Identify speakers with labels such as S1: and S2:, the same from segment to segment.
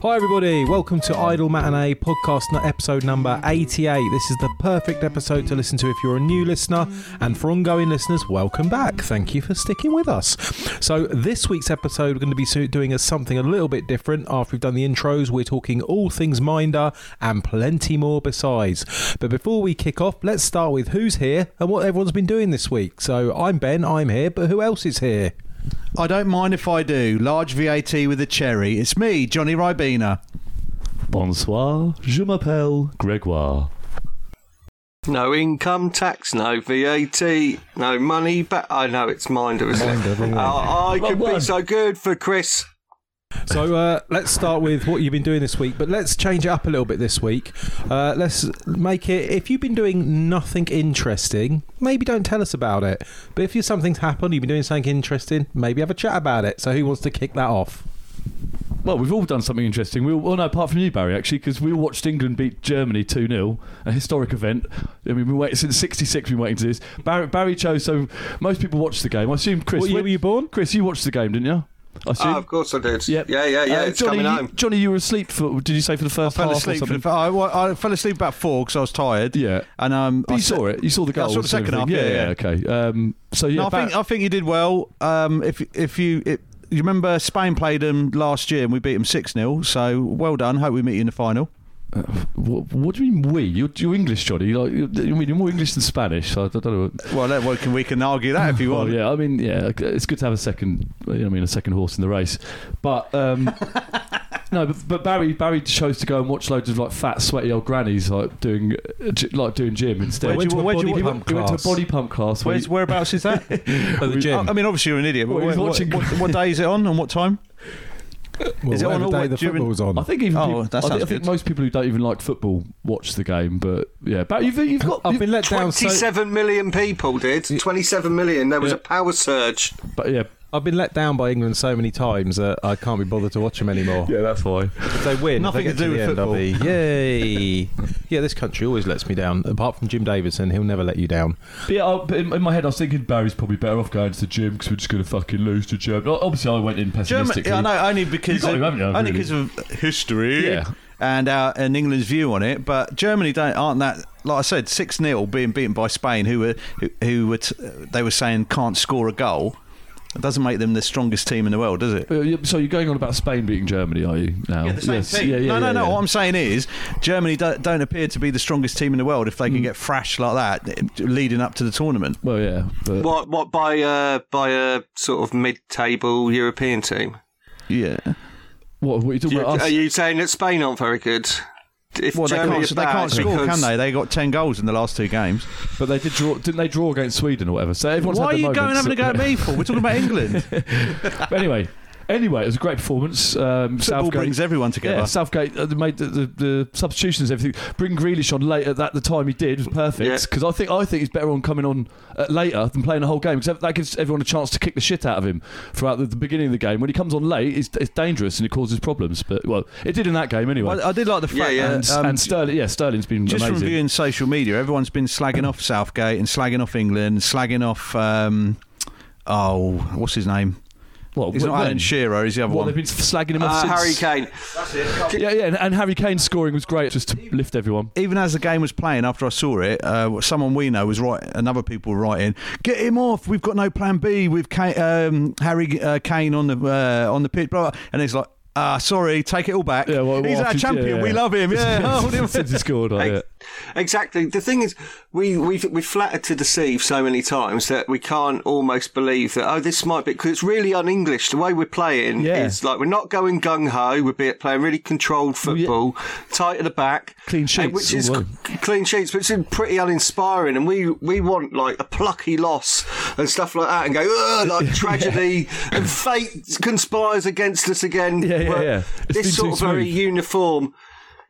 S1: Hi, everybody. Welcome to Idle Matinee podcast n- episode number 88. This is the perfect episode to listen to if you're a new listener. And for ongoing listeners, welcome back. Thank you for sticking with us. So, this week's episode, we're going to be so- doing a, something a little bit different. After we've done the intros, we're talking all things Minder and plenty more besides. But before we kick off, let's start with who's here and what everyone's been doing this week. So, I'm Ben, I'm here, but who else is here?
S2: I don't mind if I do. Large VAT with a cherry. It's me, Johnny Ribena.
S3: Bonsoir, je m'appelle Gregoire.
S4: No income tax, no VAT, no money back. I know it's Minder, isn't it? Oh, I could be so good for Chris.
S1: So uh, let's start with what you've been doing this week, but let's change it up a little bit this week. Uh, let's make it. If you've been doing nothing interesting, maybe don't tell us about it. But if you something's happened, you've been doing something interesting, maybe have a chat about it. So who wants to kick that off?
S3: Well, we've all done something interesting. We all, well, no, apart from you, Barry, actually, because we all watched England beat Germany 2 0, a historic event. I mean, we've been waiting since 66, we've been waiting to this. Barry, Barry chose, so most people watched the game. I assume, Chris.
S1: What year
S3: when-
S1: were you born?
S3: Chris, you watched the game, didn't you? I assume.
S2: Ah,
S4: Oh, of course I did.
S3: Yep.
S4: Yeah, yeah, yeah.
S3: Uh,
S4: it's
S3: Johnny,
S4: coming
S3: you,
S4: home.
S3: Johnny, you were asleep for, did you say, for the first
S2: Fell
S3: half
S2: asleep.
S3: or
S2: For
S3: something?
S2: the, I, I fell asleep about four because I was tired.
S3: Yeah.
S2: and um,
S3: But
S2: I
S3: you
S2: se-
S3: saw it. You saw the
S2: Yeah, I
S3: goals.
S2: saw the
S3: and
S2: second half,
S3: everything.
S2: yeah,
S3: Yeah, yeah, okay. Um, so, yeah.
S2: No, I
S3: Bar-
S2: think I think you did well. Um, if if you it, you remember Spain played them last year and we beat them six 0 So well done. Hope we meet you in the final.
S3: what, what do you mean we? You're, you're English, Johnny. Like, you're, I mean, you're more English than Spanish. So I don't know.
S2: Well, that, we can we can argue that if you
S3: Well,
S2: want.
S3: yeah, I mean, yeah, it's good to have a second. I mean, a second horse in the race, but um, no, but, but Barry Barry chose to go and watch loads of like fat, sweaty old grannies like doing uh, like doing gym instead.
S2: Where
S1: Went
S2: do you-
S1: to a
S2: where do you-
S1: body
S3: he,
S1: pump
S3: went, he went to a
S1: class.
S3: body pump class. Where
S2: Where's,
S3: he,
S2: whereabouts is that?
S1: At the gym.
S2: I mean, obviously you're an idiot. But
S3: Well, he's
S2: what-
S3: watching-
S2: what, what day is it on and what time?
S1: Well,
S2: is it on
S1: whatever
S2: all
S1: day
S2: what-
S1: the
S2: during-
S1: football's on?
S3: I think even
S2: Oh,
S3: people,
S2: that
S3: I, thi-
S2: sounds
S3: I think
S2: good.
S3: most people who don't even like football watch the game, but yeah, Barry, you've, you've got
S1: I've
S3: you've-
S1: been let down. So,
S4: Twenty-seven million people did. 27 million. There was a power surge.
S3: but yeah,
S1: I've been let down by England so many times that I can't be bothered to watch them anymore.
S3: yeah, that's why.
S1: If they win,
S2: Nothing
S1: if
S2: to
S1: they
S2: do
S1: get
S2: with
S1: the end, I'll be, Yay! yeah, this country always lets me down. Apart from Jim Davidson, he'll never let you down.
S3: But yeah, I, but in, in my head, I was thinking Barry's probably better off going to the gym because we're just going to fucking lose to Germany. Obviously, I went in
S2: Germany,
S3: pessimistically.
S2: yeah, I know, only because
S3: You got him, haven't you,
S2: only
S3: really?
S2: because of history
S3: Yeah.
S2: and our, and England's view on it. But Germany don't aren't that like I said six 0 being beaten by Spain, who were who, who were t- they were saying can't score a goal. It doesn't make them the strongest team in the world, does it?
S3: Uh, yeah, So you're going on about Spain beating Germany, are you now? Yes. Yeah, yeah,
S2: no, no,
S3: yeah,
S2: no.
S3: yeah.
S2: What I'm saying is, Germany don't, don't appear to be the strongest team in the world if they
S3: Mm.
S2: can get thrashed like that leading up to the tournament.
S3: well, yeah, but
S4: What? What? By uh, by a sort of mid-table European team.
S2: Yeah.
S3: what, what are you talking
S4: You,
S3: about?
S4: are
S3: Us?
S4: you saying that Spain aren't very good? If
S2: Well, they
S4: Germany
S2: can't,
S4: are
S2: they
S4: bad
S2: can't score,
S4: because-
S2: can they? They got 10 goals in the last two games.
S3: But they did draw, didn't they draw against Sweden or whatever? So everyone's
S2: Why
S3: had
S2: are
S3: the
S2: you
S3: moments.
S2: going having a go at me for? We're talking about England.
S3: But anyway, anyway, it was a great performance. Um,
S2: Football
S3: Southgate
S2: brings everyone together.
S3: Yeah, Southgate uh, made the, the, the substitutions, everything. Bring Grealish on late at that the time he did was perfect
S4: Yeah.
S3: because I think I think he's better on coming on uh, later than playing the whole game because that gives everyone a chance to kick the shit out of him throughout the, the beginning of the game. When he comes on late, it's, it's dangerous and it causes problems. But well, it did in that game anyway.
S2: Well, I did like the fact
S4: Yeah, yeah.
S3: and,
S2: that um,
S3: and Sterling, yeah, Sterling's been
S2: just
S3: amazing.
S2: from viewing social media, everyone's been slagging off Southgate and slagging off England, slagging off um, oh, what's his name?
S3: Well,
S2: He's not
S3: when-
S2: Alan Shearer. He's the other
S3: Well,
S2: one.
S3: they've been slagging him off
S4: Uh, Harry
S3: since.
S4: Kane.
S3: Yeah, yeah, and, and Harry Kane's scoring was great just to lift everyone.
S2: Even as the game was playing, after I saw it, uh, someone we know was right, and other people were writing, "Get him off! We've got no plan B with Kane, um, Harry uh, Kane on the uh, on the pitch." Blah, blah. And he's like, "Ah, sorry, take it all back.
S3: Yeah, well,
S2: he's
S3: well,
S2: our
S3: after-
S2: champion.
S3: yeah.
S2: We love him. Yeah, hold him."
S3: since he scored, like, yeah.
S4: Exactly. The thing is, we we've we're flattered to deceive so many times that we can't almost believe that oh this might be because it's really un-English the way we're playing
S3: Yeah.
S4: is like we're not going gung ho. We're be- playing really controlled
S3: yeah.
S4: football, tight at the back,
S3: Clean
S4: uh,
S3: sheets,
S4: which is
S3: all
S4: c- clean sheets, which is pretty uninspiring. And we we want like a plucky loss and stuff like that, and go "Ugh," like tragedy and fate conspires against us again.
S3: Yeah, yeah,
S4: Well,
S3: yeah. It's been
S4: This sort
S3: too
S4: of very
S3: smooth.
S4: uniform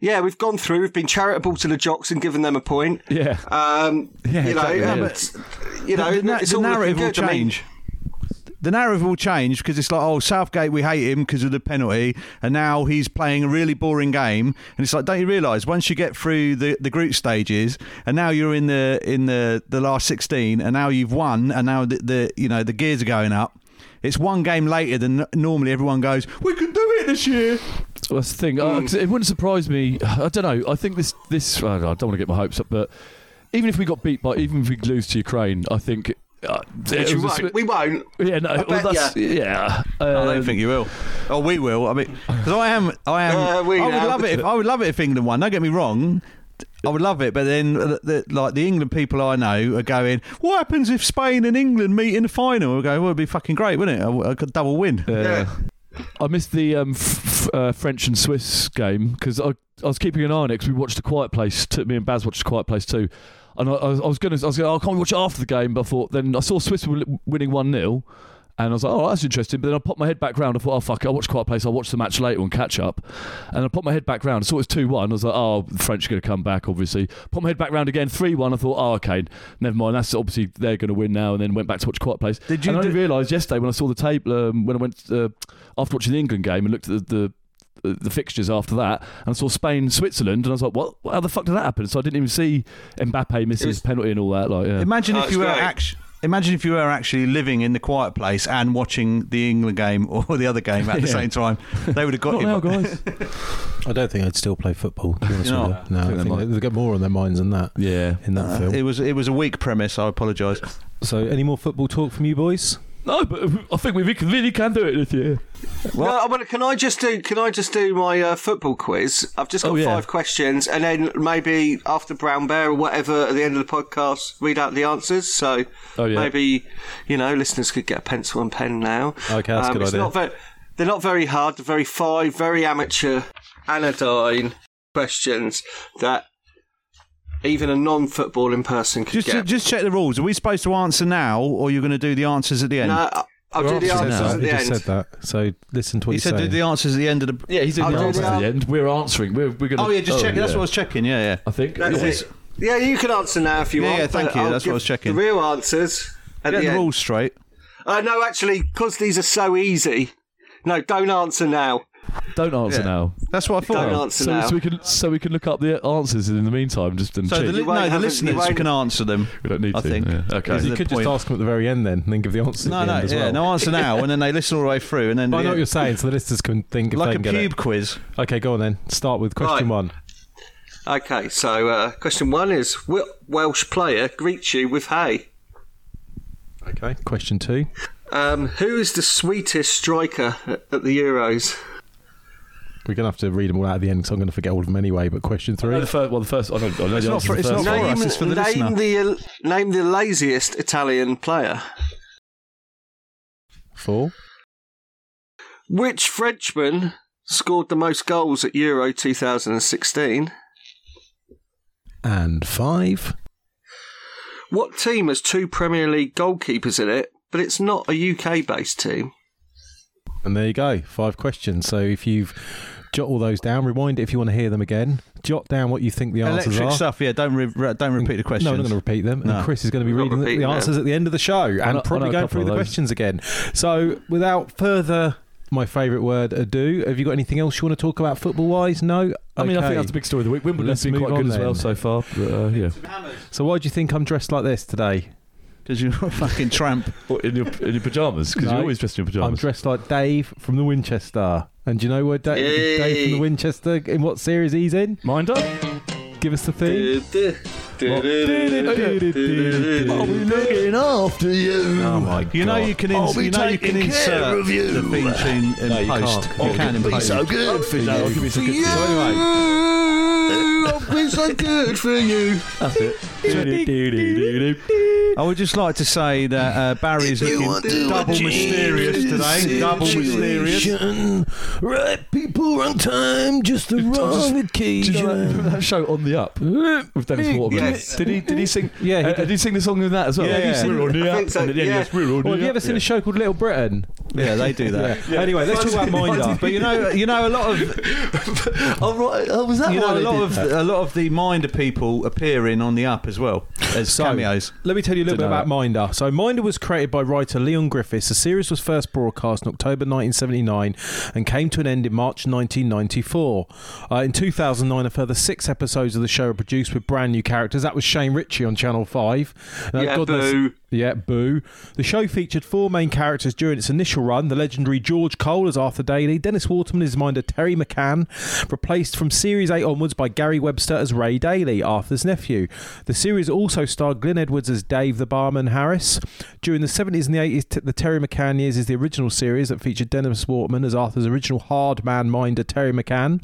S4: yeah, we've gone through, we've been charitable to the jocks and given them a point.
S3: Yeah.
S4: Um,
S2: Yeah,
S4: you know,
S2: exactly, yeah.
S4: um,
S2: But
S4: you know,
S2: the, na-
S4: it's
S2: the
S4: all looking
S2: narrative will
S4: good. I mean,
S2: change. the narrative will change because it's like, oh, Southgate, we hate him because of the penalty, and now he's playing a really boring game. And it's like, don't you realise once you get through the, the group stages, and now you're in the in the, the last sixteen, and now you've won, and now the, the you know the gears are going up. It's one game later than n- normally everyone goes. We can do it this year.
S3: Well, that's the thing. Uh, 'cause it wouldn't surprise me. I don't know. I think this. This. I don't, know, I don't want to get my hopes up, but even if we got beat by, even if we lose to Ukraine, I think. Uh,
S4: which
S3: it
S4: we
S3: was a swi-
S4: won't. We won't.
S3: yeah, no, well,
S4: bet
S3: that's, yeah.
S2: I
S3: Um,
S2: don't think you will. Oh, we will. I mean, because I am. I am.
S4: Uh, we
S2: I would
S4: know.
S2: love it. If, I would love it if England won. Don't get me wrong. I would love it, but then uh, the, like the England people I know are going, "What happens if Spain and England meet in the final?" We're going, "Well, it'd be fucking great, wouldn't it? I, I could double win."
S4: Yeah.
S3: uh, I missed the um, f- f- uh, French and Swiss game because I, I was keeping an eye on it 'cause we watched A Quiet Place. T- me and Baz watched A Quiet Place too, and I, I was, I was gonna, I was going, oh, I can't watch it after the game. But I thought then I saw Swiss were li- winning one 0 and I was like, oh, that's interesting. But then I popped my head back round. I thought, oh fuck, it, I'll watch Quiet Place. I'll watch the match later and catch up. And I popped my head back round. I saw it was two one. I was like, oh, the French are going to come back, obviously. Popped my head back round again, three one. I thought, oh, okay, never mind. That's obviously they're going to win now. And then went back to watch Quiet Place.
S2: Did you
S3: And I
S2: do-
S3: only realised yesterday when I saw the table um, when I went uh, after watching the England game and looked at the. the the fixtures after that, and I saw Spain, Switzerland, and I was like, "What? How the fuck did that happen?" So I didn't even see Mbappe miss his penalty and all that. Like, yeah.
S2: Imagine
S4: Oh,
S2: if
S4: it's
S2: you were
S4: great.
S2: actually. Imagine if you were actually living in the quiet place and watching the England game or the other game at the
S3: Yeah.
S2: same time. They would have got
S3: Not
S2: you.
S3: now, guys.
S1: I don't think I'd still play football. To be honest
S2: No, Uh,
S1: with you. no,
S3: I
S1: I
S3: think
S1: think,
S3: they might.
S1: they've got more on their minds than that
S3: yeah.
S1: in that film.
S2: It was it was a weak premise. I apologise.
S1: so, any more football talk from you boys?
S3: No, but I think we can- really can do it this year.
S4: No, I wanna- can I just do? Can I just do my uh, football quiz? I've just got
S3: Oh, yeah.
S4: five questions, and then maybe after Brown Bear or whatever, at the end of the podcast, read out the answers. So
S3: Oh, yeah.
S4: maybe you know listeners could get a pencil and pen now. Um,
S1: Okay, that's a good
S4: it's
S1: idea.
S4: Not very, they're not very hard. They're very five, very amateur, anodyne questions that even a non-footballing person could
S2: Just
S4: get.
S2: just check the rules. Are we supposed to answer now, or you're going to do the answers at the end?
S4: no, I- I'll do the answers
S1: Uh, He
S4: at the
S1: just
S4: end.
S1: said that. So, listen to what
S2: He
S1: he's
S2: said
S1: saying.
S2: the answers at the end of the.
S3: Yeah, he's in
S4: I'll
S3: the
S4: do
S3: answer
S4: the
S3: at
S4: al-
S3: the end. We're answering. We're, we're gonna.
S2: Oh yeah, just check. That's what I was checking. Yeah, yeah.
S3: I think.
S4: That's
S3: Yeah.
S4: it. Yeah, you can answer now if you
S2: Yeah,
S4: want.
S2: yeah, thank
S4: but
S2: you.
S4: I'll
S2: That's what I
S4: give
S2: was checking.
S4: The real answers at
S2: Get
S4: the
S2: the
S4: end.
S2: rules straight.
S4: Uh, no, actually, because these are so easy. No, don't answer now.
S3: Don't answer now.
S2: That's what I
S4: Don't
S2: thought.
S4: answer
S3: so,
S4: now.
S3: so we can so we can look up the answers in the meantime. Just and
S2: So the,
S3: cheat.
S2: li-
S4: won't
S2: no,
S4: have
S2: the
S4: it, you
S2: listeners
S4: won't.
S2: can answer them.
S3: we don't need
S2: I
S3: to.
S2: think.
S3: yeah. Okay.
S2: Is
S1: You
S2: the
S1: could
S2: point.
S1: just ask them at the very end then, and then give the answer
S2: No,
S1: at the
S2: no,
S1: end as
S2: yeah,
S1: well.
S2: no answer now, and then they listen all the way through, and then
S1: I know
S2: yeah.
S1: what you're saying, so the listeners can think if they
S2: like a
S1: can get it.
S2: pube quiz.
S1: Okay, go on then. Start with question
S4: Right.
S1: one.
S4: Okay, so uh, question one is: What Welsh player greets you with "Hey"?
S1: Okay. Question two.
S4: Um, who is the sweetest striker at, at the Euros?
S1: We're going to have to read them all out at the end because I'm going to forget all of them anyway. But question
S3: I know
S1: three.
S3: the first. Well, the first. I know, I know
S2: It's
S3: the
S2: not
S3: answer
S2: for-
S3: to
S2: it's
S3: the first
S2: not
S3: one.
S2: for
S4: name
S2: us, it's Oh, for the
S4: name
S2: listener.
S4: the uh, name the laziest Italian player.
S1: Four.
S4: Which Frenchman scored the most goals at Euro 2016?
S1: And five.
S4: What team has two Premier League goalkeepers in it, but it's not a UK based team?
S1: And there you go. Five questions. So if you've jot all those down, rewind it if you want to hear them again. Jot down what you think the answers
S2: Electric
S1: are.
S2: stuff. Yeah, don't re- re- don't repeat the questions.
S1: No, I'm not going to repeat them.
S2: No.
S1: And Chris is going to be
S4: We're not
S1: reading the,
S4: repeating
S1: the
S4: them.
S1: answers at the end of the show
S3: I
S1: and
S3: know- I know
S1: probably
S3: a
S1: going
S3: couple
S1: through
S3: of
S1: the
S3: those.
S1: questions again. So, without further, my favourite word ado, have you got anything else you want to talk about football wise? No?
S3: I mean, I
S1: Okay.
S3: think that's the big story of the week.
S1: Let's
S3: Wimbledon's been
S1: move
S3: quite good
S1: on
S3: as well
S1: then.
S3: so far. But, uh, yeah.
S1: So, why do you think I'm dressed like this today?
S2: because you're a fucking tramp.
S3: What, in your in your pajamas because
S1: No.
S3: you're always dressed in your
S1: I'm
S3: pajamas.
S1: dressed like Dave from the Winchester. And do you know where Da-
S4: Yay.
S1: Dave from the Winchester, in what series he's in?
S3: Mind up.
S1: Give us the theme.
S3: looking after you.
S1: Oh my
S2: You know
S1: God.
S2: you can ins- you know you can insert the theme tune in
S1: No, you
S2: post.
S1: can't.
S2: You can in post.
S3: good for you.
S1: So anyway,
S4: I've been so good for you.
S3: That's it.
S2: I would just like to say that uh, Barry's looking double mysterious today. Double mysterious.
S1: Right people, wrong time, just the wrong
S3: Did you
S1: occasion.
S3: remember that show on the up with Dennis Waterman?
S4: Yes.
S3: Did he? Did he sing?
S1: Yeah, he
S3: uh,
S1: did.
S3: did. he sing the song in that as well?
S2: Yeah,
S3: Have you
S2: yeah.
S3: seen-
S4: I
S3: We're on the
S4: think
S3: up.
S4: so,
S3: and then, yeah,
S4: yeah.
S3: yes, we're
S1: Well,
S3: on the
S1: have you ever
S3: up.
S1: seen a show called Little Britain?
S2: Yeah, they do that.
S1: Anyway, let's talk about mind up.
S2: But you know, you know, a lot of
S3: oh, right. oh, was that
S2: you
S3: why
S2: know, a
S3: they
S2: lot
S3: did
S2: of
S3: that?
S2: a lot of the minder people appearing on the up as well as
S1: So,
S2: cameos.
S1: Let me tell you a little bit
S3: Dunno.
S1: about Minder. So, Minder was created by writer Leon Griffiths. The series was first broadcast in October 1979 and came to an end in March 1994. Uh, in 2009, a further six episodes of the show were produced with brand new characters. That was Shane Ritchie on Channel 5. Now,
S4: Yeah,
S1: Uh, knows-
S4: boo.
S1: yeah, boo. The show featured four main characters during its initial run the legendary George Cole as Arthur Daly, Dennis Waterman as minder Terry McCann, replaced from Series 8 onwards by Gary Webster as Ray Daly, Arthur's nephew. The series also starred Glyn Edwards as Dave the Barman Harris. During the 70s and the 80s, t- the Terry McCann years is the original series that featured Dennis Waterman as Arthur's original hard man minder Terry McCann.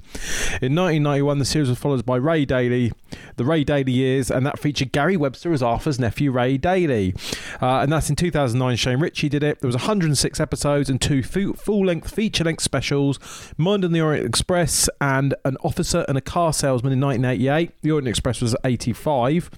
S1: In 1991, the series was followed by Ray Daly, the Ray Daly years, and that featured Gary Webster as Arthur's nephew Ray Daly. Uh, and that's in 2009. Shane Ritchie did it. There was 106 episodes and two full length, feature length specials, Mind and the Orient Express, and An Officer and a Car Salesman in 1988. The Orient Express was 85.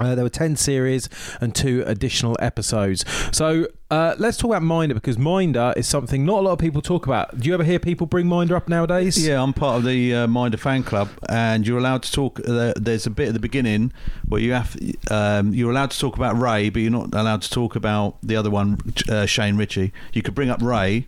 S1: Uh, there were 10 series and two additional episodes. So uh, let's talk about Minder because Minder is something not a lot of people talk about. Do you ever hear people bring Minder up nowadays?
S2: Yeah, I'm part of the uh, Minder fan club, and you're allowed to talk. Uh, there's a bit at the beginning where you have um, you're allowed to talk about Ray, but you're not allowed to talk about the other one, uh, Shane Ritchie. You could bring up Ray,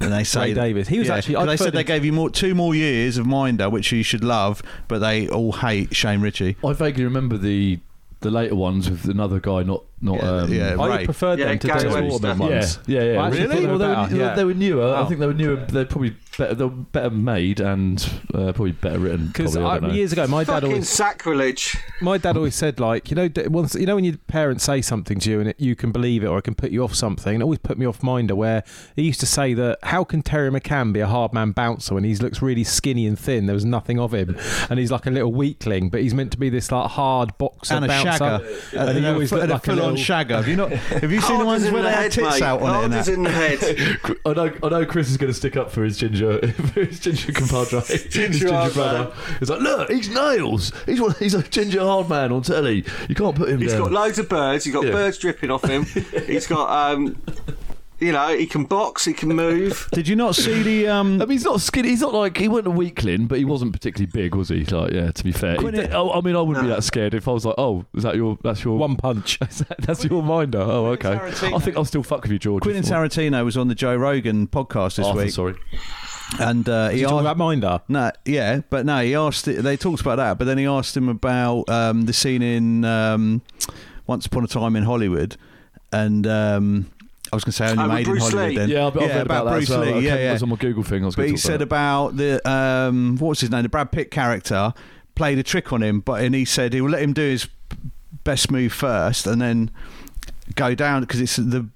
S2: and they say
S1: Ray Davis. He was actually-
S2: but
S1: I'd
S2: They
S1: heard
S2: said they
S1: him-
S2: gave you more two more years of Minder, which you should love, but they all hate Shane Ritchie.
S3: I vaguely remember the the later ones with another guy, not not.
S2: Yeah,
S3: um,
S2: yeah,
S1: I would
S2: Ray.
S1: prefer
S4: Yeah,
S1: them to
S4: Gary
S1: Dennis
S4: Webster.
S1: Waterman
S3: Yeah,
S1: ones.
S3: yeah, yeah.
S1: I actually thought they were
S3: Well, they, were,
S1: better, yeah.
S3: they were newer.
S1: Oh.
S3: I think they were newer. They're probably better. They were better made and uh, probably better written.
S1: Because
S3: probably, I don't know.
S1: years ago, my dad
S4: Fucking
S1: always
S4: sacrilege.
S1: my dad always said like you know d- once you know when your parents say something to you and it, you can believe it or it can put you off something it always put me off minder where he used to say that how can terry mccann be a hard man bouncer when he looks really skinny and thin there was nothing of him and he's like a little weakling but he's meant to be this like hard boxer
S2: and a
S1: bouncer
S2: shagger,
S1: and, he always looked like a
S2: full-on
S1: little
S2: shagger. Have you not? Have you seen
S4: Hard
S2: the
S4: as
S2: ones
S4: in
S2: where
S4: the
S2: they had
S4: head,
S2: tits
S4: mate.
S2: out on it?
S4: Hard
S2: and
S4: as
S2: that?
S4: in the head.
S3: I know, I know Chris is going to stick up for his ginger, for his ginger compadre, his ginger
S4: hard
S3: brother. He's like, look, he's nails. He's one, he's a ginger hard man on telly. You can't put him
S4: He's
S3: down.
S4: got loads of birds. He's got
S3: Yeah.
S4: birds dripping off him. He's got, um, you know, he can box. He can move.
S2: Did you not see the um,
S3: I mean, he's not skinny. He's not like he wasn't a weakling, but he wasn't particularly big, was he? Like, yeah, to be fair, He- oh,
S2: Quinn-
S3: I, I mean, I wouldn't be that scared if I was like, oh, is that your that's your
S1: one punch
S3: Is that- that's your minder? Oh, okay.
S2: Tarantino-
S3: I think I'll still fuck with you, George.
S2: Quentin
S3: if-
S2: Tarantino was on the Joe Rogan podcast this
S3: Arthur,
S2: week,
S3: sorry.
S2: and uh, he
S1: you talking
S2: asked,
S1: about minder
S2: no, yeah, but no, he asked. They talked about that, but then he asked him about um, the scene in um, Once Upon a Time in Hollywood, and um, I was going to say only
S4: Oh, with
S2: made in
S4: Bruce
S2: Hollywood.
S4: Lee.
S2: Then,
S3: Yeah, I've, I've read about,
S2: about, Bruce
S3: that as well.
S2: Lee. Yeah,
S3: I came- it
S2: yeah.
S3: was on my Google thing. I was
S2: But
S3: gonna
S2: he
S3: talk
S2: said
S3: about.
S2: about the um, what was his name, the Brad Pitt character played a trick on him, but and he said he will let him do his best move first, and then go down because it's the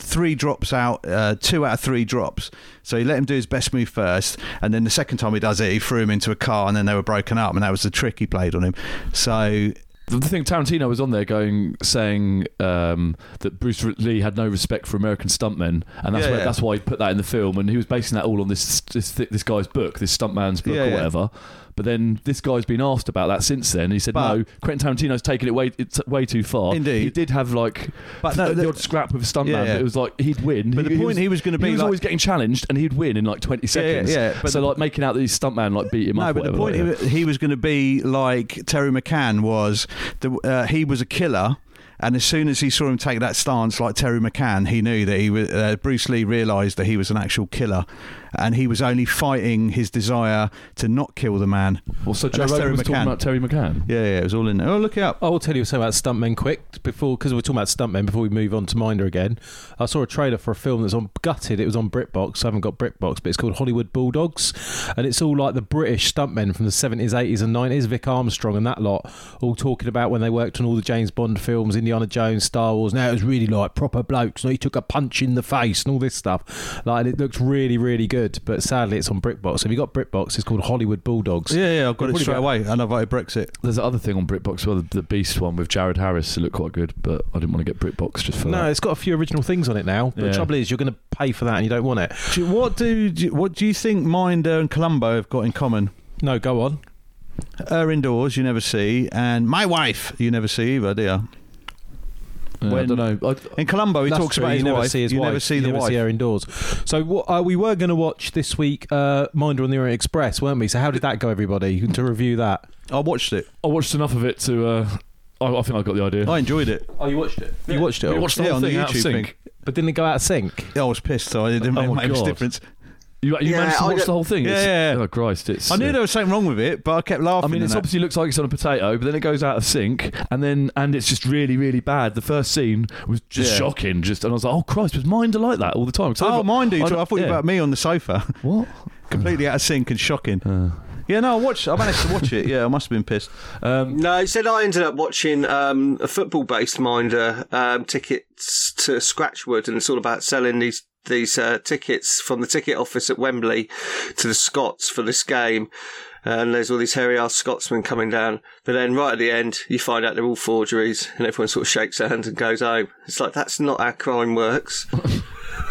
S2: three drops out, uh, two out of three drops. So he let him do his best move first, and then the second time he does it, he threw him into a car, and then they were broken up, and that was the trick he played on him. So
S3: The thing Tarantino was on there going saying um, that Bruce Lee had no respect for American stuntmen, and that's
S2: Yeah,
S3: why
S2: yeah.
S3: that's why he put that in the film, and he was basing that all on this this thi- this guy's book, this stuntman's book
S2: Yeah,
S3: or
S2: yeah.
S3: whatever. But then this guy's been asked about that since then. He said
S2: But-
S3: no, Quentin Tarantino's taken it way it's way too far.
S2: Indeed.
S3: he did have like
S2: But
S3: but
S2: no,
S3: the,
S2: the-
S3: odd scrap with a stuntman.
S2: Yeah, yeah.
S3: But it was like he'd win.
S2: But the point he was gonna be,
S3: he was
S2: like-
S3: always getting challenged, and he'd win in like twenty seconds.
S2: yeah, but
S3: so
S2: the-
S3: like making out that his stuntman like beat him
S2: No,
S3: up.
S2: but
S3: or
S2: the
S3: whatever,
S2: point
S3: like, yeah.
S2: he- he was going to be like Terry McCann was the uh, he was a killer. And as soon as he saw him take that stance, like Terry McCann, he knew that he was. Uh, Bruce Lee realized that he was an actual killer, and he was only fighting his desire to not kill the man.
S3: Well, so
S2: And
S3: Joe
S2: that's
S3: Rogan
S2: Terry
S3: was
S2: McCann.
S3: talking about Terry McCann.
S2: Yeah, yeah, it was all in there. Oh, look it up.
S1: I will tell you something about stuntmen quick before because we're talking about stuntmen before we move on to Minder again. I saw a trailer for a film that's on gutted. It was on BritBox. I haven't got BritBox, but it's called Hollywood Bulldogs, and it's all like the British stuntmen from the seventies, eighties, and nineties. Vic Armstrong and that lot all talking about when they worked on all the James Bond films, Indiana Jones, Star Wars. Now it was really like proper blokes. And he took a punch in the face and all this stuff. Like and it looked really, really good, but sadly it's on BritBox. If you got BritBox, it's called Hollywood Bulldogs.
S2: Yeah, yeah,
S1: It'll
S2: I got it
S1: probably
S2: straight
S1: be-
S2: away, and I voted Brexit.
S3: There's that other thing on BritBox, well, the, the Beast one with Jared Harris. It looked quite good, but I didn't want to get BritBox just for
S1: No,
S3: that.
S1: it's got a few original things on it now. But the
S3: Yeah.
S1: trouble is, you're going to pay for that and you don't want it.
S2: Do you- what do, do you- what do you think Minder and Columbo have got in common?
S1: No, go on.
S2: Her indoors, you never see, and my wife, you never see either, do you?
S3: I
S2: When-
S3: don't know. Um, I,
S2: In Colombo, he
S1: That's
S2: talks
S1: true,
S2: about
S1: you
S2: his
S1: never
S2: wife.
S1: See his
S2: you
S1: wife.
S2: never see
S1: you
S2: the
S1: never
S2: wife.
S1: See her indoors. So what, uh, we were going to watch this week uh, Minder on the Orient Express, weren't we? So how did that go, everybody? To review that.
S2: I watched it.
S3: I watched enough of it to. Uh, I, I think I got the idea.
S2: I enjoyed it.
S3: oh, you watched it?
S1: You watched it
S3: We
S1: all?
S3: watched the
S2: Yeah,
S3: whole
S2: on the
S3: thing out of
S2: YouTube
S3: sync.
S2: thing.
S1: But didn't it go out of sync?
S2: I was pissed, so I didn't
S3: Oh
S2: make
S3: my
S2: much
S3: God.
S2: difference.
S3: You, you
S4: Yeah,
S3: managed to
S4: I
S3: watch
S4: don't-
S3: the whole thing.
S2: Yeah,
S3: It's-
S2: yeah, yeah.
S3: Oh Christ! It's.
S2: I knew
S3: uh,
S2: there was something wrong with it, but I kept
S3: I
S2: laughing.
S3: mean,
S2: and
S3: it
S2: that.
S3: obviously looks like it's on a potato, but then it goes out of sync, and then and it's just really, really bad. The first scene was just
S2: Yeah.
S3: shocking, just and I was like, oh Christ, was Minder like that all the time? 'Cause
S2: Oh,
S3: I've-
S2: mind you,
S3: I
S2: I
S3: don't-
S2: thought you
S3: yeah.
S2: were about me on the sofa,
S3: What?
S2: completely out of sync and shocking.
S3: Uh.
S2: yeah, no, I watched. I managed to watch it. Yeah, I must have been pissed.
S3: Um,
S4: No, instead I ended up watching um, a football-based minder um, tickets to Scratchwood, and it's all about selling these these uh, tickets from the ticket office at Wembley to the Scots for this game. And there's all these hairy ass Scotsmen coming down, but then right at the end, you find out they're all forgeries, and everyone sort of shakes hands and goes home. It's like that's not how crime works.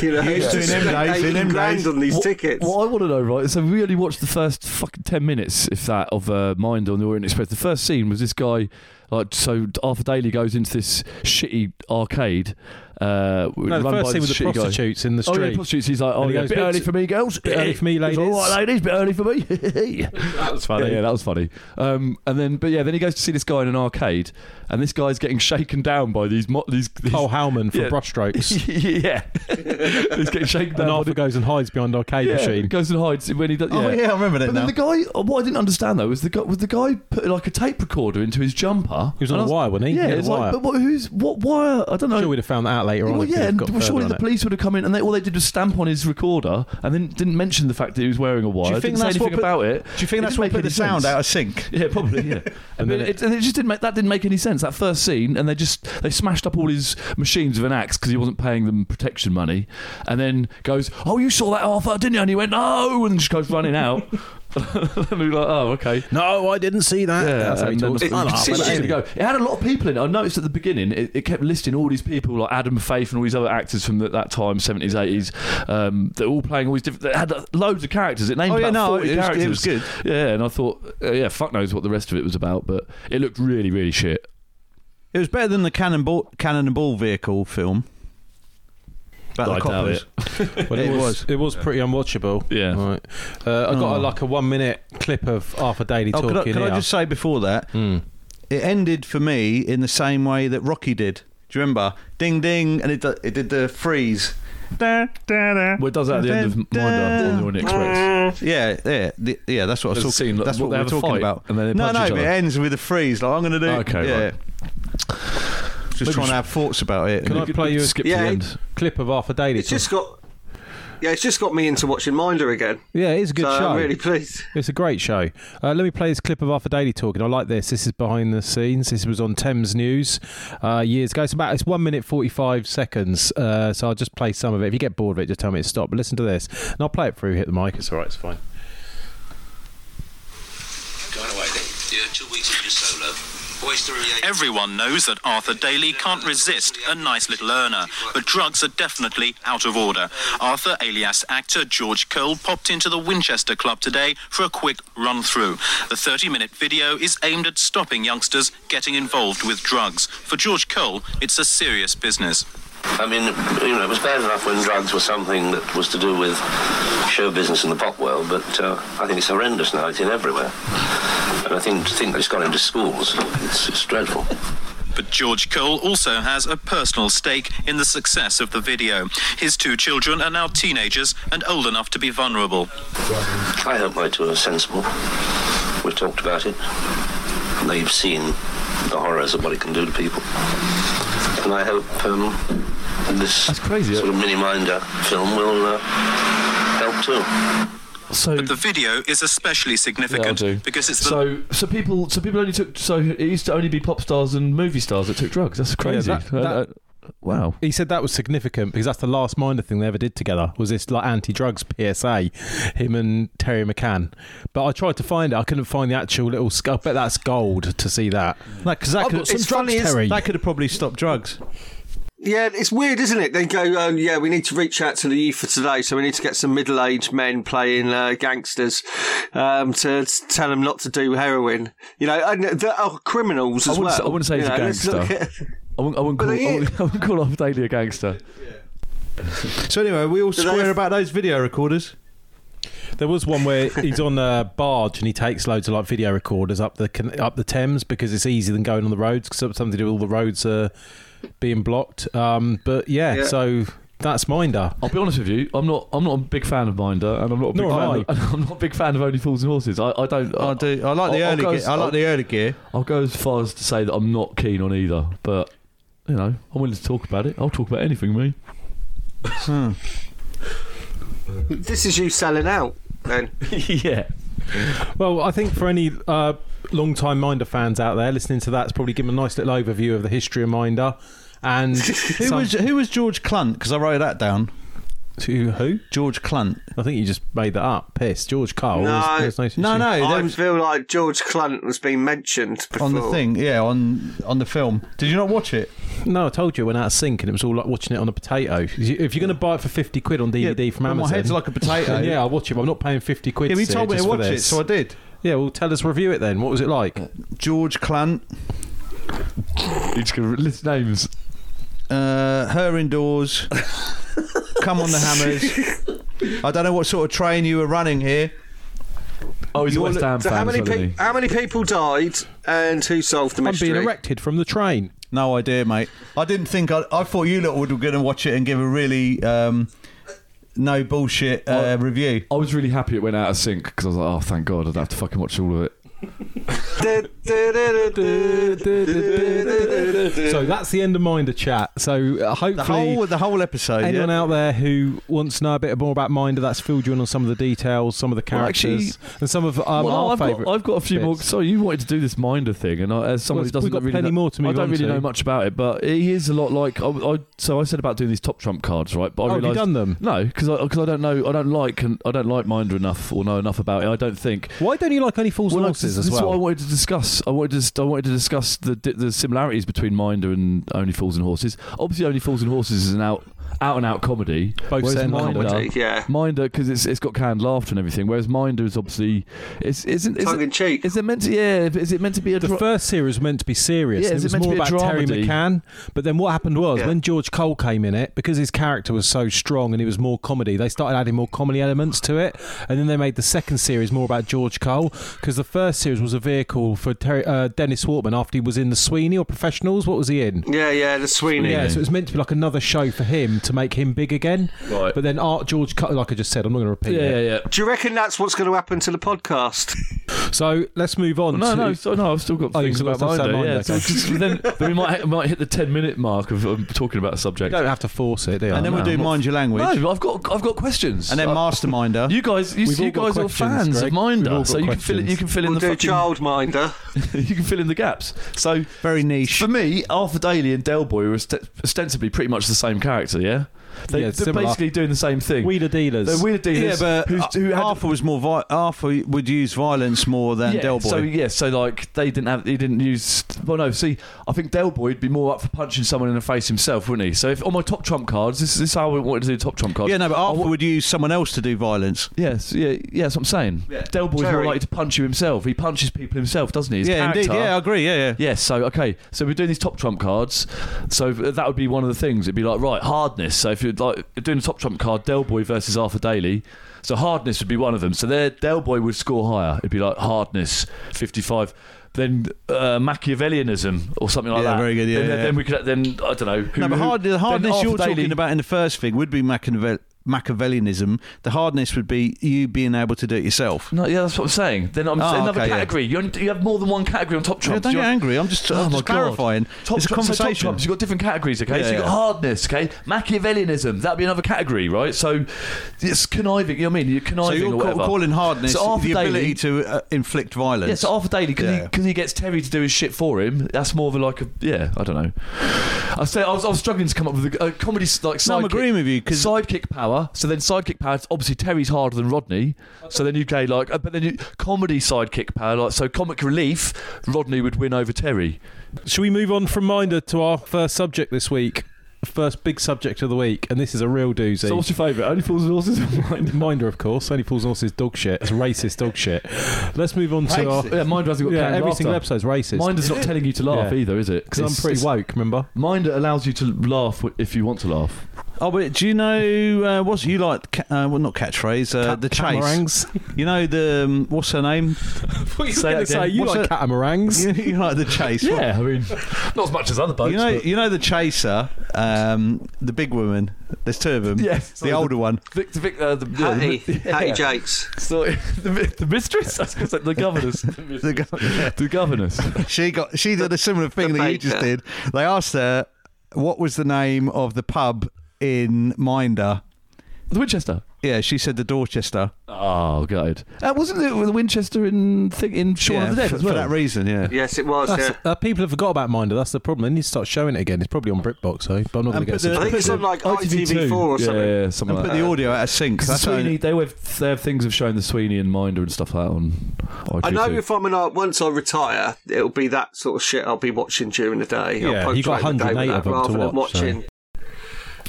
S4: you know,
S2: used to in them
S4: spend
S2: days, in them
S4: 80 grand
S2: days.
S4: on these
S3: what,
S4: tickets.
S3: what I want to know, right? is I really watched the first fucking ten minutes, if that, of uh, Mind on the Orient Express. The first scene was this guy, like, so Arthur Daly goes into this shitty arcade. Uh,
S1: No, the
S3: run
S1: first
S3: by
S1: scene was
S3: this
S1: the
S3: shitty guy.
S1: prostitutes in the
S3: Oh, yeah,
S1: street.
S3: prostitutes. He's like, oh,
S1: And he
S3: yeah,
S1: goes,
S3: bit
S1: "Bit-
S3: early for me, girls.
S1: bit early for me,
S3: It's All
S1: ladies."
S3: right, ladies, bit early for me. that was
S1: funny.
S3: Yeah, yeah, that was funny. Um, and then, but yeah, then he goes to see this guy in an arcade, and this guy's getting shaken down by these mo- these. these
S1: Cole Howman from
S3: Yeah.
S1: Brushstrokes.
S3: yeah, he's getting shaken down.
S1: and
S3: by
S1: Arthur
S3: the-
S1: goes and hides behind arcade
S3: yeah,
S1: machine.
S3: goes and hides when he does.
S2: Oh yeah, I remember that
S3: But
S2: now.
S3: then the guy, uh, what I didn't understand though was the guy was the guy put like a tape recorder into his jumper.
S1: He was on
S3: And I
S1: a wire, wasn't he? He
S3: Yeah,
S1: had a
S3: it's like,
S1: wire.
S3: but what, who's what wire? I don't know.
S1: Sure, we'd have found that out later on.
S3: Well,
S1: if we'd
S3: yeah,
S1: have
S3: and
S1: got further
S3: surely
S1: on
S3: the
S1: it.
S3: police would have come in, and they, all they did was stamp on his recorder, and then didn't mention the fact that he was wearing a wire.
S2: think
S3: didn't say
S2: that's what
S3: anything
S2: put-
S3: about it?
S2: Do you think
S3: It
S2: that's
S3: didn't
S2: what
S3: make
S2: put the
S3: any
S2: sound
S3: sense.
S2: out of sync?
S3: Yeah, probably. Yeah, and,
S1: then
S3: then it, and it just didn't make that didn't make any sense. That first scene, and they just they smashed up all his machines with an axe because he wasn't paying them protection money, and then goes, "Oh, you saw that Arthur, didn't you?" And he went, "No," and just goes running out. and we were like, "Oh, okay."
S1: No, I didn't see that.
S3: Yeah,
S1: That's how he
S3: and then-
S1: talks.
S4: It-
S1: I'm up.
S4: it's-
S3: Well, Ah, there you go. It had a lot of people in it. I noticed at the beginning it, it kept listing all these people like Adam Faith and all these other actors from that that time, seventies, eighties. Um, they're all playing all these different. They had uh, loads of characters. It named
S2: Oh, yeah,
S3: about
S2: no,
S3: forty
S2: it was-
S3: characters.
S2: it was good.
S3: Yeah, and I thought, uh, yeah, fuck knows what the rest of it was about, but it looked really, really shit.
S2: It was better than the cannonball cannonball vehicle film. About the
S3: I doubt
S2: coppers.
S3: it.
S1: Well,
S2: It
S1: it was
S2: was.
S1: it was pretty unwatchable.
S3: Yeah.
S1: Right. Uh, I got a, like a one minute clip of Arthur Daly
S2: Oh,
S1: talking
S2: could I, could I
S1: here.
S2: just say before that,
S3: Hmm.
S2: it ended for me in the same way that Rocky did. Do you remember? Ding ding, and it do- it did the freeze. Da, da, da,
S3: Well, it does that at the end of Mind
S2: da,
S3: Eye, or the
S2: da.
S3: One Express.
S2: Yeah, yeah, the, yeah. That's what I
S3: There's a
S2: was
S3: scene,
S2: talking.
S3: like,
S2: That's what
S3: they
S2: we we're
S3: have a
S2: talking
S3: fight,
S2: about.
S3: and then they
S2: no,
S3: punch
S2: no,
S3: each
S2: but it
S3: other.
S2: ends with a freeze. Like I'm going to do.
S3: Okay,
S2: yeah.
S3: right.
S2: Just
S3: Maybe
S2: trying
S3: sh-
S2: to have thoughts about it.
S1: Can I
S3: We could-
S1: play
S3: we
S1: you
S3: could
S1: a-
S3: skip
S4: Yeah,
S3: to the
S4: it-
S3: end?
S1: clip of Arthur Daly.
S4: it's just got, yeah, it's just got me into watching Minder again.
S1: yeah, it is a good
S4: so
S1: show.
S4: I'm really pleased.
S1: It's a great show. Uh, let me play this clip of Arthur Daly talking. I like this. This is behind the scenes. This was on Thames News uh, years ago. It's about it's one minute forty five seconds. Uh, so I'll just play some of it. If you get bored of it, just tell me to stop. But listen to this, and I'll play it through. Hit the mic. It's all right. It's fine.
S5: Going away then. Yeah, two weeks of your solo. Always the reaction.
S6: Everyone knows that Arthur Daly can't resist a nice little earner, but drugs are definitely out of order. Arthur, alias actor George Cole, popped into the Winchester Club today for a quick run through. The 30 minute video is aimed at stopping youngsters getting involved with drugs. For George Cole, it's a serious business.
S5: I mean, you know, it was bad enough when drugs were something that was to do with show business in the pop world, but uh, I think it's horrendous now. It's in everywhere. And I think to think that it's gone into schools, it's, it's dreadful.
S6: But George Cole also has a personal stake in the success of the video. His two children are now teenagers and old enough to be vulnerable.
S5: I hope my two are sensible. We've talked about it. They've seen the horrors of what it can do to people. And I hope um, this
S3: That's crazy,
S5: sort of mini-minder film will uh, help too.
S3: So
S6: But the video is especially significant
S3: do.
S6: because it's the
S3: So, so people, so people only took. So it used to only be pop stars and movie stars that took drugs. That's crazy.
S1: that-
S3: Uh, uh, wow.
S1: He said that was significant because that's the last Minder thing they ever did together. Was this like anti-drugs PSA? Him and Terry McCann. But I tried to find it. I couldn't find the actual little. sc- I bet that's gold to see that.
S2: Because that,
S1: I've
S2: could-
S1: got some
S2: it's
S1: drugs,
S2: funny, it's-
S1: Terry.
S2: that could have probably stopped drugs.
S4: Yeah, it's weird, isn't it? They go, um, yeah, we need to reach out to the youth for today, so we need to get some middle-aged men playing uh, gangsters um, to, to tell them not to do heroin. You know, and the, oh, criminals as
S3: I wouldn't
S4: well.
S3: say- I wouldn't say he's
S4: You
S3: a
S4: know, let's look
S3: gangster.
S4: at-
S3: I wouldn't, I wouldn't, call, I
S4: they
S3: wouldn't, I wouldn't call Arthur Daly a gangster.
S2: So anyway, we all
S4: Do they
S2: square
S4: have-
S2: about those video recorders.
S1: There was one where he's on a barge and he takes loads of like video recorders up the can- up the Thames because it's easier than going on the roads because something to do all the roads are being blocked. Um, but yeah,
S4: Yeah.
S1: so that's Minder.
S3: I'll be honest with you. I'm not. I'm not a big fan of Minder, and I'm not. A big
S1: Nor am
S3: fan Of, I'm not a big fan of Only Fools and Horses. I, I don't.
S2: I do. I like the
S3: I'll- I'll
S2: early.
S3: go
S2: gear.
S3: as-
S2: I
S3: I'll-
S2: like the early gear.
S3: I'll go as far as to say that I'm not keen on either, but you know, I'm willing to talk about it. I'll talk about anything, me.
S4: This is you selling out. Then
S3: yeah.
S1: Well, I think for any uh, long-time Minder fans out there listening to that, it's probably given a nice little overview of the history of Minder. And
S2: Who
S1: some-
S2: was who was George Clunt? Because I wrote that down.
S1: to who?
S2: George Clunt.
S1: I think you just made that up. Piss, George Cole.
S4: No.
S1: There's- there's
S2: No,
S1: issue.
S2: no,
S4: I
S2: that was
S4: feel like George Clunt was being mentioned before.
S2: on the thing. Yeah, on on the film. Did you not watch it?
S1: No, I told you it went out of sync and it was all like watching it on a potato. If you're going to buy it for 50 quid on DVD from
S2: but
S1: Amazon.
S2: My head's like a potato.
S1: then yeah, I'll watch it, but I'm not paying 50 quid
S2: Yeah,
S1: to
S2: he
S1: see
S2: told me to
S1: just for
S2: watch it,
S1: this.
S2: so I did.
S1: Yeah, well, tell us, review it then. What was it like?
S2: George Clunt,
S3: He's gonna list names.
S2: uh, her indoors. Come on the hammers. I don't know what sort of train you were running here.
S3: Oh, he's a
S4: You
S3: West
S4: wanna-
S3: Ham
S4: so
S3: fan,
S4: how many,
S3: isn't
S4: pe-
S3: he?
S4: how many people died and who solved the
S1: I'm
S4: mystery?
S1: being erected from the train.
S2: No idea, mate. I didn't think. I, I thought you lot were going to watch it and give a really um, no bullshit uh, review.
S3: I was really happy it went out of sync because I was like, oh, thank God, I don't have to fucking watch all of it.
S1: So that's the end of Minder chat. So uh, hopefully.
S2: The whole the whole episode. yeah.
S1: Anyone out there who wants to know a bit more about Minder, that's filled you in on some of the details, some of the
S3: Well, actually-
S1: characters, and some of um,
S3: well, oh,
S1: our
S3: I've
S1: favourite.
S3: got, I've got a few more.
S1: bits.
S3: Sorry, you wanted to do this Minder thing, and I, as someone
S1: Well,
S3: who
S1: we've
S3: doesn't
S1: got
S3: really
S1: plenty
S3: know,
S1: more to move
S3: I
S1: on
S3: don't really
S1: to.
S3: know much about it, but he is a lot like. I, I, so I said about doing these top trump cards, right? But I
S1: Oh, have you
S3: realised
S1: done them?
S3: no, because I, 'cause I don't know. I don't like and I don't like Minder enough or know enough about it. I don't think.
S1: Why don't you like Only Fools and
S3: no,
S1: Horses
S3: this,
S1: as
S3: this is what I
S1: well?
S3: wanted to discuss. I wanted to, I wanted to discuss the di- the similarities between Minder and Only Fools and Horses. Obviously, Only Fools and Horses is an out out and out comedy.
S1: Both
S3: whereas
S1: send
S3: Minder,
S1: comedy,
S4: yeah.
S3: Minder because it's it's got canned laughter and everything. Whereas Minder is obviously it's isn't is
S4: Tongue in cheek.
S3: Is it meant to? Yeah, is it meant to be a?
S1: The
S3: dra-
S1: first series was meant to be serious.
S3: Yeah,
S1: and
S3: is
S1: it
S3: it
S1: was
S3: meant to
S1: more
S3: be a
S1: about Terry
S3: dramedy?
S1: McCann. But then what happened was
S4: Yeah.
S1: when George Cole came in it, because his character was so strong and it was more comedy, they started adding more comedy elements to it. And then they made the second series more about George Cole because the first series was a vehicle for Terry, uh, Dennis Waltman after he was in the Sweeney or Professionals. What was he in?
S4: Yeah, yeah, the Sweeney.
S1: Yeah, so it was meant to be like another show for him to make him big again.
S3: Right.
S1: But then Art George Cole, like I just said, I'm not going to repeat
S3: yeah,
S1: it.
S3: yeah, yeah.
S4: Do you reckon that's what's going to happen to the podcast?
S1: So let's move on.
S3: No,
S1: to,
S3: no, so, no. I've still got
S1: Oh,
S3: things
S1: you've
S3: about
S1: got stuff
S3: Minder.
S1: about
S3: yeah,
S1: Minder,
S3: so,
S1: okay.
S3: 'cause then, then we might might hit the ten minute mark of um, talking about a subject.
S1: You don't have to force it, do you?
S2: and then
S3: Oh,
S2: we'll
S3: no.
S2: do mind your language.
S3: No, I've got I've got questions.
S2: And then
S3: Uh,
S2: Masterminder.
S3: You guys, you,
S1: We've all
S3: you
S1: got
S3: guys are
S1: questions,
S3: fans
S1: Greg.
S3: of
S1: We've all
S3: Minder,
S1: got
S3: so you can fill it. You can fill in
S4: We'll
S3: the
S4: do
S3: fucking,
S4: Childminder.
S3: You can fill in the gaps. So
S2: very niche.
S3: for me, Arthur Daly and Del Boy were ost- ostensibly pretty much the same character. Yeah, they,
S1: Yeah,
S3: they're
S1: similar.
S3: basically doing the same thing.
S1: Wheeler dealers.
S3: they're wheeler
S2: Yeah,
S3: dealers.
S2: but
S3: who's- who had
S2: Arthur was more. Vi- Arthur would use violence more than
S3: yeah,
S2: Del Boy.
S3: So yeah, so like they didn't have, he didn't use. Well, no, see, I think Del Boy would be more up for punching someone in the face himself, wouldn't he? So if on my top trump cards, this, this is how I wanted to do top trump cards.
S2: yeah, no, but Arthur
S3: I wa-
S2: would use someone else to do violence.
S3: Yes, yeah, yeah, that's what I'm saying. Del Boy's more
S4: Terry.
S3: likely to punch you himself. He punches people himself, doesn't he? His
S2: yeah, indeed.
S3: character-
S2: Yeah, I agree. Yeah, yeah.
S3: Yes, so okay, so we're doing these top trump cards. So that would be one of the things. It'd be like right hardness. So if you're like doing a top trump card, Del Boy versus Arthur Daly. So hardness would be one of them. So there, Del Boy would score higher. It'd be like hardness fifty-five. Then uh, Machiavellianism or something like
S2: Yeah,
S3: that.
S2: very good, yeah,
S3: Then,
S2: yeah.
S3: then we could. Then I don't know.
S2: No, but hard, the hardness you're
S3: talking
S2: talking
S3: about.
S2: about in the first thing would be Machiavel- Machiavellianism. The hardness would be you being able to do it yourself.
S3: No, yeah, that's what I'm saying. Then I'm
S2: Oh,
S3: another
S2: okay, yeah.
S3: category. You, only, you have more than one category on top
S2: Yeah,
S3: trumps.
S2: don't
S3: You're-
S2: get angry. I'm just,
S3: Oh
S2: I'm
S3: my
S2: just
S3: God.
S2: clarifying.
S3: Top
S2: it's a
S3: trumps- so top
S2: conversation.
S3: trumps, you've got different categories, okay? so
S2: Yeah,
S3: you've got
S2: yeah.
S3: hardness, okay? Machiavellianism, that'd be another category, right? So it's conniving, you know what I mean? You're
S2: so
S3: conniving
S2: you're
S3: or
S2: ca-
S3: whatever.
S2: calling hardness
S3: So Arthur
S2: the
S3: Daly-
S2: ability to uh, inflict violence.
S3: Yeah, so Arthur Daly, because
S2: Yeah.
S3: he, gets Terry to do his shit for him, that's more of a like a, yeah, I don't know. I say I was, I was struggling to come up with a, a comedy s- like sidekick.
S2: No, I'm agreeing with you, 'cause-
S3: sidekick power. So then sidekick power. Obviously Terry's harder than Rodney. So then you go like, uh, but then you, comedy sidekick power. Like so, comic relief. Rodney would win over Terry.
S1: Shall we move on from Minder to our first subject this week? first big subject of the week, and this is a real doozy.
S3: So what's your favourite? Only Fools and Horses. Mind
S1: Minder, of course. Only Fools and Horses dog shit. It's racist dog shit. Let's move on to our.
S3: Racist. Yeah, Minder hasn't got
S1: Yeah,
S3: planned
S1: every
S3: laughter.
S1: single episode's racist.
S3: Minder's not telling you to laugh
S1: Yeah.
S3: either, is it?
S1: because I'm pretty woke, remember?
S3: Minder allows you to laugh w- if you want to laugh.
S2: Oh, but do you know uh, what's you like? ca- Uh, well, not catchphrase. Uh, the chase.
S1: Catamarans.
S2: You know the um, what's her name?
S1: what are you
S2: Say
S1: going to
S2: that
S1: say?
S2: again.
S1: You
S2: What's
S1: like
S2: that?
S1: catamarangs?
S2: You, you like the chase? What-
S3: I mean, not as much as other boats.
S2: You know, you know the chaser, um, the big woman. There's two of them.
S3: Yes.
S2: the older one.
S3: Vic, Vic, uh, the, yeah, the-
S4: Hattie, Hattie
S3: yeah.
S4: Jakes.
S3: So, the, mi- the mistress, I was going to say the governess, the,
S2: The go-
S3: governess.
S2: she got. She did a similar thing
S4: the
S2: that you just
S4: baker.
S2: did. They asked her what was the name of the pub in Minder.
S3: the Winchester.
S2: Yeah, she said the Dorchester.
S3: Oh, God. Uh, wasn't it the Winchester in thing in Shaun
S2: yeah,
S3: of the Dead
S2: for,
S3: as well?
S2: for that reason. Yeah.
S4: Yes, it was.
S1: That's-
S4: Yeah.
S1: uh, people have forgot about Minder. That's the problem. They need to start showing it again. It's probably on BritBox, though. But I'm not going
S2: And
S1: to get
S2: put the-
S4: I think it's on like ITV4 or
S3: yeah,
S4: something.
S3: Yeah, yeah, something
S2: And
S3: like
S2: put
S3: that.
S2: the audio out of sync.
S3: 'Cause
S2: That's how-
S3: Sweeney, they have, they have things of showing the Sweeney and Minder and stuff like that on ITV2.
S4: I know if I'm an art, once I retire, it'll be that sort of shit I'll be watching during the day.
S1: Yeah,
S4: I'll
S1: you've got
S4: punctuate the
S1: 108
S4: day with
S1: of them
S4: that
S1: to
S4: rather than
S1: watch, so-
S4: watching.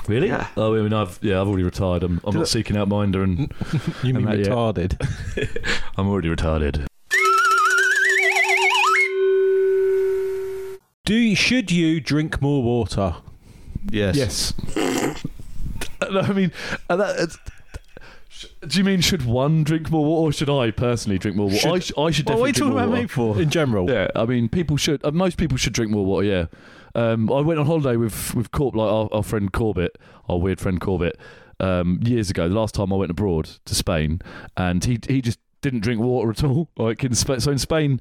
S3: Really?
S4: Yeah.
S3: Oh, I mean, I've yeah, I've already retired. I'm, I'm not seeking out Minder, and
S1: You mean
S3: And that, yeah.
S1: retarded?
S3: I'm already retarded.
S1: Do you, should you drink more water?
S2: Yes.
S3: Yes. I mean, uh, that, it's- sh- do you mean should one drink more water, or should I personally drink more water?
S2: Should-
S3: I, sh- I should
S2: Well, what are
S3: definitely
S2: you
S3: drink
S2: talking
S3: more
S2: about
S3: water.
S2: me for?
S1: In general,
S3: Yeah, I mean, people should. Uh, most people should drink more water. Yeah, um, I went on holiday with with Corp, like our, our friend Corbett, our weird friend Corbett, um, years ago. The last time I went abroad to Spain, and he he just didn't drink water at all. Like in Spa so in Spain,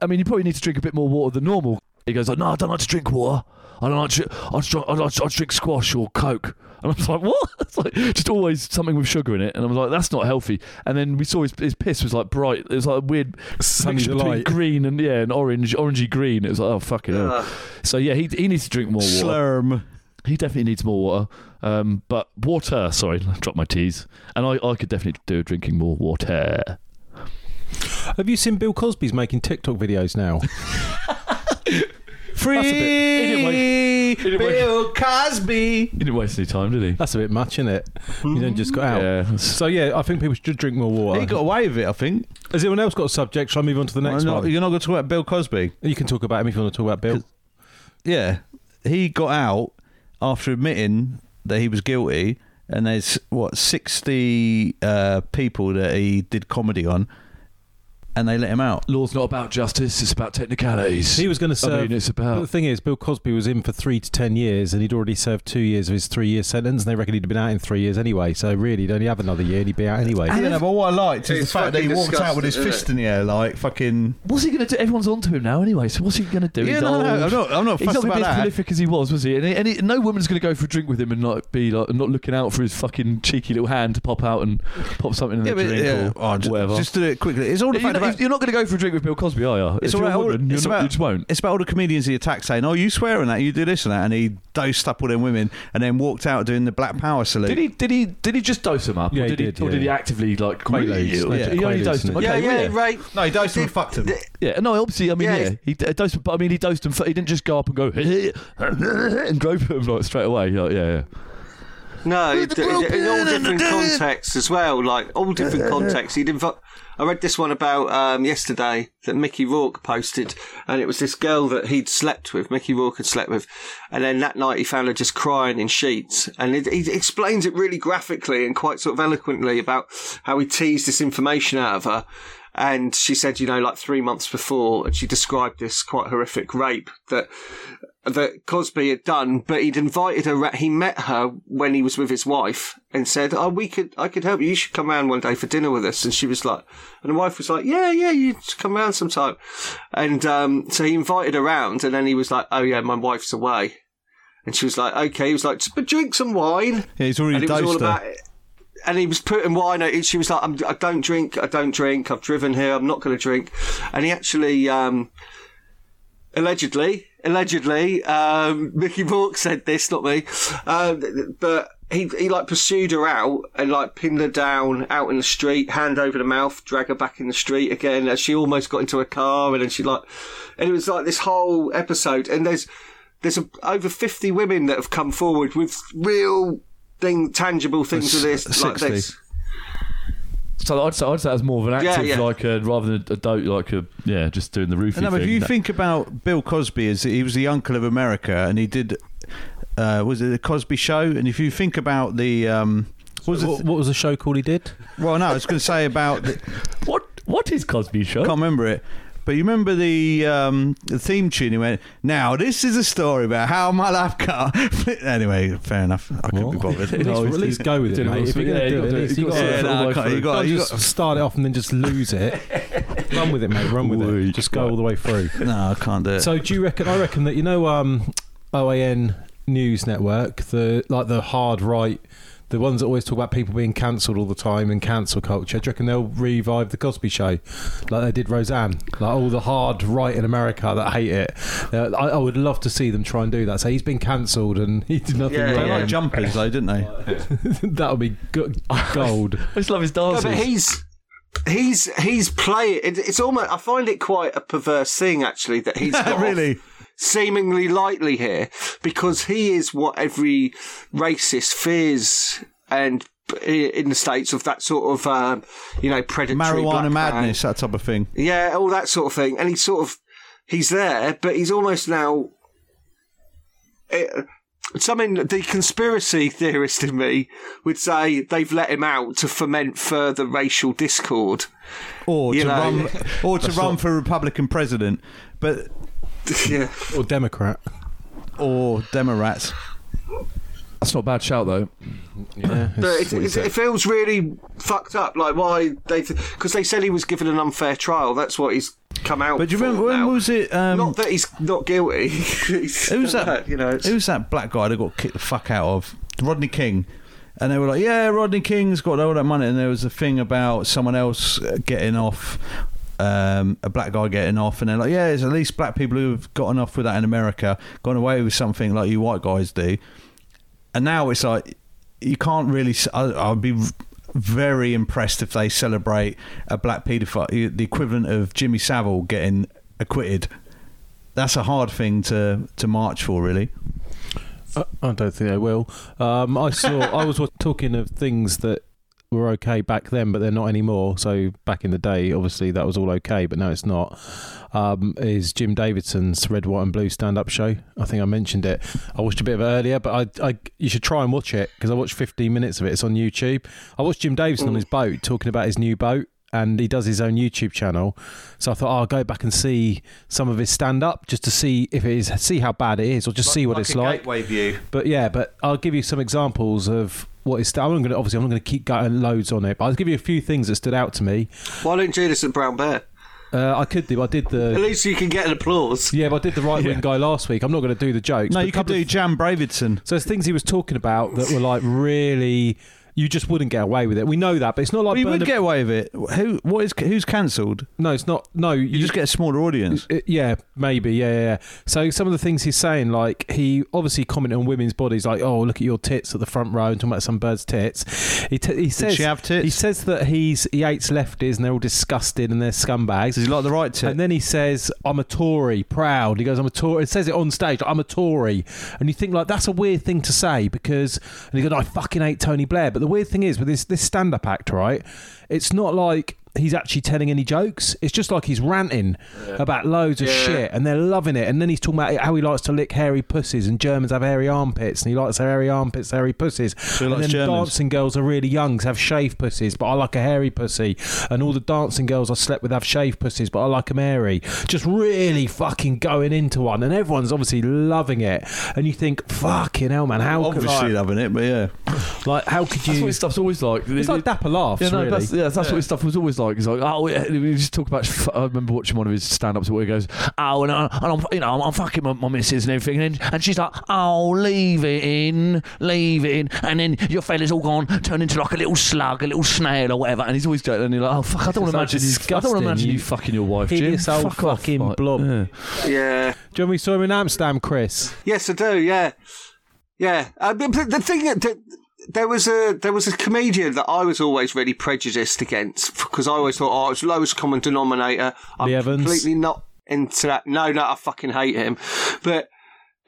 S3: I mean, you probably need to drink a bit more water than normal. He goes like, "No, I don't like to drink water. I don't like to. I just drink, I like to- I drink squash or coke." And I was like, "What?" It's like just always something with sugar in it. And I was like, "That's not healthy." And then we saw his, his piss was like bright. It was like a weird
S1: Sunny
S3: mixture between
S1: delight.
S3: green and yeah, and orange, orangey green. It was like, oh fucking hell.
S4: Ugh.
S3: So yeah, he he needs to drink more water.
S2: Slurm.
S3: He definitely needs more water. Um, but water, sorry, I dropped my T's. And I, I could definitely do with drinking more water.
S1: have you seen Bill Cosby's making TikTok videos now?
S2: Free
S3: That's a bit- he didn't wait- he didn't wait-
S2: Bill Cosby.
S3: He didn't waste any time, did he?
S1: That's a bit much, isn't it? You don't just got out.
S3: Yeah.
S1: So yeah, I think people should drink more water.
S2: He got away with it, I think.
S1: Has anyone else got a subject? Shall I move on to the next
S2: I'm not-
S1: one?
S2: you're not going to talk about Bill Cosby.
S1: You can talk about him if you want to talk about Bill.
S2: Yeah, he got out after admitting that he was guilty, and there's what sixty uh, people that he did comedy on, and they let him out.
S3: Law's not about justice, it's about technicalities.
S1: He was going to serve.
S3: I mean, it's
S1: but the
S3: about.
S1: thing is, Bill Cosby was in for three to ten years, and he'd already served two years of his three-year sentence. And they reckon he'd been out in three years anyway. So really, he'd only have another year, and he'd be out anyway.
S2: Yeah, but what I liked
S4: is the It's fact that he fucking walked out with his disgusting, fist isn't
S2: in the air, like fucking.
S3: What's he going to do? Everyone's onto him now anyway, so what's he going to do?
S2: Yeah,
S3: He's
S2: no, no,
S3: old.
S2: I'm not- I'm not
S3: He's
S2: fussed
S3: not gonna
S2: about
S3: be as
S2: that.
S3: prolific as he was, was he? And, and he, no woman's going to go for a drink with him and not be like not looking out for his fucking cheeky little hand to pop out and pop something in the
S2: Yeah, but
S3: drink
S2: yeah,
S3: or
S2: oh, just,
S3: whatever.
S2: just do it quickly. It's all
S3: you're,
S2: about.
S3: not, you're not going to go for a drink with Bill Cosby, are you?
S2: it's
S3: if
S2: all
S3: you're a
S2: about. all-
S3: woman, you're
S2: it's
S3: not-
S2: about
S3: you just won't.
S2: It's about all the comedians he attacked, saying, "Oh, you swear on that, you do this and that," and he dosed up all them women, and then walked out doing the Black Power salute.
S3: Did he? Did he? Did he just dose him up?
S1: Yeah,
S3: or
S1: he
S3: did,
S1: did,
S3: Or
S1: yeah,
S3: did he
S1: yeah.
S3: actively like?
S1: Quaaludes,
S3: Yeah,
S1: like
S3: he only
S1: Quaaludes,
S3: dosed him.
S1: isn't
S3: Okay,
S1: it?
S4: yeah, yeah,
S3: well,
S4: right.
S2: No, he dosed him and fucked him.
S3: Yeah, no, obviously, I mean,
S4: Yeah,
S3: yeah,
S4: it's-
S3: he d- uh, dosed him, but I mean, he dosed him. f- He didn't just go up and go and grope him like straight away. Like, yeah, yeah.
S4: No,
S2: Who
S4: in,
S2: the bloke
S4: in all
S2: did Uh, it?
S4: different contexts as well. Like all different contexts. He'd invo- I read this one about um, yesterday that Mickey Rourke posted, and it was this girl that he'd slept with. Mickey Rourke had slept with, and then that night he found her just crying in sheets. And it, he explains it really graphically and quite sort of eloquently about how he teased this information out of her. And she said, you know, like three months before, and she described this quite horrific rape that that Cosby had done, but he'd invited her. ra- He met her when he was with his wife and said, "Oh, we could, I could help you. You should come round one day for dinner with us." And she was like, and the wife was like, "Yeah, yeah, you should come round sometime." And um, so he invited her round, and then he was like, "Oh yeah, my wife's away," and she was like, "Okay." He was like, "But drink some wine."
S2: Yeah, he's already
S4: and it was
S2: dosed
S4: all
S2: her.
S4: about and he was putting wine. out- She was like, I'm, "I don't drink. I don't drink. I've driven here. I'm not going to drink." And he actually, um, allegedly, allegedly, um, Mickey Rourke said this, not me, um, but. He, he like pursued her out and like pinned her down out in the street, hand over the mouth, drag her back in the street again. And she almost got into a car, and then she like, and it was like this whole episode. And there's there's a, over 50 women that have come forward with real thing, tangible things of this,
S2: S-
S4: like
S2: 60.
S4: this.
S3: So I'd say, I'd say that's more of an
S4: Yeah,
S3: active,
S4: yeah.
S3: like a, rather than a dope, like a yeah, just doing the roofie
S2: No,
S3: thing.
S2: if you
S3: that-
S2: think about Bill Cosby, is he was the uncle of America, and he did uh, was it the Cosby Show? And if you think about the um, what was
S1: What,
S2: it?
S1: what was the show called he did?
S2: Well, no, I was going to say about the,
S3: what what is Cosby Show?
S2: can't remember it. But you remember the um, the theme tune? He went, "Now this is a story about how my life got." anyway, fair enough. I couldn't be bothered.
S1: At least,
S3: he's
S1: at least
S3: doing-
S1: go with it,
S3: doing
S1: mate.
S3: it
S1: If
S3: all
S1: you're going to
S3: sweet.
S1: do it, at least you
S3: Yeah, you got
S1: got
S3: to-
S1: to
S3: Yeah,
S2: no,
S3: all
S2: I
S3: the
S2: can't-
S3: way
S2: you got-
S1: Don't
S2: you
S1: just start it off and then just lose it. Run with it, mate. Run with it.
S3: Weak,
S1: Just go all the way through.
S2: No, I can't do it.
S1: So do you reckon? I reckon that you know, um, OAN News Network, the like the hard right, the ones that always talk about people being cancelled all the time and cancel culture. Do you reckon they'll revive the Cosby Show, like they did Roseanne? Like all the hard right in America that hate it. Uh, I, I would love to see them try and do that. So he's been cancelled and he did nothing
S2: they
S4: Yeah,
S1: wrong.
S4: yeah.
S2: like jumpers, though, didn't they?
S1: that would be go- gold.
S3: I just love his
S4: No,
S3: dances.
S4: but he's he's he's playing. It, it's almost. I find it quite a perverse thing actually that he's got off
S2: really?
S4: seemingly lightly here because he is what every racist fears and i- in the states of that sort of um, you know predatory
S2: Marijuana
S4: black man.
S2: madness, that type of thing.
S4: yeah, all that sort of thing. And he's sort of he's there, but he's almost now. It, something that the conspiracy theorist in me would say they've let him out to foment further racial discord.
S2: Or
S4: You
S2: to
S4: know.
S2: run, or to run for Republican president, but
S4: yeah,
S1: or Democrat.
S2: or Democrats.
S3: That's not a bad shout though.
S4: but it, it, it feels really fucked up. Like why they because they said he was given an unfair trial. That's what he's come out.
S2: But do you
S4: for
S2: remember when
S4: now.
S2: was it? Um,
S4: not that he's not guilty. He's-
S2: Who's that?
S4: You know, it's-
S2: who's that black guy that got kicked the fuck out of? Rodney King. And they were like, "Yeah, Rodney King's got all that money." And there was a thing about someone else uh, getting off, um, a black guy getting off, and they're like, "Yeah, there's at least black people who've gotten off with that in America, gone away with something like you white guys do." And now it's like you can't really. s- I, would be v- very impressed if they celebrate a black paedophile, the equivalent of Jimmy Savile getting acquitted. That's a hard thing to to march for, really.
S1: Uh, I don't think they will. Um, I saw. I was wa- talking of things that were okay back then, but they're not anymore. So back in the day, obviously that was all okay, but now it's not. Um, is Jim Davidson's Red, White, and Blue stand-up show? I think I mentioned it. I watched a bit of it earlier, but I, I you should try and watch it because I watched 15 minutes of it. It's on YouTube. I watched Jim Davison on his boat talking about his new boat. And he does his own YouTube channel, so I thought oh, I'll go back and see some of his stand up just to see if it is, see how bad it is, or just see what it's like.
S2: view.
S1: But yeah, but I'll give you some examples of what is. I'm not going to obviously. I'm not going to keep going loads on it, but I'll give you a few things that stood out to me.
S4: why don't you do this at Brown Bear?
S1: Uh, I could do. I did
S4: At
S1: the.
S4: least you can get an applause.
S1: Yeah, but I did the right wing guy last week. I'm not going to do the jokes. but
S2: No, you
S1: a
S2: could
S1: couple
S2: do
S1: of-
S2: Jam Bravidson.
S1: so there's things he was talking about that were like really. You just wouldn't get away with it. We know that, but it's not like
S2: Well, you would
S1: Bernard-
S2: get away with it. Who? What is? Who's cancelled?
S1: No, it's not. No,
S2: You just get a smaller audience.
S1: Uh, yeah, maybe. Yeah, yeah, yeah. So some of the things he's saying, like he obviously commented on women's bodies, like "Oh, look at your tits at the front row," and talking about some bird's tits. He, t- he says
S2: she have tits?
S1: He says that he's he hates lefties and they're all disgusted and they're scumbags.
S2: Does he like the right tip?
S1: And then he says, "I'm a Tory, proud." He goes, "I'm a Tory." It says it on stage, like, "I'm a Tory," and you think like that's a weird thing to say because. And he goes, "I fucking hate Tony Blair." But the weird thing is with this this stand up act, right? It's not like he's actually telling any jokes. It's just like he's ranting about loads of shit, and they're loving it. And then he's talking about how he likes to lick hairy pussies, and Germans have hairy armpits, and he likes hairy armpits, hairy pussies.
S2: he
S1: and
S2: likes
S1: then
S2: Germans.
S1: dance dancing girls are really young, so have shaved pussies, but I like a hairy pussy. And all the dancing girls I slept with have shaved pussies, but I like 'em hairy. Just really fucking going into one. And everyone's obviously loving it. And you think, fucking hell, man, how could,
S2: Obviously
S1: oh, like,
S2: loving it, but yeah.
S1: like, how could
S3: That's what
S1: you.
S3: his stuff's always like.
S1: It's like dapper laughs,
S3: Yeah, no,
S1: really.
S3: that's, yeah, that's what his stuff was always like. He's like, oh, yeah, we just talk about. I remember watching one of his stand-ups where he goes, oh, and, I, and I'm, you know, I'm, I'm fucking my, my missus and everything, and, and she's like, oh, leave it in, leave it in, and then your fella's all gone, turn into like a little slug, a little snail or whatever, and he's always going, and you're like, oh fuck, I don't want
S1: so
S3: to imagine, you- I don't
S1: disgusting,
S3: want to imagine you,
S1: you
S3: fucking your wife, Jim.
S1: Hideous old
S3: Fuck off,
S1: fucking
S3: like,
S1: blob.
S3: yeah.
S4: Yeah.
S1: Do you remember we saw him in Amsterdam, Chris?
S4: Yes, I do. Yeah, yeah. Uh, the, the thing that that- there was a there was a comedian that I was always really prejudiced against because I always thought, oh, it's lowest common denominator. I'm
S1: Lee Evans?
S4: completely not into that. No, no, I fucking hate him. But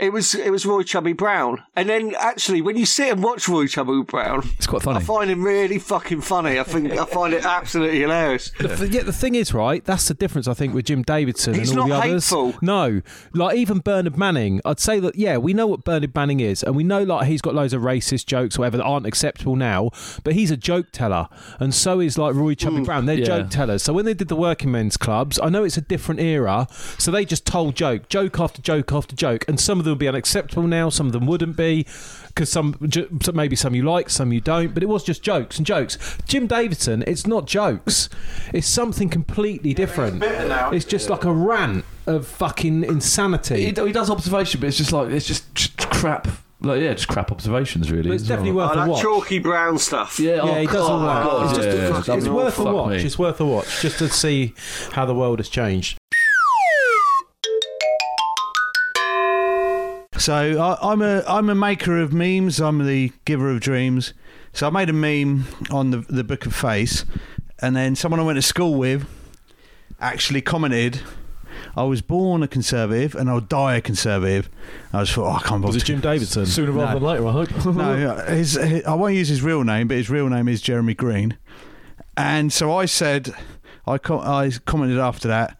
S4: It was it was Roy Chubby Brown, and then actually, when you sit and watch Roy Chubby Brown,
S7: It's quite funny.
S4: I find him really fucking funny. I think I find it absolutely hilarious.
S1: Th- Yeah, the thing is, right? That's the difference, I think, with Jim Davidson
S4: He's
S1: and all
S4: not
S1: the others.
S4: hateful.
S1: No, like even Bernard Manning, I'd say that yeah, we know what Bernard Manning is, and we know like he's got loads of racist jokes, or whatever that aren't acceptable now. But he's a joke teller, and so is like Roy
S3: Mm,
S1: Chubby Brown. They're
S7: Yeah.
S1: joke tellers. So when they did the working men's clubs, I know it's a different era, so they just told joke, joke after joke after joke, and some of them would be unacceptable now, some of them wouldn't be. Because some, ju- so maybe some you like, some you don't, but it was just jokes and jokes. Jim Davidson, it's not jokes; it's something completely different. It's just like a rant of fucking insanity.
S7: He, he does observation, but it's just like it's just, just crap. Like yeah, just crap observations really.
S1: But it's
S7: isn't it?
S1: definitely
S4: I
S1: worth a
S4: like
S1: watch.
S4: chalky brown stuff.
S7: Yeah,
S1: Yeah,
S7: oh,
S1: he does all that.
S7: God,
S1: it's, just,
S7: yeah,
S1: it's-
S7: yeah,
S1: it's
S7: yeah.
S1: worth a
S7: Fuck
S1: watch.
S7: me.
S1: It's worth a watch just to see how the world has changed.
S2: So I, I'm a I'm a maker of memes. I'm the giver of dreams. So I made a meme on the the book of face, and then someone I went to school with actually commented. I was born a conservative and I'll die a conservative. I just thought, oh, I can't bother.
S1: Was it Jim Davidson?
S3: Sooner rather than later, I hope.
S2: No, his, his, I won't use his real name, but his real name is Jeremy Green. And so I said, I, co- I commented after that,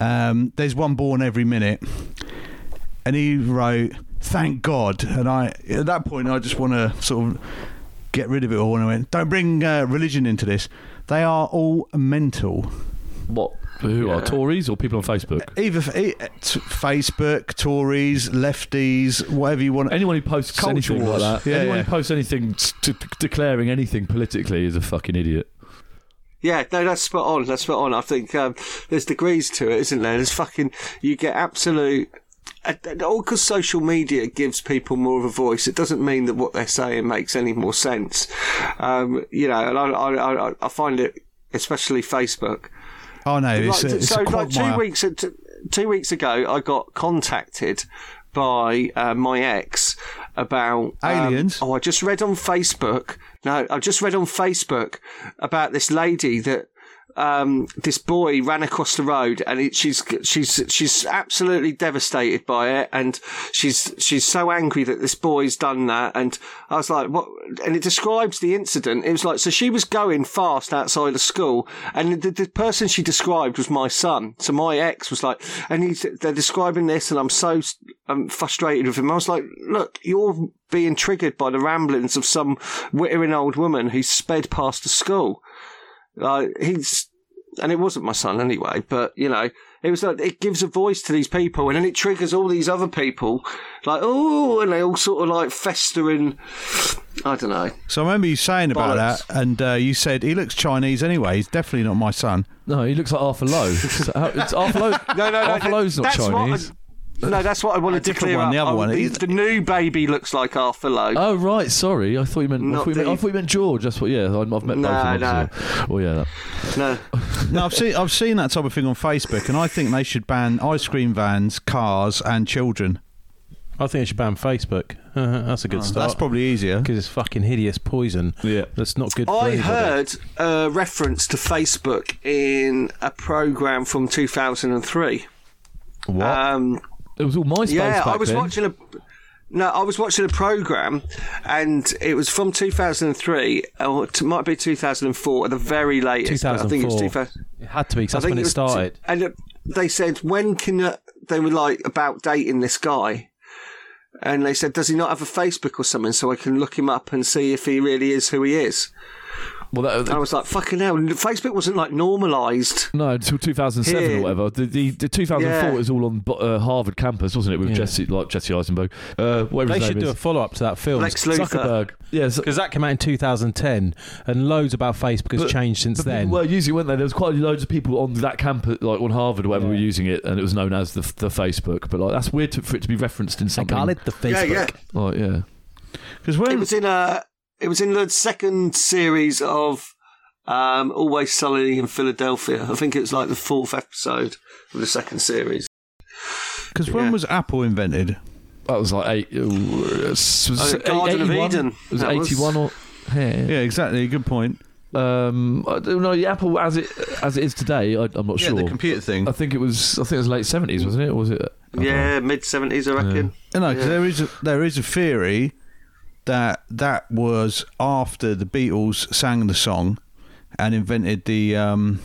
S2: um, there's one born every minute. And he wrote, thank God. And I, at that point, I just want to sort of get rid of it all. And I went, don't bring uh, religion into this. They are all mental.
S7: What?
S3: Who are Tories or people on Facebook?
S2: Either f- e- t- Facebook, Tories, lefties, whatever you want.
S3: Anyone who posts
S2: Culture
S3: anything
S2: wars.
S3: like that,
S2: Yeah,
S3: anyone
S2: yeah.
S3: who posts anything s- t- t- declaring anything politically is a fucking idiot.
S4: Yeah, no, that's spot on. That's spot on. I think um, there's degrees to it, isn't there? There's fucking you get absolute. and- and All because social media gives people more of a voice, it doesn't mean that what they're saying makes any more sense. Um, you know, and I, I, I, I find it, especially Facebook.
S2: Oh, no, it's,
S4: Like,
S2: a, it's
S4: so,
S2: a
S4: like two
S2: quagmire.
S4: weeks t- two weeks ago, I got contacted by uh, my ex about um,
S2: Aliens?
S4: oh, I just read on Facebook. No, I just read on Facebook about this lady that. Um, this boy ran across the road, and it, she's she's she's absolutely devastated by it, and she's she's so angry that this boy's done that. And I was like, what? And it describes the incident. It was like, so she was going fast outside of school, and the, the person she described was my son. So my ex was like, and he's, they're describing this, and I'm so um, frustrated with him. I was like, look, you're being triggered by the ramblings of some wittering old woman who sped past the school. Like he's, and it wasn't my son anyway, but you know, it was like it gives a voice to these people, and then it triggers all these other people, like oh, and they all sort of like fester in. I don't know.
S2: So I remember you saying about
S4: Bollocks.
S2: that, and uh, you said he looks Chinese anyway. He's definitely not my son.
S7: No, he looks like Arthur Lowe. so how, it's Arthur Lowe.
S4: No, no, no.
S7: Arthur Lowe's not
S4: that's what I-
S7: Chinese.
S4: no, that's what I wanted to
S2: different
S4: clear
S2: one,
S4: up.
S2: the other
S4: Oh,
S2: one.
S4: The,
S2: He's-
S4: the new baby looks like Arthur
S3: Uh,
S4: Lowe.
S7: Oh right, sorry. I thought you meant. I
S4: Not
S7: thought you meant, I
S4: Dave.
S7: thought you meant George. That's what. Yeah, I- I've met both
S4: No,
S7: of them.
S4: no.
S7: obviously. Oh yeah. that-
S4: No,
S2: No, I've seen I've seen that type of thing on Facebook, and I think they should ban ice cream vans, cars, and children.
S1: I think it should ban Facebook. Uh, that's a good start.
S2: Oh, That's probably easier.
S1: because it's fucking hideous poison.
S3: Yeah.
S1: that's not good. for
S4: I
S1: anybody.
S4: heard a reference to Facebook in a program from 2003.
S1: what?
S4: Um,
S7: It was all MySpace
S4: yeah,
S7: back
S4: I was
S7: then.
S4: watching a. No, I was watching a program, and it was from 2003, or it might be 2004 at the very latest. but I think it's
S1: 2004.
S4: 2000.
S1: it had to be. 'cause
S4: I
S1: That's
S4: think
S1: when it,
S4: was t-
S1: started.
S4: and uh, they said, when can uh, they were like about dating this guy, and they said, does he not have a Facebook or something, so I can look him up and see if he really is who he is.
S7: Well, that,
S4: And I was like, fucking hell, Facebook wasn't like normalised.
S7: No, until 2007
S4: Here.
S7: or whatever. The, the, the 2004
S4: Yeah.
S7: was all on uh, Harvard campus, wasn't it? With
S1: Yeah.
S7: Jesse, like Jesse Eisenberg. Uh, whatever
S1: They
S7: his
S1: should
S7: name
S1: do a
S7: is.
S1: follow up to that film.
S4: Lex Luthor.
S7: Zuckerberg. Yeah, so,
S1: Because that came out in 2010, and loads about Facebook has
S7: But-
S1: changed since
S7: but
S1: then.
S7: people were using, weren't they? There was quite loads of people on that campus, like on Harvard or whatever, were using it, and it was known as the, the Facebook. But like, that's weird to, for it to be referenced in
S1: I
S7: something.
S1: call it the Facebook.
S7: Like, yeah.
S2: Because
S4: It
S2: when
S4: was in a. It was in the second series of um, Always Sunny in Philadelphia. I think it was like the fourth episode of the second series.
S2: because when
S4: Yeah.
S2: was Apple invented?
S7: That was like eight. Uh, s- s-
S4: Oh, Garden of
S7: 81?
S4: Eden.
S7: It was
S4: That was-
S7: 81 or. Yeah.
S2: Yeah, exactly. Good point.
S7: Um, I don't know. yeah, Apple as it as it is today, I, I'm not sure.
S2: computer thing.
S7: I think it uh, was. I think it was late seventies, wasn't it? Or was it?
S4: Yeah, mid seventies, I reckon.
S2: No, 'cause there is a, there is a theory that that was after the Beatles sang the song and invented the um,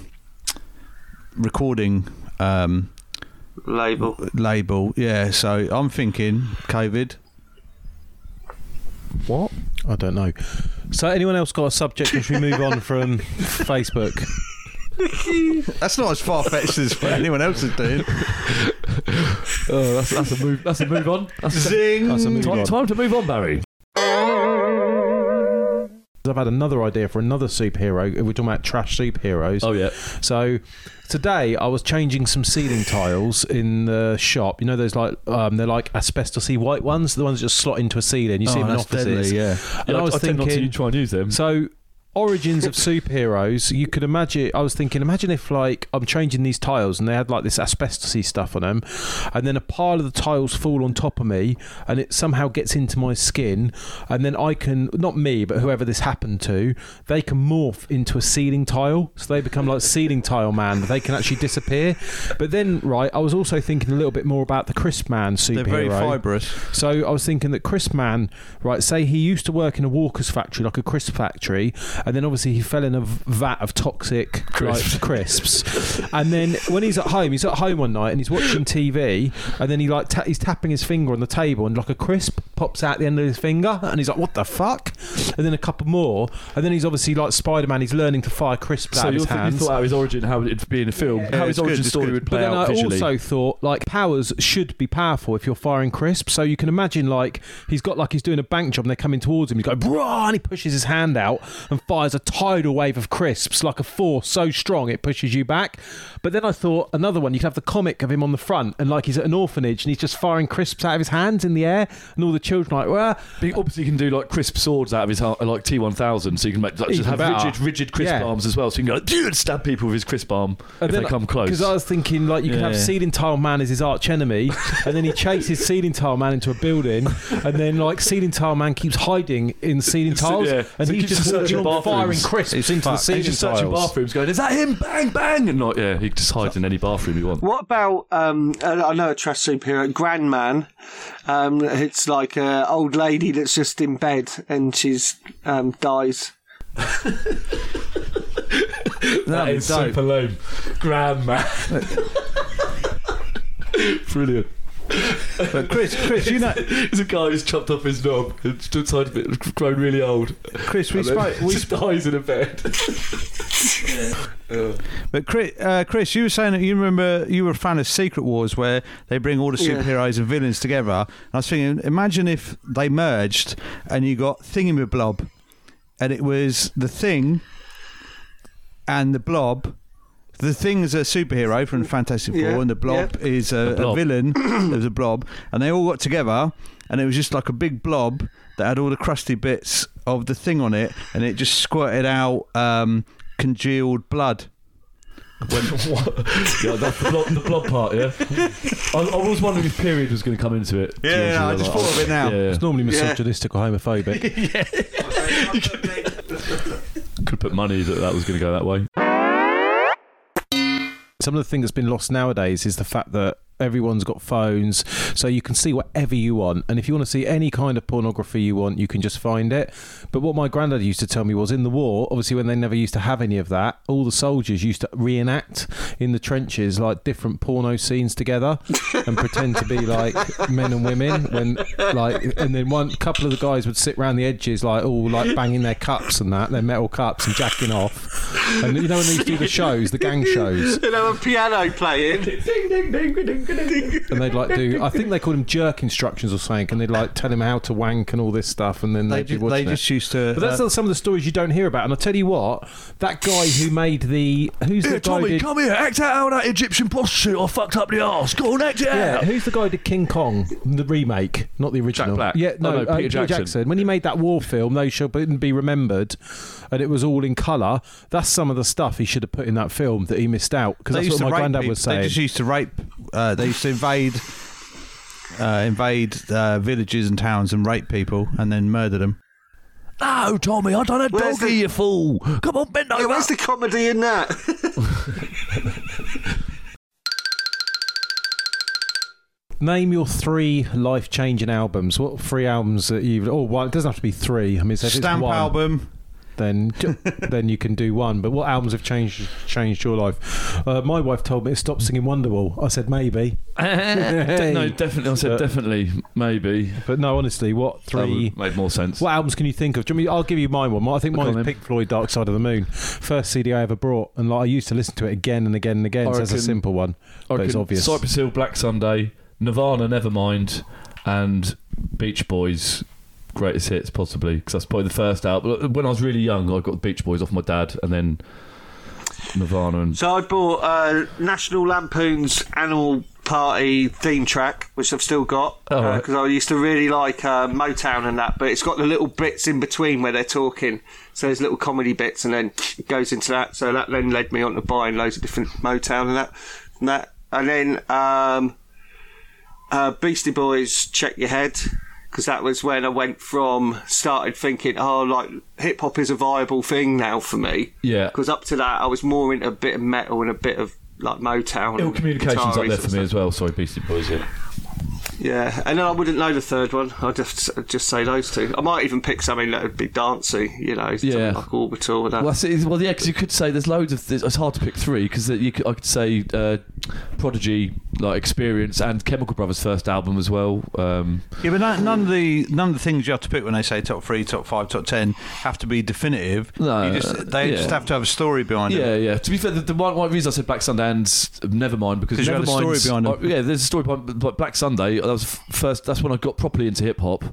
S2: recording um,
S4: label.
S2: label. Yeah, so I'm thinking COVID.
S1: What? I don't know. So, anyone else got a subject as we move on from Facebook?
S2: That's not as far fetched as what anyone else is doing.
S7: Oh, that's, that's a move. That's a move on. That's a,
S2: Zing.
S1: That's a move
S7: time,
S1: on.
S7: time to move on, Barry.
S1: I've had another idea for another superhero. We're talking about trash superheroes.
S7: Oh yeah.
S1: So today I was changing some ceiling tiles in the shop. You know those like um, they're like asbestosy white ones, the ones that just slot into a ceiling. You see them in
S2: Oh, that's
S1: offices.
S2: deadly, yeah.
S1: And
S7: Yeah,
S1: I was
S7: tend not
S1: thinking,
S7: to u- try and use them.
S1: So, origins of superheroes. You could imagine. I was thinking, imagine if like I'm changing these tiles and they had like this asbestosy stuff on them, and then a pile of the tiles fall on top of me, and it somehow gets into my skin, and then I can not me, but whoever this happened to, they can morph into a ceiling tile, so they become like ceiling tile man. They can actually disappear. But then, right, I was also thinking a little bit more about the Crisp Man superhero.
S2: They're very fibrous.
S1: So I was thinking that Chris Mann, right? Say he used to work in a Walker's factory, like a crisp factory, and then obviously he fell in a v- vat of toxic crisps. Like, crisps. and then when he's at home, he's at home one night and he's watching TV, and then he like ta- he's tapping his finger on the table, and like a crisp pops out the end of his finger, and he's like, "What the fuck?" And then a couple more, and then he's obviously like Spider Man. He's learning to fire crisps
S7: so
S1: out of
S7: you
S1: his
S7: thought you
S1: hands.
S7: thought out his origin, how it'd be in a film, how his
S2: it's good,
S7: origin
S2: it's
S7: story
S2: good.
S7: would
S1: But
S7: play
S1: then
S7: out
S1: I
S7: visually.
S1: also thought like powers should be powerful if you're firing crisp. So you can imagine like he's got like he's doing a bank job and they're coming towards him. He's going brah, and he pushes his hand out and fires a tidal wave of crisps like a force so strong it pushes you back. But then I thought another one. You could have the comic of him on the front and like he's at an orphanage and he's just firing crisps out of his hands in the air and all the children are like well.
S7: But obviously, you can do like crisp swords out of his heart, like T1000, so you can make, like, just
S1: Even
S7: have
S1: better.
S7: rigid, rigid crisp
S1: Yeah.
S7: arms as well. So you can go, dude, stab people with his crisp arm if they come close.
S1: Because I was thinking, like, you could have
S7: Yeah.
S1: Ceiling Tile Man as his arch enemy, and then he chases Ceiling Tile Man into a building, and then, like, Ceiling Tile Man keeps hiding in ceiling tiles,
S7: yeah.
S1: and
S7: So he
S1: he's
S7: keeps
S1: just
S7: searching
S1: walking on firing
S7: bathrooms.
S1: crisps into the
S7: He's
S1: ceiling
S7: just searching
S1: tiles.
S7: bathrooms, going, "Is that him? Bang, bang!" And not, yeah, he just hides in any bathroom he wants.
S4: What about um? I I know a trash superhero, Grandman. Um, it's like a old lady that's just in bed and she's um dies.
S2: That'd be dope.
S7: lame, grandma. Brilliant.
S2: But Chris, Chris, you know,
S7: There's a guy who's chopped off his knob and stood side of it, grown really old.
S2: Chris, we
S7: And then
S2: spoke. We,
S7: just dies in a bed.
S2: but Chris, uh, Chris, you were saying that you remember you were a fan of Secret Wars, where they bring all the
S4: Yeah.
S2: superheroes and villains together. And I was thinking, imagine if they merged and you got Thingamabob, and it was the Thing and the Blob. The Thing is a superhero from the Fantastic Four,
S4: Yeah,
S2: and the Blob is a,
S7: The Blob.
S2: a villain of the Blob, and they all got together, and it was just like a big blob that had all the crusty bits of the Thing on it, and it just squirted out um, congealed blood.
S7: When, yeah, that's the blob, the blob part, yeah. I, I was wondering if period was going to come into it.
S2: Yeah, yeah, I just thought of it now.
S7: Yeah,
S1: It's normally misogynistic or homophobic.
S7: could put money that that was going to go that way.
S1: Some of the thing that's been lost nowadays is the fact that everyone's got phones, so you can see whatever you want. And if you want to see any kind of pornography you want, you can just find it. But what my granddad used to tell me was in the war, obviously, when they never used to have any of that, all the soldiers used to reenact in the trenches like different porno scenes together and pretend to be like men and women. When like, and then one couple of the guys would sit round the edges, like all like banging their cups and that, their metal cups and jacking off. And you know when they used to do the shows, the gang shows
S4: You know, a piano playing.
S1: and they'd like do I think they called them jerk instructions or something, and they'd like tell him how to wank and all this stuff, and then
S2: They,
S1: they'd be
S2: ju- they
S1: watching it.
S2: just used to.
S1: But that's
S2: uh,
S1: not some of the stories you don't hear about. And I tell you what, that guy who made the who's the guy who did,
S7: here, act out that Egyptian prostitute I fucked up the arse. Go on, act it
S1: yeah, who's the guy who did King Kong, the remake, not the original.
S7: Black.
S1: Yeah, no,
S7: Oh, no, Peter
S1: uh, Peter Jackson.
S7: Jackson.
S1: When he made that war film, they should not be remembered, and it was all in colour. That's some of the stuff he should have put in that film that he missed out because
S2: they
S1: that's
S2: used
S1: what
S2: to
S1: my
S2: rape
S1: granddad
S2: people.
S1: was saying.
S2: They just used to rape. Uh, they used to invade. Uh, invade uh, villages and towns and rape people and then murder them.
S7: No, Tommy, I done a
S4: Where's
S7: doggy,
S4: the-
S7: you fool. Come on, bend over.
S4: Where's the comedy in that?
S1: Name your three life-changing albums. What three albums that you've? Oh, well, it doesn't have to be three. I mean, so if it's
S2: Stamp
S1: one,
S2: album.
S1: then then you can do one. But what albums have changed changed your life? Uh, my wife told me to stop singing Wonderwall. I said maybe,
S3: De- no,
S1: Hey.
S3: definitely. I said
S1: Uh,
S3: definitely, maybe.
S1: but no, honestly, what
S3: That
S1: three?
S3: would- made more sense.
S1: What albums can you think of? Do you want me- I'll give you mine one. I think
S3: on
S1: mine
S3: then.
S1: is Pink Floyd, Dark Side of the Moon. First CD I ever brought, and like I used to listen to it again and again and again.
S3: I
S1: So that's a
S3: reckon-
S1: simple one,
S3: I
S1: but it's
S3: reckon
S1: obvious.
S3: Cypress Hill, Black Sunday, Nirvana, Nevermind, and Beach Boys. Greatest hits, possibly, because that's probably the first album. When I was really young, I got the Beach Boys off my dad, and then Nirvana and
S4: So I bought uh, National Lampoon's Animal Party theme track, which I've still got
S3: Oh, right.
S4: because I used to really like uh, Motown and that. But it's got the little bits in between where they're talking, so there's little comedy bits, and then it goes into that. So that then led me on to buying loads of different Motown and that, and that, and then um, uh, Beastie Boys, Check Your Head. Because that was when I went from started thinking, oh, like hip hop is a viable thing now for me.
S3: yeah.
S4: Because up to that, I was more into a bit of metal and a bit of like Motown.
S3: Ill
S4: and
S3: communications up
S4: guitaries
S3: there
S4: and
S3: for me as well. Sorry, Beastie Boys. Yeah.
S4: stuff. Yeah, and then I wouldn't know the third one. I'd just I'd just say those two. I might even pick something that would be dancey, you know, something
S3: Yeah.
S4: like Orbital. Or that.
S3: Well, that's it. well, yeah, because you could say there's loads of. It's hard to pick three because I could say uh, Prodigy, like Experience, and Chemical Brothers' first album as well. Um,
S2: Yeah, but no- none of the none of the things you have to pick when they say top three, top five, top ten have to be definitive.
S3: No,
S2: you just, they
S3: yeah.
S2: just have to have a story behind
S3: Yeah,
S2: it.
S3: yeah. To be fair, the, the one, one reason I said Black Sunday and s- Nevermind because
S2: 'Cause you had a story
S3: Nevermind's-
S2: behind 'em.
S3: uh, yeah, there's a story behind but Black Sunday. That was f- first. That's when I got properly into hip hop.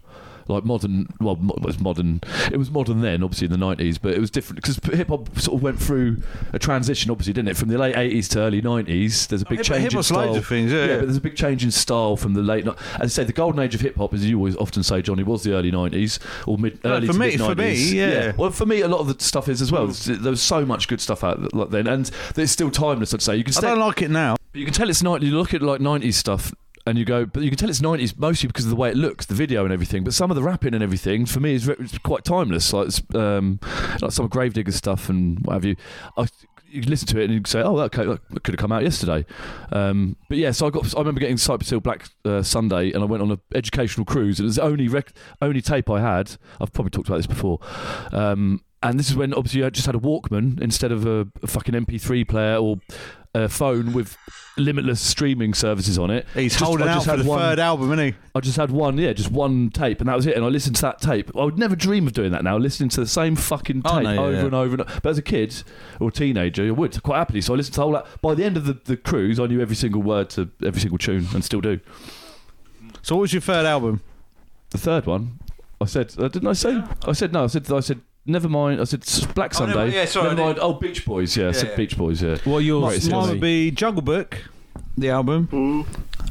S3: Like modern, well, mo- it was modern. It was modern then, obviously in the nineties, but it was different because hip hop sort of went through a transition, obviously, ddidn't it? From the late eighties to early nineties, there's a big
S2: Hip-
S3: change in
S2: hip-hop's
S3: style.
S2: loads of things, yeah, yeah.
S3: but there's a big change in style from the late. ni- As I say, the golden age of hip hop, as you always often say, Johnny, was the early nineties or mid early
S2: for
S3: to
S2: me-
S3: mid
S2: for me,
S3: nineties.
S2: yeah.
S3: Well, for me, a lot of the stuff is as well. There's-
S2: Hmm.
S3: There was so much good stuff out like then, and it's still timeless. I'd say you can
S2: I
S3: stay,
S2: don't like it now.
S3: you can tell it's night. You look at like '90s stuff, and you go, but you can tell it's '90s mostly because of the way it looks, the video and everything. But some of the rapping and everything for me is re- it's quite timeless. Like it's, um, like some of Gravedigger stuff and what have you. I, you can listen to it and you can say, "Oh, okay, that could have come out yesterday." Um, but yeah, so I got. I remember getting Cypress Hill Black uh, Sunday, and I went on an educational cruise, and it was the only rec- only tape I had. I've probably talked about this before. Um, and this is when obviously I just had a Walkman instead of a, a fucking MP3 player or a phone with limitless streaming services on it.
S2: He's
S3: Just-
S2: holding
S3: I
S2: out
S3: just
S2: for
S3: had
S2: the
S3: one-
S2: third album, isn't he?
S3: I just had one, yeah, just one tape, and that was it. And I listened to that tape. I would never dream of doing that now, listening to the same fucking tape
S2: Oh, no, yeah,
S3: over
S2: yeah.
S3: and over and over. But as a kid or a teenager, I would quite happily. So I listened to the whole. lot. By the end of the, the cruise, I knew every single word to every single tune, and still do.
S2: So what was your third album?
S3: The third one, I said, uh, didn't I say? I said no. I said I said never mind. I said s- Black
S2: Oh, never-
S3: Sunday.
S2: yeah, sorry, I
S3: Never mind. Oh, Beach Boys. Yeah, I said
S2: yeah.
S3: Beach Boys. Yeah.
S1: What are yours?
S3: Right,
S2: Mine
S1: Lizzie?
S2: would be Jungle Book, the album.
S3: Mm.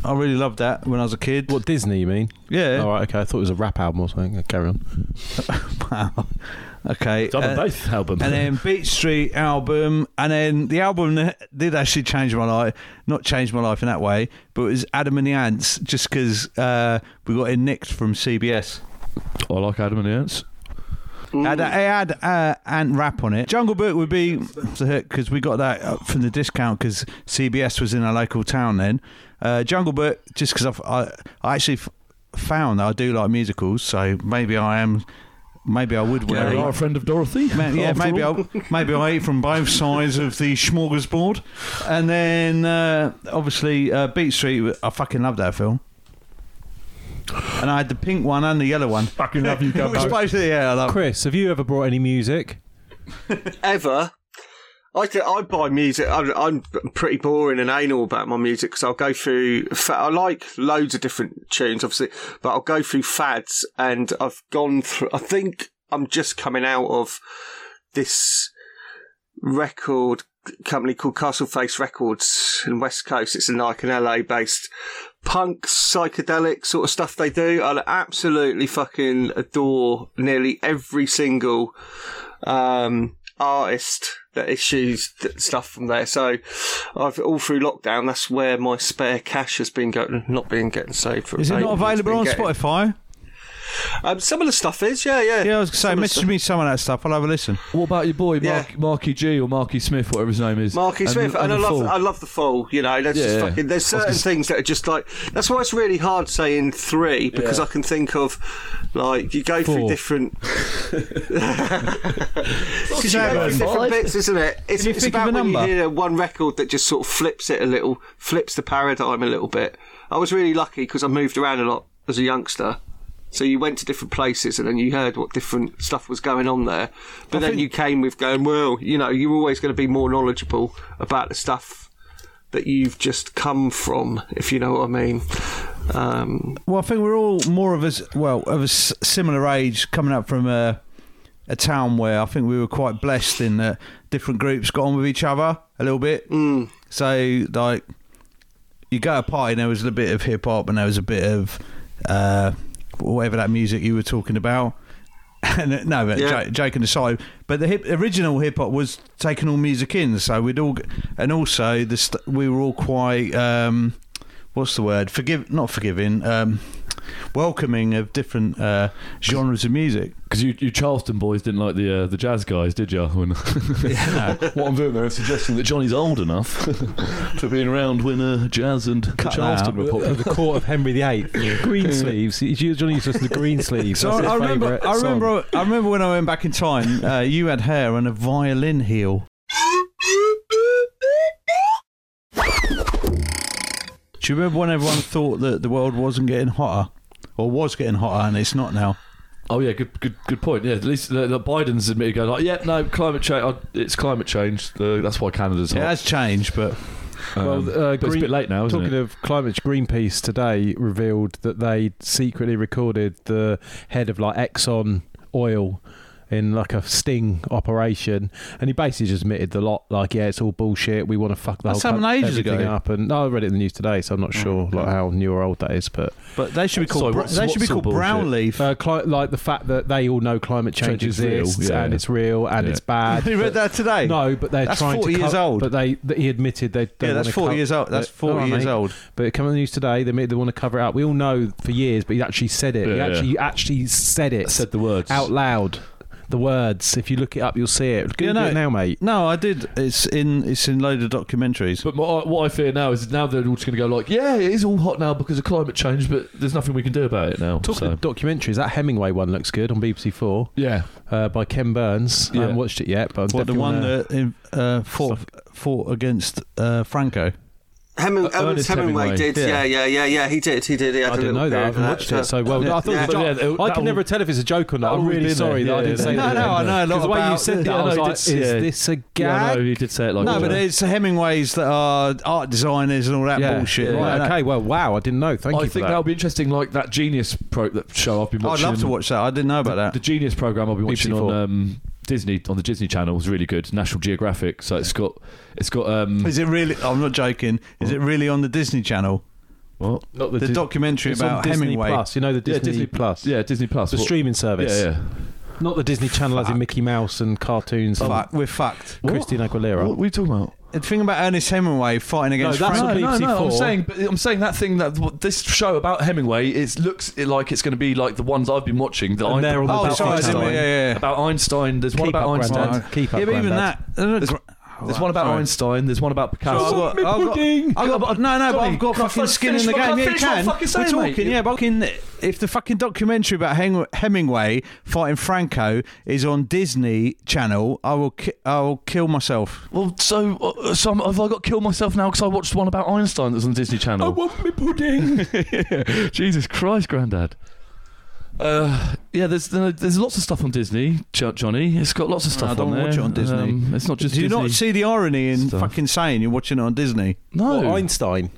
S2: I really loved that when I was a kid.
S1: What Disney you mean?
S2: Yeah.
S1: All right, okay. I thought it was a rap album or something. Okay, Carry on.
S2: Wow. Okay.
S3: Done
S2: uh,
S3: both albums.
S2: and then Beach Street album, and then the album that did actually change my life. Not change my life in that way, but it was Adam and the Ants, just because uh, we got it nicked from CBS.
S3: I like Adam and the Ants.
S2: Had, it had uh, Ant Rap on it. Jungle Book would be the hook because we got that uh, from the discount because CBS was in our local town then. Uh, Jungle Book, just because I, I actually f- found that I do like musicals, so maybe I am. Maybe I would.
S3: Yeah,
S2: wanna-
S3: you are a friend of Dorothy.
S2: Man, yeah,
S3: after
S2: maybe
S3: all.
S2: I maybe I eat from both sides of the smorgasbord, and then uh, obviously uh, Beat Street. I fucking love that film, and I had the pink one and the yellow one.
S3: fucking love you,
S2: It was
S3: Gumbo.
S2: both- yeah, I love.
S1: Chris, have you ever brought any music?
S4: ever. I, th- I buy music. I'm, I'm pretty boring and anal about my music because I'll go through. fa- I like loads of different tunes, obviously, but I'll go through fads, and I've gone through. I think I'm just coming out of this record company called Castleface Records in West Coast. It's in like an LA based punk psychedelic sort of stuff they do. I absolutely fucking adore nearly every single um, artist that issues th- stuff from there. So I've all through lockdown. That's where my spare cash has been going, not been getting saved from.
S2: Is it
S4: mate.
S2: not
S4: It's
S2: available
S4: been
S2: on
S4: getting-
S2: Spotify?
S4: Um, some of the stuff is, yeah, yeah.
S2: Yeah, I was going
S4: Some
S2: to
S4: of the
S2: say, message me some of that stuff. I'll have a listen.
S3: What about your boy,
S4: Yeah.
S3: Mark, Marky G or Marky Smith, whatever his name is?
S4: Marky
S3: And-
S4: Smith, and,
S3: the
S4: I love
S3: Fall.
S4: I love the fall. You know, that's just
S3: Yeah.
S4: fucking. There's
S3: I was
S4: certain
S3: just-
S4: things that are just like that's why it's really hard saying three because
S3: Yeah.
S4: I can think of like you go through
S3: Four.
S4: different. Because you
S2: too
S4: go
S2: bad.
S4: through different
S3: Five.
S4: bits, isn't it? It's,
S2: you
S4: it's
S2: think of
S4: about
S2: a
S4: when you
S2: number?
S4: hear one record that just sort of flips it a little, flips the paradigm a little bit. I was really lucky because I moved around a lot as a youngster. So you went to different places and then you heard what different stuff was going on there. But then you came with going, well, you know, you're always going to be more knowledgeable about the stuff that you've just come from, if you know what I mean. Um,
S2: Well, I think we're all more of us, well, of a s- similar age, coming up from a, a town where I think we were quite blessed in that different groups got on with each other a little bit. Mm. So, like, you go to a party and there was a bit of hip hop and there was a bit of uh, whatever that music you were talking about. And uh, no, but
S4: Yeah.
S2: jo- joking aside, but the hip, original hip hop was taking all music in, so we'd all, g- and also the st- we were all quite, um, what's the word? Forgive, not forgiving, um, welcoming of different uh, genres of music.
S3: Because you, you Charleston boys didn't like the uh, the jazz guys, did you? When- what I'm doing there is suggesting that Johnny's old enough to be around when uh, jazz and
S2: Cut that
S3: Charleston were popular.
S1: At the court of Henry VIII, Green Sleeves. He's usually used to listen to Green Sleeves.
S2: So
S1: That's
S2: I,
S1: his
S2: I remember,
S1: favourite
S2: I
S1: song.
S2: remember, I remember when I went back in time. Uh, you had hair and a violin heel. Do you remember when everyone thought that the world wasn't getting hotter, or was getting hotter, and it's not now?
S3: Oh yeah, good good good point. Yeah, at least the, the Biden's admitted going like, yeah, no, climate change. Uh, it's climate change. Uh, that's why Canada's
S2: It
S3: hot.
S2: has changed, but
S3: Um,
S1: well, uh,
S3: but it's a
S1: Green-
S3: bit late now, isn't
S1: Talking
S3: it?
S1: of climate, Greenpeace today revealed that they secretly recorded the head of like Exxon oil in like a sting operation, and he basically just admitted the lot. Like, yeah, it's all bullshit. We want to fuck the
S2: That's
S1: whole
S2: happened
S1: co-
S2: ages
S1: everything
S2: ago.
S1: up. And no, I read it in the news today, so I'm not sure like how new or old that is, but
S2: but they should be
S3: Sorry,
S2: called bra-
S3: what's-
S2: they should
S3: what's
S2: be
S3: all
S2: called
S3: bullshit?
S2: Brownleaf.
S1: Uh, cli- like the fact that they all know climate change,
S3: Change is real,
S1: exists
S3: yeah.
S1: and it's real and
S3: Yeah.
S1: it's bad.
S2: you read
S1: but-
S2: that today?
S1: No, but they're
S2: That's
S1: trying
S2: 40
S1: to.
S2: years
S1: co-
S2: old.
S1: But they, that he admitted they. they
S2: Yeah, that's
S1: wanna
S2: 40
S1: co-
S2: years old. That's
S1: but-
S2: 40
S1: alright,
S2: years
S1: mate.
S2: old.
S1: But it came on the news today. They admitted they want to cover it up. We all know for years, but he actually said it. he
S3: Yeah,
S1: actually
S3: yeah.
S1: he actually said it.
S3: Said the words.
S1: out loud. The words. If you look it up, you'll see it. Google
S2: no.
S1: it now, mate.
S2: No, I did. It's in it's in load of documentaries.
S3: But my, uh, what I fear now is now they're all just going to go like, yeah, it is all hot now because of climate change, but there's nothing we can do about it now.
S1: Talking
S3: so.
S1: of documentaries, that Hemingway one looks good on BBC Four
S3: yeah,
S1: uh, by Ken Burns. I
S3: Yeah.
S1: haven't watched it yet, but I'm
S2: What the
S1: definitely
S2: one
S1: wanna-
S2: that in- uh, fought fought against uh, Franco?
S3: Uh,
S4: Heming- Ernest
S3: Ernest
S4: Hemingway,
S3: Hemingway,
S4: did, yeah.
S2: yeah.
S4: yeah, yeah, yeah, He did, he did. He had
S1: I
S4: a
S1: didn't know
S4: little
S1: that. I
S4: period
S1: haven't
S4: of
S1: watched
S4: that, Uh,
S1: it so well. I thought it was a
S3: Yeah,
S1: joke.
S3: that'll-
S1: I can never tell if it's a joke or not. I'm
S3: that'll
S1: really
S3: be in
S1: sorry
S3: there.
S1: that I
S3: Yeah,
S1: didn't say
S3: yeah,
S1: that.
S2: yeah. No, no, I know a lot
S1: 'Cause the way you
S2: about-
S1: said that,
S3: Yeah,
S1: I was
S3: no,
S1: like,
S3: it's-
S1: is
S3: yeah.
S1: this a
S3: yeah, no,
S1: gag?
S3: he did say it like
S2: No,
S3: that.
S2: but there's Hemingways that are art designers and all that
S1: Yeah.
S2: bullshit.
S1: Right,
S2: Right,
S1: okay, well, wow, I didn't know. Thank
S3: I
S1: you
S3: think
S1: for that.
S3: will be interesting, like that Genius pro- that show I've been
S2: I'd
S3: watching.
S2: love to watch that. I didn't know about that.
S3: The Genius program I'll be watching
S1: BBC4.
S3: on um, Disney on the Disney Channel is really good. National Geographic, so it's got it's got um
S2: Is it really? I'm not joking. Is it really on the Disney Channel?
S3: what?
S1: Not
S2: The documentary
S1: it's
S2: about
S1: on Disney
S2: Hemingway.
S1: Plus. You know the Disney,
S3: yeah, Disney
S1: Plus.
S3: Yeah, Disney Plus.
S1: the
S3: What-
S1: streaming service.
S3: Yeah, yeah.
S1: Not the Disney Channel as in Mickey Mouse and cartoons and
S2: Fuck, we're fucked.
S1: Christine Aguilera.
S3: What are we talking about?
S2: The thing about Ernest Hemingway fighting against
S1: that's
S2: Franco.
S1: what BBC
S3: I'm
S1: Four.
S3: saying, but I'm saying that thing that what- this show about Hemingway. It looks like it's going to be like the ones I've been watching. That
S1: And
S3: I,
S1: they're all
S3: about
S1: about
S2: Oh, sorry, I didn't-
S3: Einstein.
S2: yeah, yeah, yeah.
S3: About Einstein. There's one
S1: Keep
S3: about
S1: up,
S3: Einstein.
S1: Grandad. Keep up,
S2: yeah, but even
S1: Grandad.
S2: that. There's,
S3: There's one about Einstein. There's one about Picasso.
S2: I've got, I've got, I've got, no, no, but
S3: Johnny,
S2: I've got
S3: can I
S2: fucking
S3: finish-
S2: skin in the
S3: can I
S2: game. Yeah, you
S3: finish what I'm
S2: can.
S3: fucking saying,
S2: We're
S3: mate?
S2: talking, yeah, but fucking, if the fucking documentary about Heng- Hemingway fighting Franco is on Disney Channel, I will, ki- I will kill myself.
S3: Well, so, uh, so I'm, have I got to kill myself now because I watched one about Einstein that was on Disney Channel? I want me pudding. Jesus Christ, Grandad. Uh, yeah, there's uh, there's lots of stuff on Disney, Jo- Johnny. It's got lots of stuff
S2: I don't
S3: on there.
S2: watch it on Disney.
S3: Um, it's not just
S2: Do you
S3: Disney.
S2: not see the irony in
S3: stuff.
S2: fucking saying you're watching it on Disney?
S3: no.
S1: What, Einstein.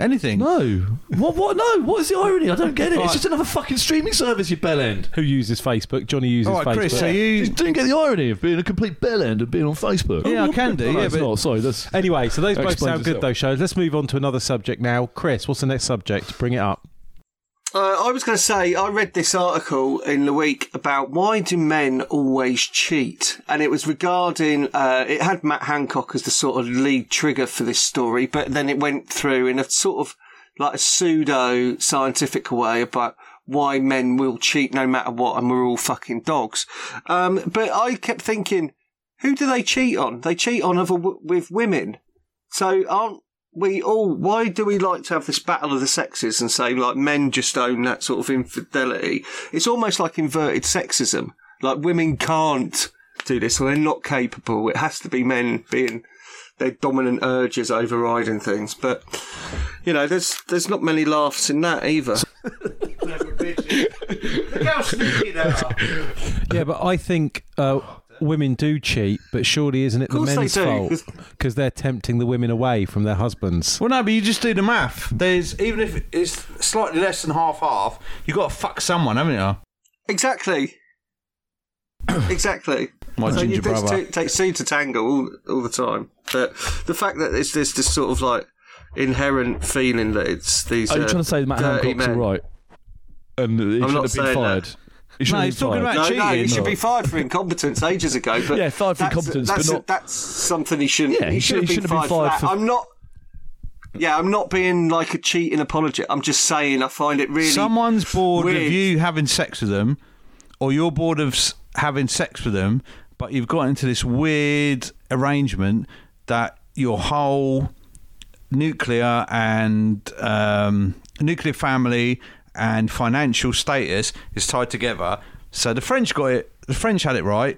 S2: Anything?
S3: no. What? What? No. What is the irony? I don't get it.
S2: Right.
S3: It's just another fucking streaming service, you bellend.
S1: Who uses Facebook? Johnny uses
S2: All right,
S1: Facebook.
S2: Chris. So
S3: You
S2: you?
S3: don't get the irony of being a complete bellend and being on Facebook.
S2: Hmm.
S3: Oh,
S2: Yeah, I can do.
S3: No,
S2: Yeah,
S3: it's
S2: but
S3: not. Sorry, that's
S1: Anyway, so those
S3: That
S1: both
S3: explains
S1: sound good,
S3: itself.
S1: though, shows. Let's move on to another subject now. Chris, what's the next subject? Bring it up.
S4: Uh, I was going to say, I read this article in the week about why do men always cheat? And it was regarding, uh, it had Matt Hancock as the sort of lead trigger for this story, but then it went through in a sort of like a pseudo scientific way about why men will cheat no matter what and we're all fucking dogs. Um, but I kept thinking, who do they cheat on? They cheat on other w- with women. So aren't we all? Why do we like to have this battle of the sexes and say like men just own that sort of infidelity? It's almost like inverted sexism. Like women can't do this, or they're not capable. It has to be men being their dominant urges overriding things. But you know, there's there's not many laughs in that either.
S1: Yeah, but I think uh, women do cheat, but surely isn't it the
S4: course they
S1: men's
S4: do,
S1: fault?
S4: 'cause-
S1: Because they're tempting the women away from their husbands.
S2: Well, no, but you just do the math. There's even if it's slightly less than half half, you got to fuck someone, haven't you?
S4: Exactly. exactly.
S2: My
S4: So
S2: ginger
S4: you- this
S2: brother.
S4: t- takes two to tango all, all the time. But the fact that it's this this sort of like inherent feeling that it's these.
S3: Are you
S4: uh,
S3: trying to say Matt
S4: dirty
S3: Hancock's
S4: men.
S3: all right? And he
S4: not
S3: should have been
S4: saying
S3: fired.
S4: that.
S3: He should
S2: No,
S3: have
S2: he's
S3: been
S2: talking
S3: fired.
S2: about
S4: No,
S2: cheating.
S4: no, he should be fired for incompetence ages ago. But
S3: Yeah, fired for
S4: that's-
S3: incompetence, but
S4: that's,
S3: not-
S4: that's something he shouldn't.
S3: Yeah,
S4: he
S3: he
S4: should have
S3: should- he
S4: been
S3: shouldn't
S4: fired,
S3: have been fired
S4: for that.
S3: for-
S4: I'm not. Yeah, I'm not being like a cheating apologist. I'm just saying I find it really.
S2: Someone's bored
S4: weird.
S2: of you having sex with them, or you're bored of s- having sex with them, but you've got into this weird arrangement that your whole nuclear and um, nuclear family and financial status is tied together. So the French got it. The French had it right.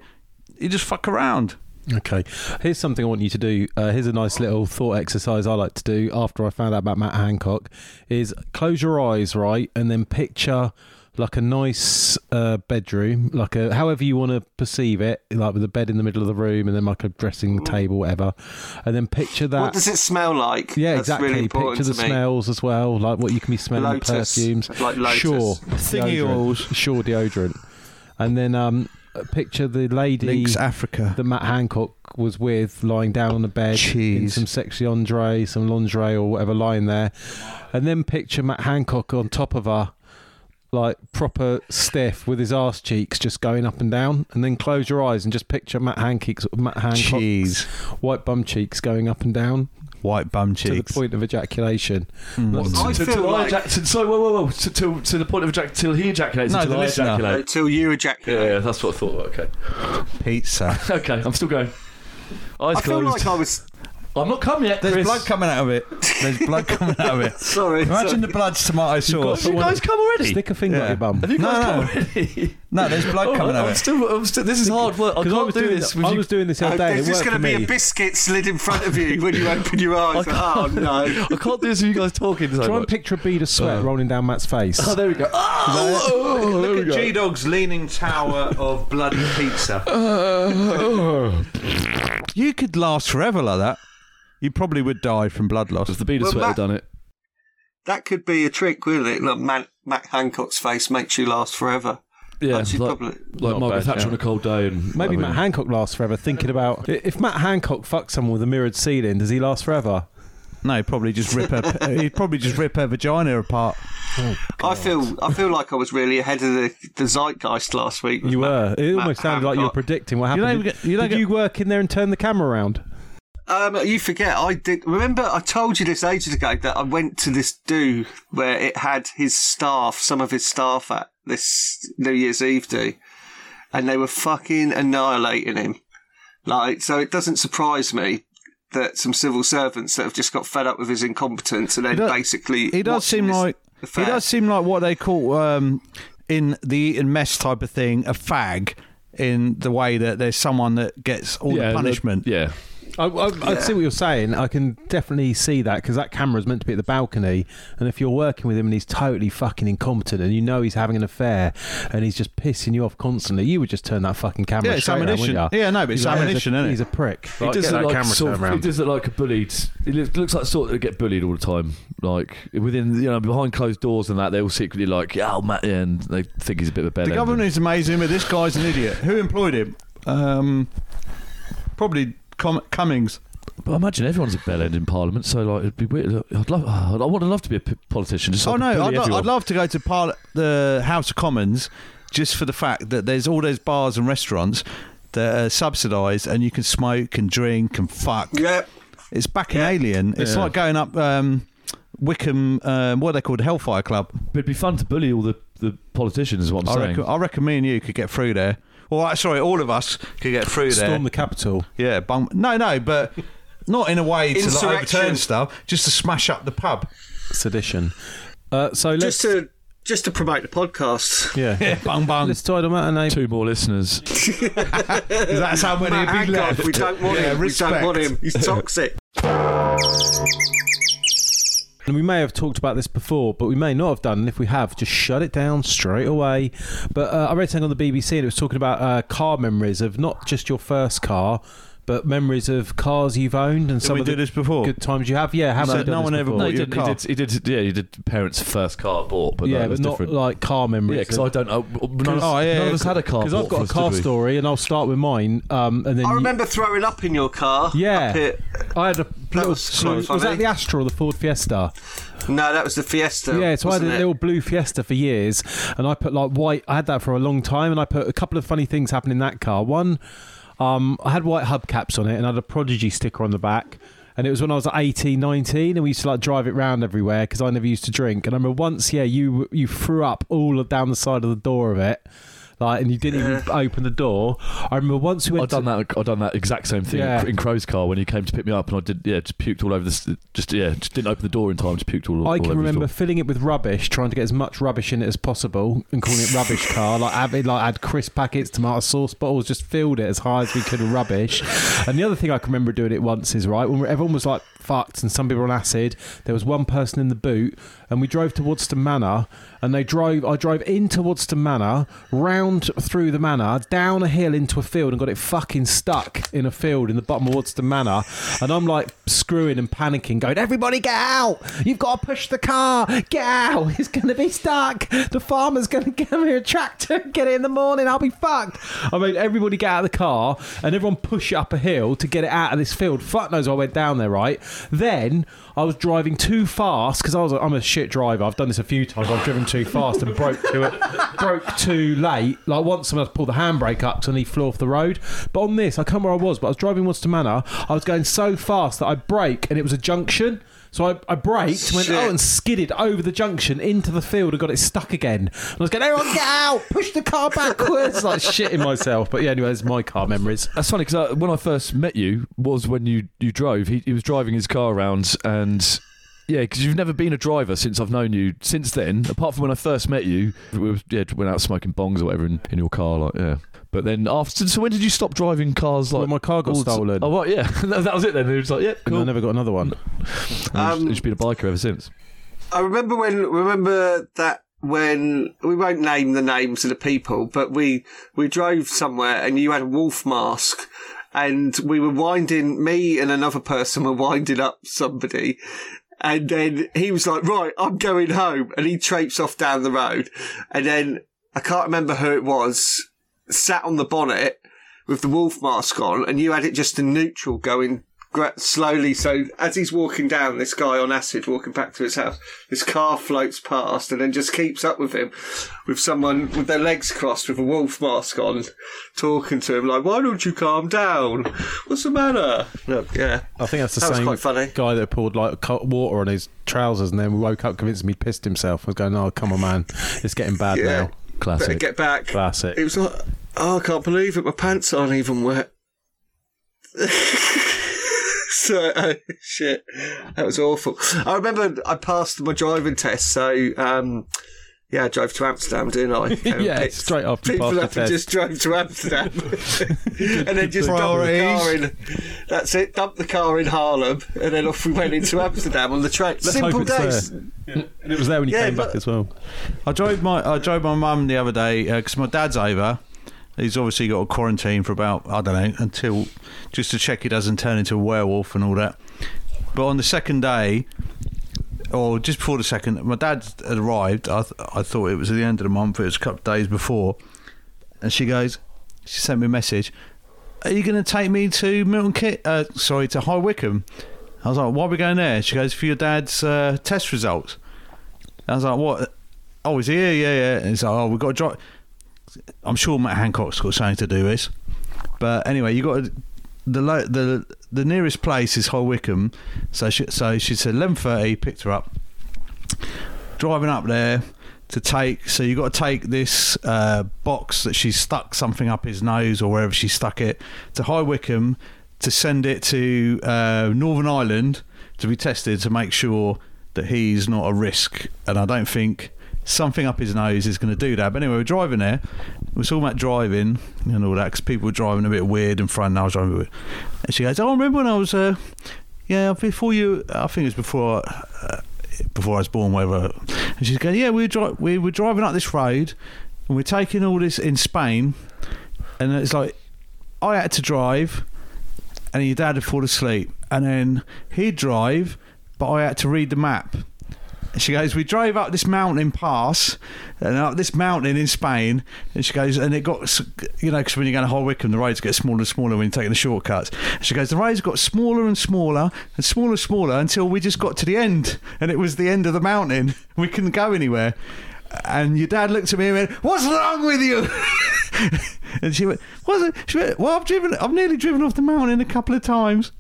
S2: You just fuck around.
S1: Okay. Here's something I want you to do. Uh, here's a nice little thought exercise I like to do after I found out about Matt Hancock is close your eyes, right, and then picture like a nice uh, bedroom, like a however you want to perceive it, like with a bed in the middle of the room and then like a dressing table, whatever. And then picture that.
S4: What does it smell like?
S1: yeah,
S4: That's
S1: exactly.
S4: Really important
S1: Picture the
S4: to me.
S1: smells as well, like what you can be smelling, the
S4: Lotus.
S1: perfumes.
S4: Like Lotus.
S1: Sure,
S2: Thingy
S1: deodorant.
S2: oils.
S1: Sure deodorant. And then um, picture the lady
S2: Links Africa.
S1: that Matt Hancock was with lying down on the bed in
S2: Jeez.
S1: some sexy Andre, some lingerie or whatever lying there. And then picture Matt Hancock on top of her, like proper stiff with his ass cheeks just going up and down. And then close your eyes and just picture Matt Hancock's, Matt Hancock's
S2: Jeez.
S1: white bum cheeks going up and down
S2: White bum
S1: to
S2: cheeks.
S1: the point of ejaculation.
S4: I
S3: Till-
S4: feel
S3: till I
S4: like
S3: ejac- till- sorry, whoa, whoa, whoa. To, to, to the point of ejac- till he ejaculates,
S2: No,
S3: until
S2: the
S3: I
S2: listener.
S3: ejaculate.
S4: until you ejaculate.
S3: Yeah, yeah, that's what I thought. Okay,
S2: Pizza.
S3: okay, I'm still going. Eyes
S4: I feel
S3: closed.
S4: like I was
S3: I'm not come yet,
S2: There's
S3: Chris.
S2: blood coming out of it. There's blood coming out of it.
S4: sorry.
S2: Imagine
S4: sorry.
S2: the blood's tomato
S3: Have
S2: sauce.
S3: you guys come already?
S1: Stick a finger
S2: Yeah.
S1: up your bum.
S3: Have you
S2: No,
S3: guys
S2: no.
S3: come already?
S2: No, there's blood
S3: Oh,
S2: coming
S3: I'm,
S2: out
S3: I'm
S2: of it.
S3: still, I'm still. This is hard work. I
S1: Because
S3: can't
S1: I was
S3: do
S1: doing
S3: this.
S1: that-
S3: with
S1: I
S3: you-
S1: was doing this the other day. and
S4: There's
S1: it
S4: just
S1: worked
S4: going to
S1: for
S4: be
S1: me.
S4: a biscuit slid in front of you when you open your eyes. Oh no!
S3: I can't do this with you guys talking. So
S1: Try and
S3: much.
S1: picture a bead of sweat rolling down Matt's face.
S3: Oh, there we go. Oh, oh, oh, there we
S2: Look at
S3: go.
S2: G Dog's leaning tower of bloody pizza. you could last forever like that. You probably would die from blood loss.
S3: The bead of
S4: Well,
S3: sweat
S4: Matt-
S3: have done it.
S4: That could be a trick, wouldn't it? Look, Matt, Matt Hancock's face makes you last forever.
S3: Yeah,
S4: Actually,
S3: like,
S4: probably-
S3: like Margaret Thatcher on a cold day, and
S1: Maybe
S3: I mean,
S1: Matt Hancock lasts forever. Thinking about i- if Matt Hancock fucks someone with a mirrored ceiling, does he last forever?
S2: No, he'd probably just rip her. he'd probably just rip her vagina apart.
S4: I feel I feel like I was really ahead of the, the zeitgeist last week. with
S1: You
S4: Matt-
S1: were. It
S4: Matt
S1: almost sounded like you were
S4: Hancock.
S1: predicting what happened.
S2: You don't even
S1: Did-
S2: get- you don't
S1: Did
S2: get-
S1: you work in there and turn the camera around?
S4: Um, you forget, I did. Remember, I told you this ages ago that I went to this do where it had his staff, some of his staff at this New Year's Eve do, and they were fucking annihilating him. Like, so it doesn't surprise me that some civil servants that have just got fed up with his incompetence and then
S2: does-
S4: basically.
S2: He does
S4: watching
S2: seem
S4: this
S2: like
S4: affair.
S2: he does seem like what they call um, in the eat and mess type of thing a fag. In the way that there's someone that gets all
S3: yeah,
S2: the punishment.
S3: Yeah,
S1: I, I, I see what you're saying. I can definitely see that because that camera's meant to be at the balcony. And if you're working with him and he's totally fucking incompetent and you know he's having an affair and he's just pissing you off constantly, you would just turn that fucking camera
S2: Yeah, it's
S1: straight around,
S2: ammunition.
S1: wouldn't you?
S2: Yeah, no, but
S1: He's
S2: it's
S1: like,
S2: ammunition,
S1: he's a,
S2: isn't it?
S1: He's a prick.
S3: he
S8: get
S3: does look
S8: that
S3: like
S8: camera
S3: sort of,
S8: turned
S3: He
S8: round.
S3: does look like a bullied. He looks, looks like sort that get bullied all the time. Like within, you know, behind closed doors and that, they're all secretly like, yeah, oh, Matt, yeah, and they think he's a bit of a bellend.
S2: The government is amazing, but this guy's an idiot. Who employed him? Um, probably Com- Cummings.
S3: But I imagine everyone's a bellend in Parliament, so like it'd be weird. Look, I'd love, oh, I would love to be a p- politician. Just so I
S2: oh
S3: could
S2: no,
S3: bully
S2: I'd, lo-
S3: everyone.
S2: I'd love to go to Parli the House of Commons just for the fact that there's all those bars and restaurants that are subsidised, and you can smoke and drink and fuck.
S4: Yep.
S2: It's back in Alien. It's
S3: Yeah.
S2: like going up um, Wickham. Um, what are they called? Hellfire Club.
S3: It'd be fun to bully all the the politicians. Is what I'm
S2: I
S3: saying.
S2: reckon, I reckon me and you could get through there. Well, I- sorry, all of us could get through
S1: Storm
S2: there.
S1: the capital.
S2: yeah, bum- no, no, but not in a way to like,
S4: Insurrection.
S2: overturn stuff, just to smash up the pub.
S1: Sedition. Uh, so let's.
S4: Just to just to promote the podcast.
S1: yeah.
S2: Bung bung.
S1: Let's tie them out and they.
S3: Two more listeners.
S2: That's how many
S4: Matt
S2: would be
S4: Hancock,
S2: left.
S4: we don't want
S2: Yeah,
S4: him.
S2: Respect.
S4: We don't want him. He's toxic.
S1: And we may have talked about this before, but we may not have done. And if we have, just shut it down straight away. But uh, I read something on the BBC and it was talking about uh, car memories of not just your first car, but memories of cars you've owned and some
S2: we
S1: of the
S2: do this before?
S1: good times you have. Yeah, have
S2: So
S1: we done
S2: no
S1: this
S2: one ever
S1: before?
S2: bought
S3: No, he
S2: your
S3: did, he
S2: car.
S3: did. He did. Yeah, he did. Parents' first car bought, but
S1: Yeah,
S3: that was
S1: but not
S3: different.
S1: like car memories.
S3: yeah, because I don't. know. none, of-
S2: Oh, yeah,
S3: none of us had a car.
S1: Because I've
S3: bought
S1: got
S3: for
S1: a
S3: us,
S1: car
S3: did we?
S1: story, and I'll start with mine. Um, and then
S4: I
S1: you-
S4: remember throwing up in your car.
S1: yeah,
S4: Up here.
S1: I had a little.
S4: was
S1: blue-
S4: quite
S1: was that
S4: funny.
S1: the Astra or the Ford Fiesta?
S4: No, that was the Fiesta.
S1: Yeah, so I had a
S4: wasn't it?
S1: little blue Fiesta for years, and I put like white. I had that for a long time, and I put a couple of funny things happened in that car. One, um, I had white hubcaps on it, and I had a Prodigy sticker on the back. And it was when I was like 18, 19, and we used to like drive it round everywhere because I never used to drink. And I remember once, yeah, you you threw up all down the side of the door of it, like, and you didn't even open the door. I remember once we went
S3: I've done that. I've done that exact same thing
S1: Yeah.
S3: in Crow's car when he came to pick me up, and I did. Yeah, just puked all over this. Just yeah, just didn't open the door in time. Just puked
S1: I
S3: all. all over
S1: can
S3: the
S1: remember
S3: floor.
S1: filling it with rubbish, trying to get as much rubbish in it as possible, and calling it rubbish car. Like I like I had crisp packets, tomato sauce bottles, just filled it as high as we could with rubbish. And the other thing I can remember doing it once is right when everyone was like fucked and some people were on acid. There was one person in the boot, and we drove to Wadston Manor, and they drove. I drove into Wadston Manor, round through the manor, down a hill into a field, and got it fucking stuck in a field in the bottom of Wadston Manor. And I'm like screwing and panicking, going, "Everybody get out! You've got to push the car! Get out! It's going to be stuck! The farmer's going to give me a tractor! Get it in the morning! I'll be fucked!" I mean, everybody get out of the car, and everyone push up a hill to get it out of this field. Fuck knows I went down there, right? Then I was driving too fast because I was I'm a shit driver. I've done this a few times. I've driven too fast and broke too broke too late. Like once someone pulled the handbrake up, so I nearly flew off the road. But on this, I can't remember where I was, but I was driving Worcester Manor. I was going so fast that I brake and it was a junction. So I, I braked, went
S4: Shit.
S1: oh, and skidded over the junction into the field and got it stuck again. And I was going, everyone get out, push the car backwards, like shitting myself. But yeah, anyway, it's my car memories.
S3: That's funny because when I first met you was when you you drove. He, he was driving his car around and. Yeah, because you've never been a driver since I've known you. Since then, apart from when I first met you, we was, yeah, went out smoking bongs or whatever in, in your car, like yeah. But then after, so when did you stop driving cars? Like
S1: When my car got
S3: all the-
S1: stolen.
S3: Oh, right, yeah, that, that was it. Then it was like, yeah,
S1: And I
S3: cool.
S1: never got another one.
S3: And
S4: Um,
S3: he's, he's been a biker ever since.
S4: I remember when remember that when we won't name the names of the people, but we we drove somewhere and you had a wolf mask and we were winding me and another person were winding up somebody and then he was like, Right, I'm going home and he traipsed off down the road and then I can't remember who it was, sat on the bonnet with the wolf mask on, and you had it just in neutral going gra- slowly. So as he's walking down, this guy on acid walking back to his house, his car floats past and then just keeps up with him, with someone with their legs crossed with a wolf mask on, talking to him like, "Why don't you calm down? What's the matter?" Look, yeah,
S1: I think that's the
S4: That was
S1: same
S4: quite funny.
S1: guy that poured like co- water on his trousers and then woke up convincing me he'd pissed himself. I was going, oh, come on, man. It's getting bad
S4: Yeah.
S1: now.
S4: better
S3: Classic.
S4: get back.
S1: Classic.
S4: It was like, oh, I can't believe it. My pants aren't even wet. so uh, shit, that was awful. I remember I passed my driving test, so um, yeah, I drove to Amsterdam, didn't I?
S1: Yeah,
S4: It's-
S1: straight after you
S4: people
S1: passed
S4: have
S1: the
S4: to
S1: test.
S4: just drove to Amsterdam and then just dump the car
S2: Priorities.
S4: in. That's it. Dump the car in Harlem, and then off we went into Amsterdam on the train. Simple
S1: hope it's
S4: days.
S1: there. And it was there when you
S4: Yeah,
S1: came
S4: but-
S1: back as well.
S2: I drove my I drove my mum the other day because my dad's over. He's obviously got a quarantine for about I don't know until just to check he doesn't turn into a werewolf and all that. But on the second day, or just before the second, my dad had arrived. I th- I thought it was at the end of the month. It was a couple of days before, and she goes, she sent me a message. Are you going to take me to Milton Kit? Uh, sorry, to High Wycombe. I was like, why are we going there? She goes for your dad's uh, test results. I was like, what? Oh, he's here, yeah, yeah. And he's like, oh, we've got to drive. I'm sure Matt Hancock's got something to do with this. But anyway, you got to, the lo- the the nearest place is High Wycombe, so she, so she said eleven thirty. Picked her up, driving up there. to take. So you've got to take this uh, box that she's stuck something up his nose or wherever she stuck it to High Wycombe to send it to uh, Northern Ireland to be tested to make sure that he's not a risk. And I don't think something up his nose is going to do that. But anyway, we're driving there. We're talking about driving and all that because people were driving a bit weird in front. And I was driving a bit. And she goes, "Oh, I remember when I was, uh, yeah, before you. I think it was before." Uh, before I was born, whatever. And she's going, yeah, we were, dri- we were driving up this road and we're taking all this in Spain. And it's like, I had to drive and your dad would fall asleep. And then he'd drive, but I had to read the map. And she goes, we drove up this mountain pass and up this mountain in Spain. And she goes, and it got, s- you know, because when you're going to High Wycombe, the roads get smaller and smaller when you're taking the shortcuts. And she goes, the roads got smaller and smaller and smaller and smaller until we just got to the end. And it was the end of the mountain. We couldn't go anywhere. And your dad looked at me and went, what's wrong with you? and she went, what's it? She went, well, I've driven, I've nearly driven off the mountain a couple of times.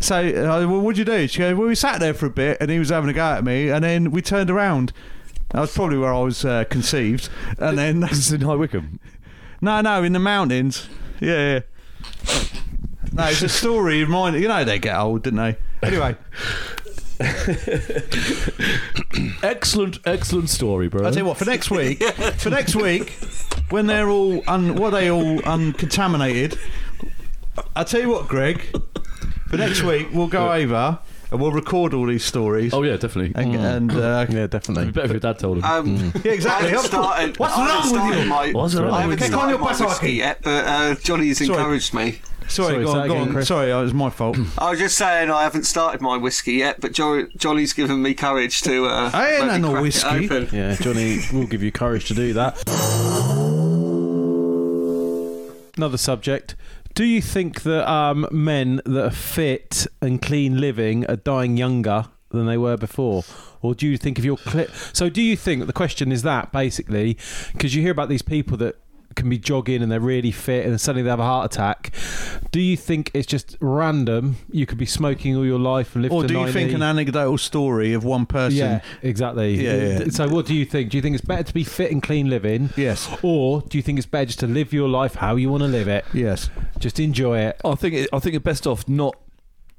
S2: So, uh, well, what'd you do? She goes, well, we sat there for a bit and he was having a go at me and then we turned around. That was probably where I was uh, conceived. And then,
S3: This is in High Wycombe.
S2: no, no, in the mountains. Yeah, yeah. No, it's a story of mine. You know, they get old, didn't they? Anyway,
S3: Excellent, excellent story, bro.
S2: I'll tell you what, for next week, for next week, when they're all, un, what are they all uncontaminated? I'll tell you what, Greg, for next week, we'll go over and we'll record all these stories.
S3: Oh yeah, definitely.
S2: And, and uh,
S1: Yeah,
S3: It'd be
S1: definitely.
S3: better if your dad told him.
S4: Um,
S2: yeah, exactly.
S4: I haven't
S2: Of course.
S4: started.
S2: What's
S4: I haven't
S2: wrong with
S4: started
S2: you?
S4: My,
S7: Mm. What's wrong
S4: I haven't
S7: with you?
S4: started
S2: Click on your
S4: my
S2: buttock.
S4: whiskey yet, but uh, Johnny's
S2: Sorry.
S4: encouraged me.
S1: Sorry,
S2: Sorry, go
S1: say
S2: on,
S1: that
S2: go
S1: again,
S2: on.
S1: Chris.
S2: Sorry, it was my fault.
S4: I was just saying I haven't started my whiskey yet, but jo- Johnny's given me courage to. Uh,
S2: I ain't
S4: let me
S2: had no
S4: crack it
S2: whiskey.
S4: open.
S1: Yeah, Johnny will give you courage to do that. Another subject. Do you think that um, men that are fit and clean living are dying younger than they were before? Or do you think if you're cli So, do you think the question is that basically because you hear about these people that can be jogging and they're really fit and then suddenly they have a heart attack? Do you think it's just random? You could be smoking all your life and live
S2: Or
S1: to
S2: do you
S1: 90?
S2: think an anecdotal story of one person?
S1: E. Yeah, exactly.
S2: Yeah, yeah.
S1: So, what do you think? Do you think it's better to be fit and clean living?
S2: Yes.
S1: Or do you think it's better just to live your life how you want to live it?
S2: Yes.
S1: Just enjoy it.
S3: I think it, I think you're best off not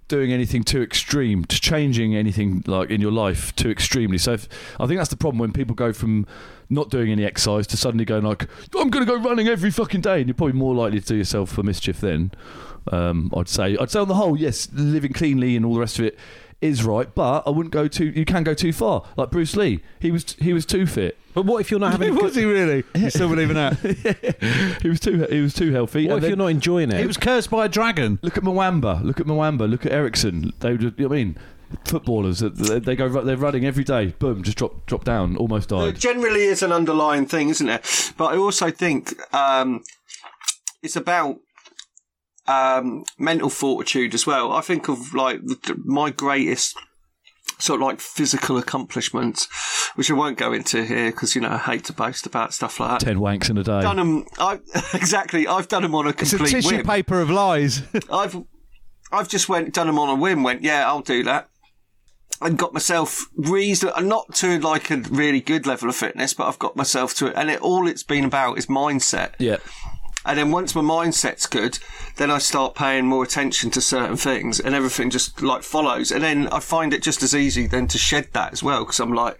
S3: doing anything too extreme, to changing anything like in your life too extremely. So if, I think that's the problem when people go from not doing any exercise to suddenly going like I'm going to go running every fucking day, and you're probably more likely to do yourself for mischief then. Um, I'd say I'd say on the whole, yes, living cleanly and all the rest of it is right, but I wouldn't go too. You can go too far, like Bruce Lee. He was he was too fit.
S1: But what if you're not having? a
S2: Was
S1: good,
S2: he really? You still believe in that?
S3: He was too he was too healthy.
S1: what
S3: and
S1: if
S3: then-
S1: you're not enjoying it?
S2: He was cursed by a dragon.
S3: Look at Mwamba. Look at Mwamba. Look at Ericsson. They would. You know what I mean, footballers. that- They, they go. They're running every day. Boom. Just drop. Drop down. Almost
S4: There
S3: died.
S4: generally is an underlying thing, isn't there? But I also think um, it's about um, mental fortitude as well. I think of like the, my greatest sort of like physical accomplishments, which I won't go into here because you know I hate to boast about stuff like that.
S3: Ten wanks in a day.
S4: Done 'em- I, exactly. I've done them on a
S2: It's a
S4: complete
S2: tissue
S4: whim.
S2: paper of lies.
S4: I've I've just went done them on a whim. Went yeah, I'll do that, and got myself reasonable, not to like a really good level of fitness, but I've got myself to it. And it all it's been about is mindset.
S3: Yeah.
S4: And then once my mindset's good, then I start paying more attention to certain things, and everything just like follows. And then I find it just as easy then to shed that as well, because I'm like,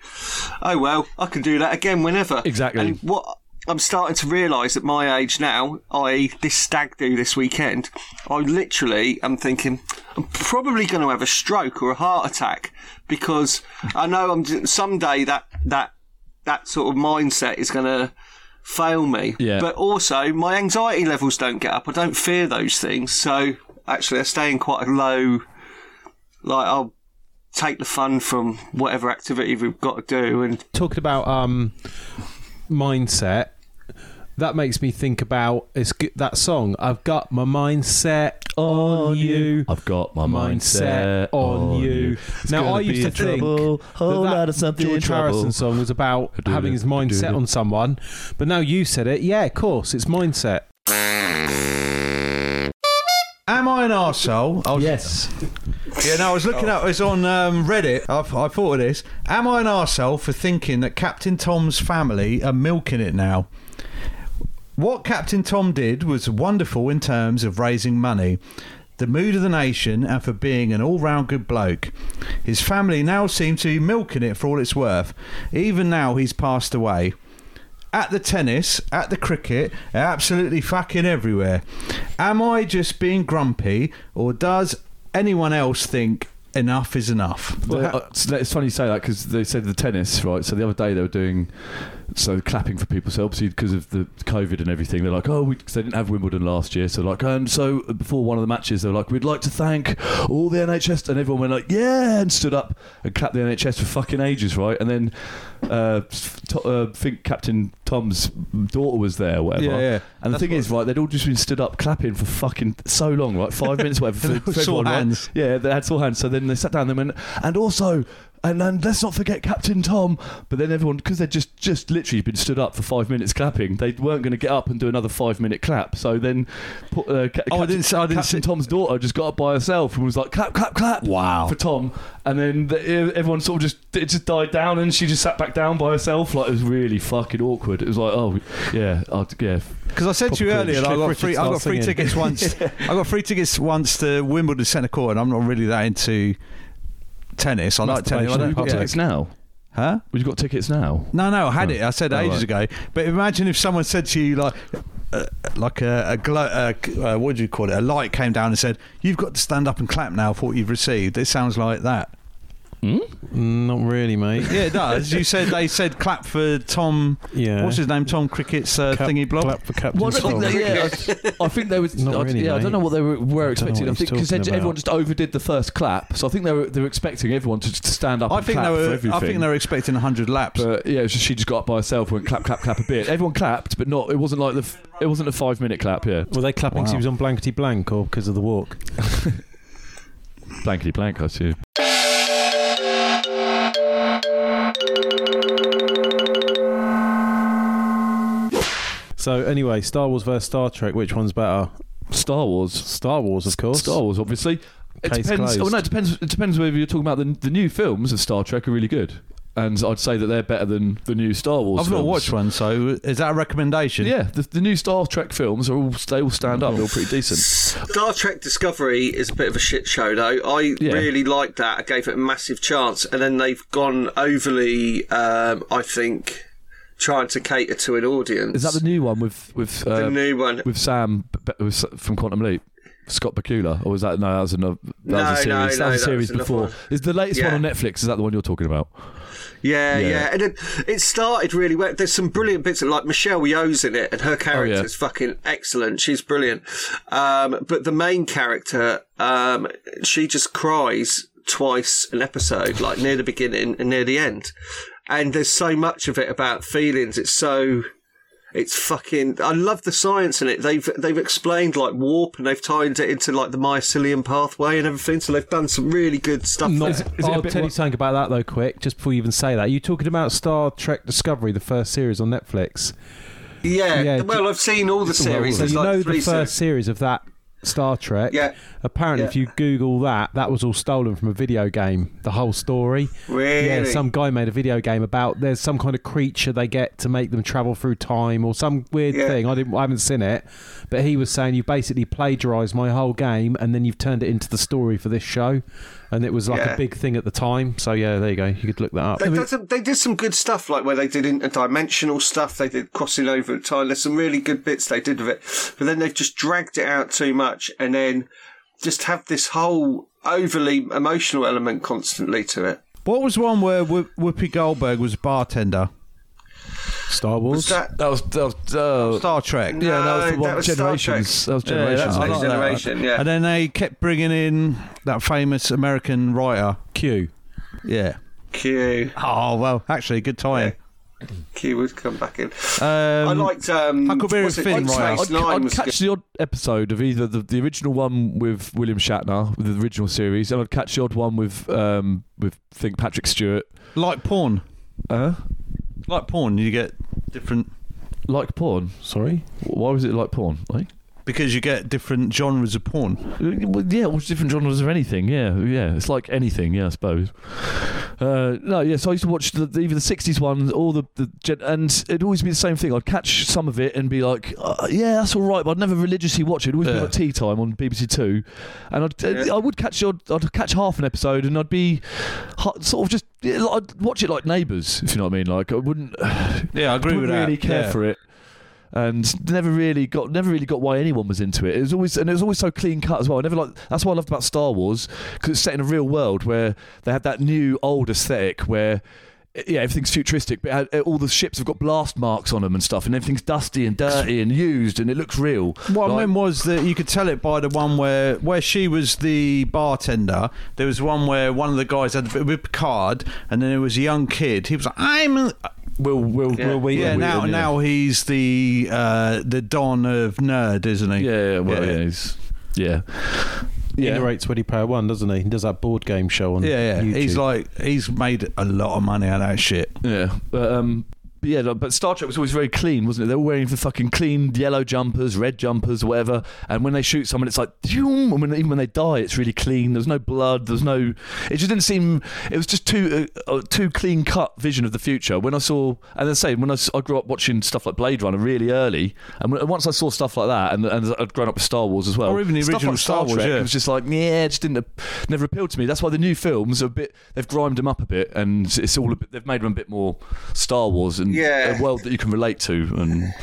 S4: oh well, I can do that again whenever.
S3: Exactly.
S4: And what I'm starting to realise at my age now, i.e., this stag do this weekend, I literally am thinking I'm probably going to have a stroke or a heart attack because I know I'm j- someday that that that sort of mindset is going to fail me.
S3: Yeah.
S4: But also, my anxiety levels don't get up. I don't fear those things. So actually, I stay in quite a low. Like I'll take the fun from whatever activity we've got to do, and
S1: talking about um, mindset. That makes me think about it's good, that song. I've got my mindset on you.
S3: I've got my
S1: mindset on you. Now I used to think
S3: whole
S1: that,
S3: lot
S1: that
S3: of something
S1: George
S3: in trouble.
S1: Harrison song was about
S3: do
S1: having
S3: it,
S1: his
S3: I do
S1: mindset
S3: it.
S1: on someone, but now you said it. Yeah, of course, it's mindset.
S2: Am I Flying Arsehole. I was,
S1: Yes.
S2: Yeah, no, I was looking up, it's on um, Reddit. I, I thought of this. Am I an arsehole for thinking that Captain Tom's family are milking it now? What Captain Tom did was wonderful in terms of raising money, the mood of the nation, and for being an all round good bloke. His family now seem to be milking it for all it's worth, even now he's passed away. At the tennis, at the cricket, absolutely fucking everywhere. Am I just being grumpy, or does anyone else think enough is enough?
S3: Well, uh, it's it's funny you say that because they said the tennis, right? So the other day they were doing so clapping for people. So obviously because of the COVID and everything, they're like, oh, we, cause they didn't have Wimbledon last year, so like, and so before one of the matches, they were like, we'd like to thank all the NHS, and everyone went like, yeah, and stood up and clapped the NHS for fucking ages, right? And then uh, to, uh, think Captain Tom's daughter was there, or whatever.
S2: Yeah, yeah.
S3: And the
S2: That's
S3: thing
S2: what-
S3: is, right, they'd all just been stood up clapping for fucking so long, right? Five minutes, whatever. for-
S2: They all
S3: for
S2: saw
S3: everyone, right?
S2: hands.
S3: Yeah, they had sore hands. So then they sat down. They went, and also, and then let's not forget Captain Tom. But then everyone, because they'd just just literally been stood up for five minutes clapping, they weren't going to get up and do another five minute clap. So then, pu- uh, Ca-
S2: Oh, I
S3: Captain,
S2: didn't see- I didn't
S3: Captain
S2: see-
S3: Tom's daughter just got up by herself and was like, clap, clap, clap.
S2: Wow.
S3: For Tom, and then the, e, everyone sort of just it just died down, and she just sat back down by herself. Like it was really fucking awkward. It was like, oh yeah, i yeah.
S2: Because I said to you
S3: Proper
S2: earlier, that I got
S1: Cliff
S2: free. I
S1: Richard
S2: got free
S1: starts
S2: tickets once. I got free tickets once to Wimbledon Centre Court, and I'm not really that into tennis. I like tennis. I
S3: Have you got
S2: yeah.
S3: tickets now?
S2: Huh?
S3: Have you got tickets now?
S2: No, no, I had
S3: Oh.
S2: it. I said
S3: Oh,
S2: ages ago. But imagine if someone said to you like. Uh, like a, a glow, uh, c- uh, what do you call it? A light came down and said, "You've got to stand up and clap now for what you've received." It sounds like that.
S1: Not really, mate.
S2: Yeah, it does. you said they said clap for Tom.
S1: Yeah.
S2: What's his name? Tom Cricket's uh,
S1: Cap-
S2: thingy blob.
S1: clap for Captain
S7: Well, I don't
S1: Tom.
S7: think they, yeah, I, I think they was.
S1: Not
S7: I,
S1: really,
S7: yeah, I
S1: mate.
S7: don't know what they were, were
S1: I don't
S7: expecting. I
S1: know what he's
S7: think because
S1: talking
S7: everyone
S1: about.
S7: just overdid the first clap, so I think they were they were expecting everyone to, to stand up.
S2: I
S7: and
S2: think
S7: clap
S2: they
S7: for
S2: were.
S7: everything.
S2: I think they were expecting hundred laps.
S3: But yeah, it was just, she just got up by herself, went clap, clap, clap a bit. Everyone clapped, but not. It wasn't like the. F- it wasn't a five minute clap. Yeah,
S1: Were they clapping 'cause
S2: Wow.
S1: he was on blankety blank or because of the walk?
S3: blankety blank. I see.
S1: So anyway, Star Wars versus Star Trek, which one's better?
S3: Star Wars.
S1: Star Wars, of course.
S3: Star Wars, obviously. It
S1: Case
S3: depends. Oh
S1: closed.
S3: no, it depends. It depends whether you're talking about the the new films of Star Trek are really good, and I'd say that they're better than the new Star Wars.
S2: I've not
S3: films.
S2: watched one, so is that a recommendation?
S3: Yeah, the, the new Star Trek films are all they all stand up. They're all pretty decent.
S4: Star Trek Discovery is a bit of a shit show, though. I
S3: Yeah.
S4: really liked that. I gave it a massive chance, and then they've gone overly, um, I think, trying to cater to an audience.
S3: Is that the new one with with
S4: The
S3: uh,
S4: new one?
S3: with Sam b- b- with, S- from Quantum Leap? Scott Bakula, or was that no? That was another. That
S4: No,
S3: was a
S4: no,
S3: series. that
S4: no,
S3: was a
S4: that
S3: series
S4: was another
S3: before.
S4: one.
S3: Is the latest
S4: Yeah.
S3: one on Netflix? Is that the one you're talking about?
S4: Yeah,
S3: Yeah.
S4: yeah, And then it started really well. There's some brilliant bits of like Michelle Yeoh's in it, and her character is fucking excellent. She's brilliant. Um, but the main character, um, she just cries twice an episode, like near the beginning and near the end. And there's so much of it about feelings. It's so. It's fucking. I love the science in it. They've they've explained like warp, and they've tied it into like the mycelium pathway and everything. So they've done some really good stuff.
S1: Not,
S4: there.
S3: it a
S1: I'll
S3: bit
S1: tell you
S3: more-
S1: something about that though, quick, just before you even say that. Are you talking about Star Trek Discovery, the first series on Netflix?
S4: Yeah,
S1: Yeah,
S4: well, I've seen all the series.
S1: So
S4: There's
S1: you
S4: like
S1: know
S4: three
S1: the first series of that Star Trek.
S4: Yeah.
S1: Apparently,
S4: Yeah.
S1: if you Google that, that was all stolen from a video game. The whole story.
S4: Really?
S1: Yeah. Some guy made a video game about there's some kind of creature they get to make them travel through time or some weird
S4: Yeah.
S1: thing. I didn't. I haven't seen it, but he was saying you basically plagiarised my whole game and then you've turned it into the story for this show, and it was like
S4: Yeah.
S1: a big thing at the time. So yeah, there you go. You could look that up.
S4: They, did some, they did some good stuff, like where they did interdimensional stuff. They did crossing over time. There's some really good bits they did of it, but then they've just dragged it out too much, and then just have this whole overly emotional element constantly to it.
S2: What was one where Who- Whoopi Goldberg was a bartender?
S1: Star Wars.
S4: Was that?
S3: That was that was. Uh,
S2: Star Trek.
S4: No,
S3: yeah, that was the one
S4: that was Star
S3: Generations. That was
S2: Yeah,
S3: Generations.
S2: that's- I
S3: mate.
S2: like that.
S4: Generation, yeah.
S2: And then they kept bringing in that famous American writer.
S1: Q.
S2: Yeah.
S4: Q.
S2: Oh well, actually, good tie.
S4: Q would come back in.
S2: Um,
S4: I liked um,
S2: Huckleberry
S4: what's it,
S2: Finn,
S4: Deep
S2: right?
S4: Space
S3: I'd,
S4: Nine
S3: I'd
S4: was
S3: catch the odd episode of either the, the original one with William Shatner, the original series, and I'd catch the odd one with um with think Patrick Stewart.
S2: like porn. Uh-huh.
S3: Uh,
S2: Like porn, you get different.
S3: like porn.
S1: Sorry.
S3: Why was it like porn? Like
S2: because you get different genres of porn.
S3: Well, yeah, watch different genres of anything. Yeah, yeah, it's like anything. Yeah, I suppose. Uh, no, yeah. So I used to watch the, the- either the '60s ones or the, the gen- and it'd always be the same thing. I'd catch some of it and be like, uh, "Yeah, that's all right," but I'd never religiously watch it. It'd always be
S2: Yeah.
S3: like tea time on BBC Two, and I'd, I would catch the odd- I'd catch half an episode and I'd be hu- sort of just yeah, like, I'd watch it like Neighbours, if you know what I mean. Like I wouldn't
S2: Yeah, I agree with
S3: didn't
S2: that.
S3: really care
S2: Yeah.
S3: for it, and never really got never really got why anyone was into it. It was always and it was always so clean cut as well. I never like that's what I loved about Star Wars because it's set in a real world where they had that new old aesthetic where. i- Yeah, everything's futuristic, but it had- all the ships have got blast marks on them and stuff, and everything's dusty and dirty and used, and it looks real.
S2: What I
S3: Like-
S2: meant was that you could tell it by the one where where she was the bartender. There was one where one of the guys had a bit with Picard, and then there was a young kid. He was like, "I'm." a-"
S1: Will Will Will Wheaton.
S2: yeah, now now he's the uh, the don of nerd, isn't he?
S3: yeah, yeah, well, yeah, he's, yeah.
S1: he
S3: yeah.
S1: narrates Ready Player One, doesn't he? He does that board game show on
S2: yeah, yeah.
S1: YouTube.
S2: He's like he's made a lot of money out of that shit.
S3: Yeah, but um, but yeah, like, but Star Trek was always very clean, wasn't it? They were wearing the fucking clean yellow jumpers, red jumpers, whatever. And when they shoot someone, it's like, "Phew," and when, even when they die, it's really clean. There's no blood. There's no. It just didn't seem. It was just too uh, uh, too clean cut vision of the future. When I saw, and I say, when I, s- I grew up watching stuff like Blade Runner really early, and when, once I saw stuff like that, and, and I'd grown up with Star Wars as well,
S2: Or even the
S3: stuff
S2: original
S3: like
S2: Star Wars,
S3: Trek,
S2: yeah.
S3: it was just like, yeah, it just didn't never appealed to me. That's why the new films are a bit. They've grimed them up a bit, and it's all a bit. They've made them a bit more Star Wars and
S4: Yeah.
S3: a world that you can relate to. And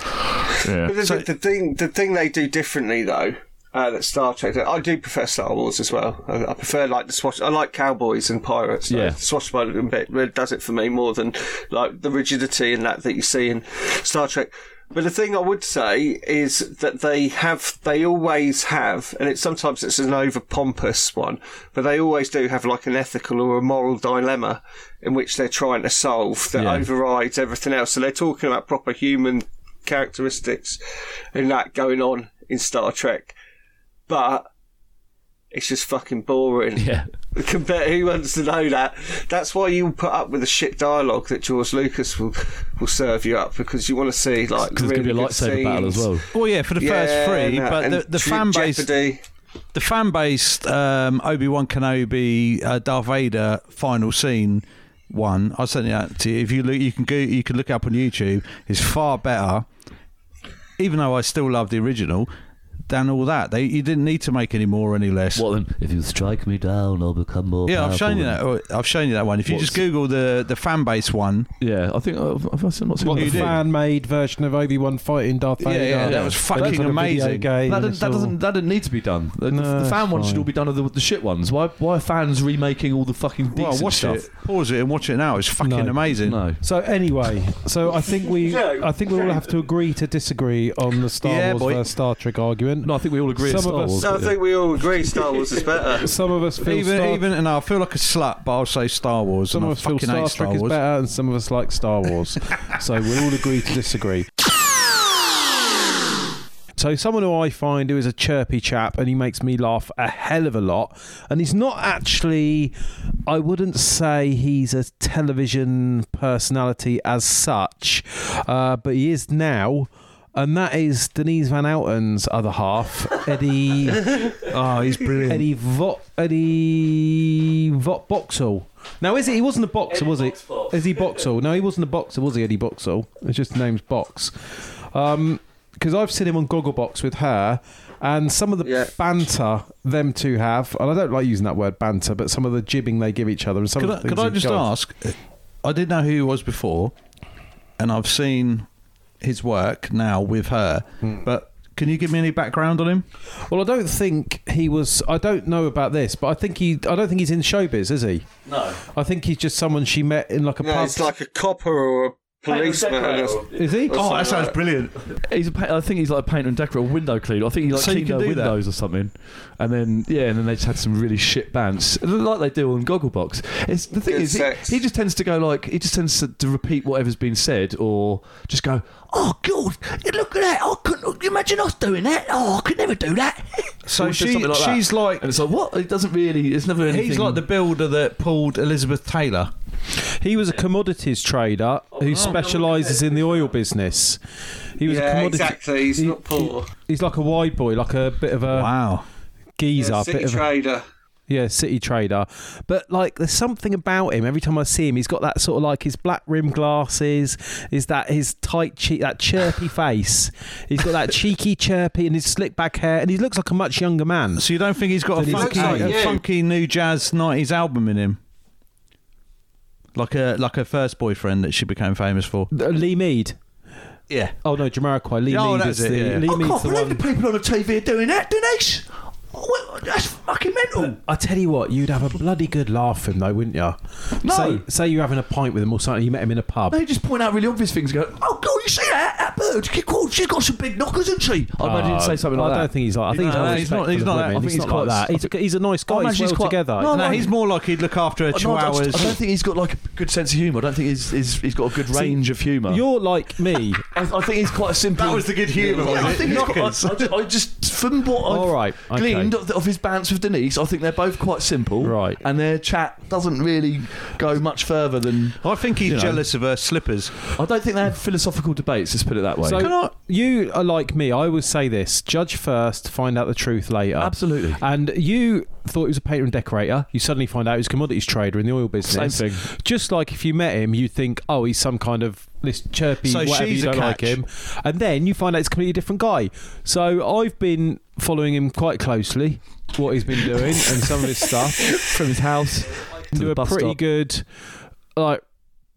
S4: But the, the, the thing, the thing they do differently though, uh, that Star Trek. I do prefer Star Wars as well. I, I prefer like the swash. I like cowboys and pirates.
S3: Yeah.
S4: the swashbuckling bit really does it for me more than like the rigidity and that that you see in Star Trek. But the thing I would say is that they have, they always have, and it's sometimes it's an over pompous one, but they always do have like an ethical or a moral dilemma in which they're trying to solve that overrides everything else. So they're talking about proper human characteristics and that going on in Star Trek, but it's just fucking boring.
S3: yeah,
S4: Compared, who wants to know that? That's why you put up with the shit dialogue that George Lucas will will serve you up because you want to see like
S3: because
S4: really
S3: it's gonna be a lightsaber
S4: good
S3: battle as
S4: scenes.
S3: well.
S2: Well, yeah, for the
S4: Yeah,
S2: first three,
S4: and that-
S2: but
S4: and
S2: the, the
S4: Je-
S2: fan base,
S4: Jeopardy.
S2: the fan base, um, Obi Wan Kenobi, uh, Darth Vader final scene one. I sent it out to you. If you look, you can go, you can look up on YouTube. Is far better, even though I still love the original. Than all that, they you didn't need to make any more or any less.
S3: What then? If you strike me down, I'll become more.
S2: yeah, I've
S3: powerful
S2: shown you
S3: than-
S2: that. oh, I've shown you that one. If you just
S3: What's-
S2: Google the the fan base one,
S3: Yeah, I think I've, I've I've not seen
S1: what
S3: that.
S1: the
S2: you do.
S1: fan made version of Obi Wan fighting Darth
S2: Yeah,
S1: Vader.
S2: yeah, that was
S1: They
S2: fucking
S1: did a video game
S2: amazing.
S3: That,
S1: and
S3: didn't,
S1: it's
S3: that
S1: all-
S3: doesn't. That didn't need to be done. The,
S1: No,
S3: the
S1: it's
S3: fan ones should
S1: fine.
S3: all be done. With the, the shit ones. Why? Why are fans remaking all the fucking decent
S2: well, watch
S3: stuff?
S2: it, pause it, and watch it now. It's fucking
S1: No.
S2: amazing.
S3: No.
S1: So anyway, so I think we,
S4: Joe,
S1: I think we all have to agree to disagree on the Star
S2: Yeah,
S1: Wars
S2: boy.
S1: versus Star Trek argument.
S3: No, I think we all agree.
S1: Some
S3: it's
S1: of
S3: Star
S1: us-
S3: Wars,
S4: No, I
S3: but yeah.
S4: think we all agree Star Wars is better.
S1: Some of us feel
S2: Even
S1: Star,
S2: even, and I feel like a slut, but I'll say Star Wars.
S1: some
S2: and
S1: of
S2: I
S1: us feel
S2: fucking
S1: Star
S2: hate
S1: Trek
S2: Star
S1: is
S2: Wars.
S1: better, and some of us like Star Wars. so we all agree to disagree. So someone who I find who is a chirpy chap and he makes me laugh a hell of a lot and he's not actually I wouldn't say he's a television personality as such uh, but he is now and that is Denise Van Outen's other half Eddie
S2: Oh, he's brilliant.
S1: Eddie Vot Eddie Vot Boxall. Now is it? He wasn't a boxer, was he? Is he Boxall? No, he wasn't a boxer, was he? Eddie Boxall. It's just the name's Box. Um, because I've seen him on Gogglebox with her, and some of the
S4: Yeah.
S1: banter them two have, and I don't like using that word banter, but some of the jibbing they give each other, and some
S2: Could
S1: of
S2: I,
S1: the
S2: could
S1: things
S2: I
S1: he
S2: just
S1: goes-
S2: ask? I didn't know who he was before, and I've seen his work now with her.
S8: Hmm.
S2: But can you give me any background on him?
S1: Well, I don't think he was. I don't know about this, but I think he. I don't think he's in showbiz, is he? No. I think he's just someone she met in like a
S4: No,
S1: pub.
S4: it's like a copper or a policeman. or-
S1: is he?
S4: Oh, that sounds
S2: brilliant.
S3: He's a pa- I think he's like a painter and decorator, window cleaner. I think he like
S2: So you
S3: cleaned
S2: can
S3: their
S2: do that?
S3: windows or something. And then yeah, and then they just had some really shit bants, like they do on Gogglebox. It's the thing
S4: Good
S3: is,
S4: sex.
S3: he, he just tends to go like he just tends to, to repeat whatever's been said, or just go, "Oh God, you look at that! I couldn't imagine us doing that. Oh, I could never do that."
S2: So
S3: Or just
S2: she-
S3: something that.
S2: she's like-
S3: and it's like what? It doesn't really. It's never anything.
S2: He's like the builder that pulled Elizabeth Taylor.
S1: He was a commodities trader
S4: Oh,
S1: who specialises in the oil business. He was a
S4: yeah,
S1: commodity.
S4: exactly. He's
S1: he-
S4: not poor.
S1: He's like a wide boy, like a bit of a
S2: Uh, Wow.
S1: geezer,
S4: Yeah,
S1: a bit
S4: city
S1: of a,
S4: trader.
S1: yeah, city trader. But like, there's something about him. Every time I see him, he's got that sort of like his black rim glasses. Is that his tight cheek, that chirpy face? He's got that cheeky, chirpy, and his slick back hair, and he looks like a much younger man.
S2: So you don't think he's got
S1: Then
S2: a
S1: he
S2: funky,
S1: looks like
S2: a
S4: you.
S2: funky new jazz '90s album in him, like a like her first boyfriend that she became famous for.
S1: Uh, Lee Mead.
S2: Yeah.
S1: Oh no, Jamiroquai. Lee
S2: Oh,
S1: Mead
S2: that's
S1: is
S2: it,
S1: the
S2: yeah.
S1: Lee
S2: I
S1: Mead's the one.
S8: people on the TV are doing that, do they? that's fucking mental.
S1: I tell you what, you'd have a bloody good laugh with him though, wouldn't you?
S3: No.
S1: Say, say you're having a pint with him or something. You met him in a pub.
S3: They just point out really obvious things. and Go.
S8: Oh, God, you see that? That bird, she- God, she's got some big knockers, isn't she?
S3: I imagine he'd say something like
S1: I
S3: that.
S1: don't think he's like. I think
S2: No,
S1: he's,
S2: he's
S1: not.
S2: not- he's not that- I think
S1: he's,
S2: he's
S1: not like
S2: quite-
S1: that. He's a, he's a nice guy. He's
S3: imagine
S1: well
S3: he's quite-
S1: together.
S9: Oh,
S3: No,
S2: No, he's more like he'd look after a
S3: Oh, No, I don't-
S2: chihuahuas.
S3: I don't think he's got like a good sense of humour. I don't think he's he's, he's got a good range of humour.
S1: You're like me.
S3: I, I think he's quite a simple.
S2: That was the good humour,
S3: Yeah,
S2: wasn't
S3: I
S2: it?
S3: think he's got-
S2: Knockers.
S3: I, I, ju- I just from what I've
S1: All right, okay.
S3: gleaned of, the, of his bants with Denise, I think they're both quite simple.
S1: Right.
S3: and their chat doesn't really go much further than.
S2: I think he's
S3: You know.
S2: jealous of her slippers.
S3: I don't think they have philosophical debates. Let's put it that way.
S1: So
S2: Can I-
S1: you are like me. I always say this: judge first, find out the truth later.
S3: Absolutely.
S1: And you thought he was a painter and decorator. You suddenly find out he's a commodities trader in the oil business.
S3: Same thing.
S1: Just like if you met him, you think, oh, he's some kind of this chirpy,
S2: So
S1: whatever.
S2: she's
S1: you
S2: a
S1: don't like
S2: catch.
S1: him, and then you find out it's a completely different guy. So I've been following him quite closely. What he's been doing and some of his stuff
S3: from his house to
S1: do
S3: the
S1: a
S3: bus
S1: pretty
S3: stop.
S1: good like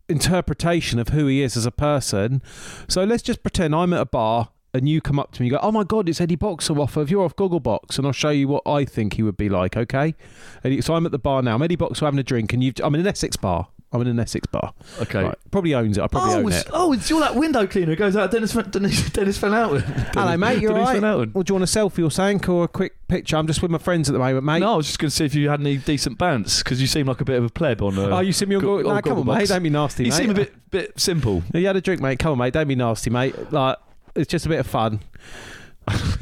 S1: interpretation of who he is as a person. So let's just pretend I'm at a bar and you come up to me and you go, Oh my god, it's Eddie Boxer off of you're off Gogglebox and I'll show you what I think he would be like, okay? Eddie, so I'm at the bar now, I'm Eddie Boxer having a drink and you've I'm in an Essex bar. I'm in an Essex bar.
S3: Okay.
S1: Right, Probably owns it. I probably
S3: Oh,
S1: own
S3: it's,
S1: it.
S3: oh, it's all that window cleaner who goes out. Dennis, Dennis, Dennis fell out with.
S1: Hello,
S3: Dennis-
S1: mate. You're
S3: Dennis
S1: right.
S3: Van
S1: Well,
S3: Outen.
S1: do you want a selfie or something or a quick picture? I'm just with my friends at the moment, mate.
S3: No, I was just going to see if you had any decent bants because you seem like a bit of a pleb on. Uh,
S1: Oh, you see me on
S3: Go-
S1: Go- no,
S3: on
S1: come on,
S3: Gogglebox.
S1: mate. Don't be nasty,
S3: You
S1: mate.
S3: seem a bit bit simple.
S1: You had a drink, mate. Come on, mate. Don't be nasty, mate. Like it's just a bit of fun.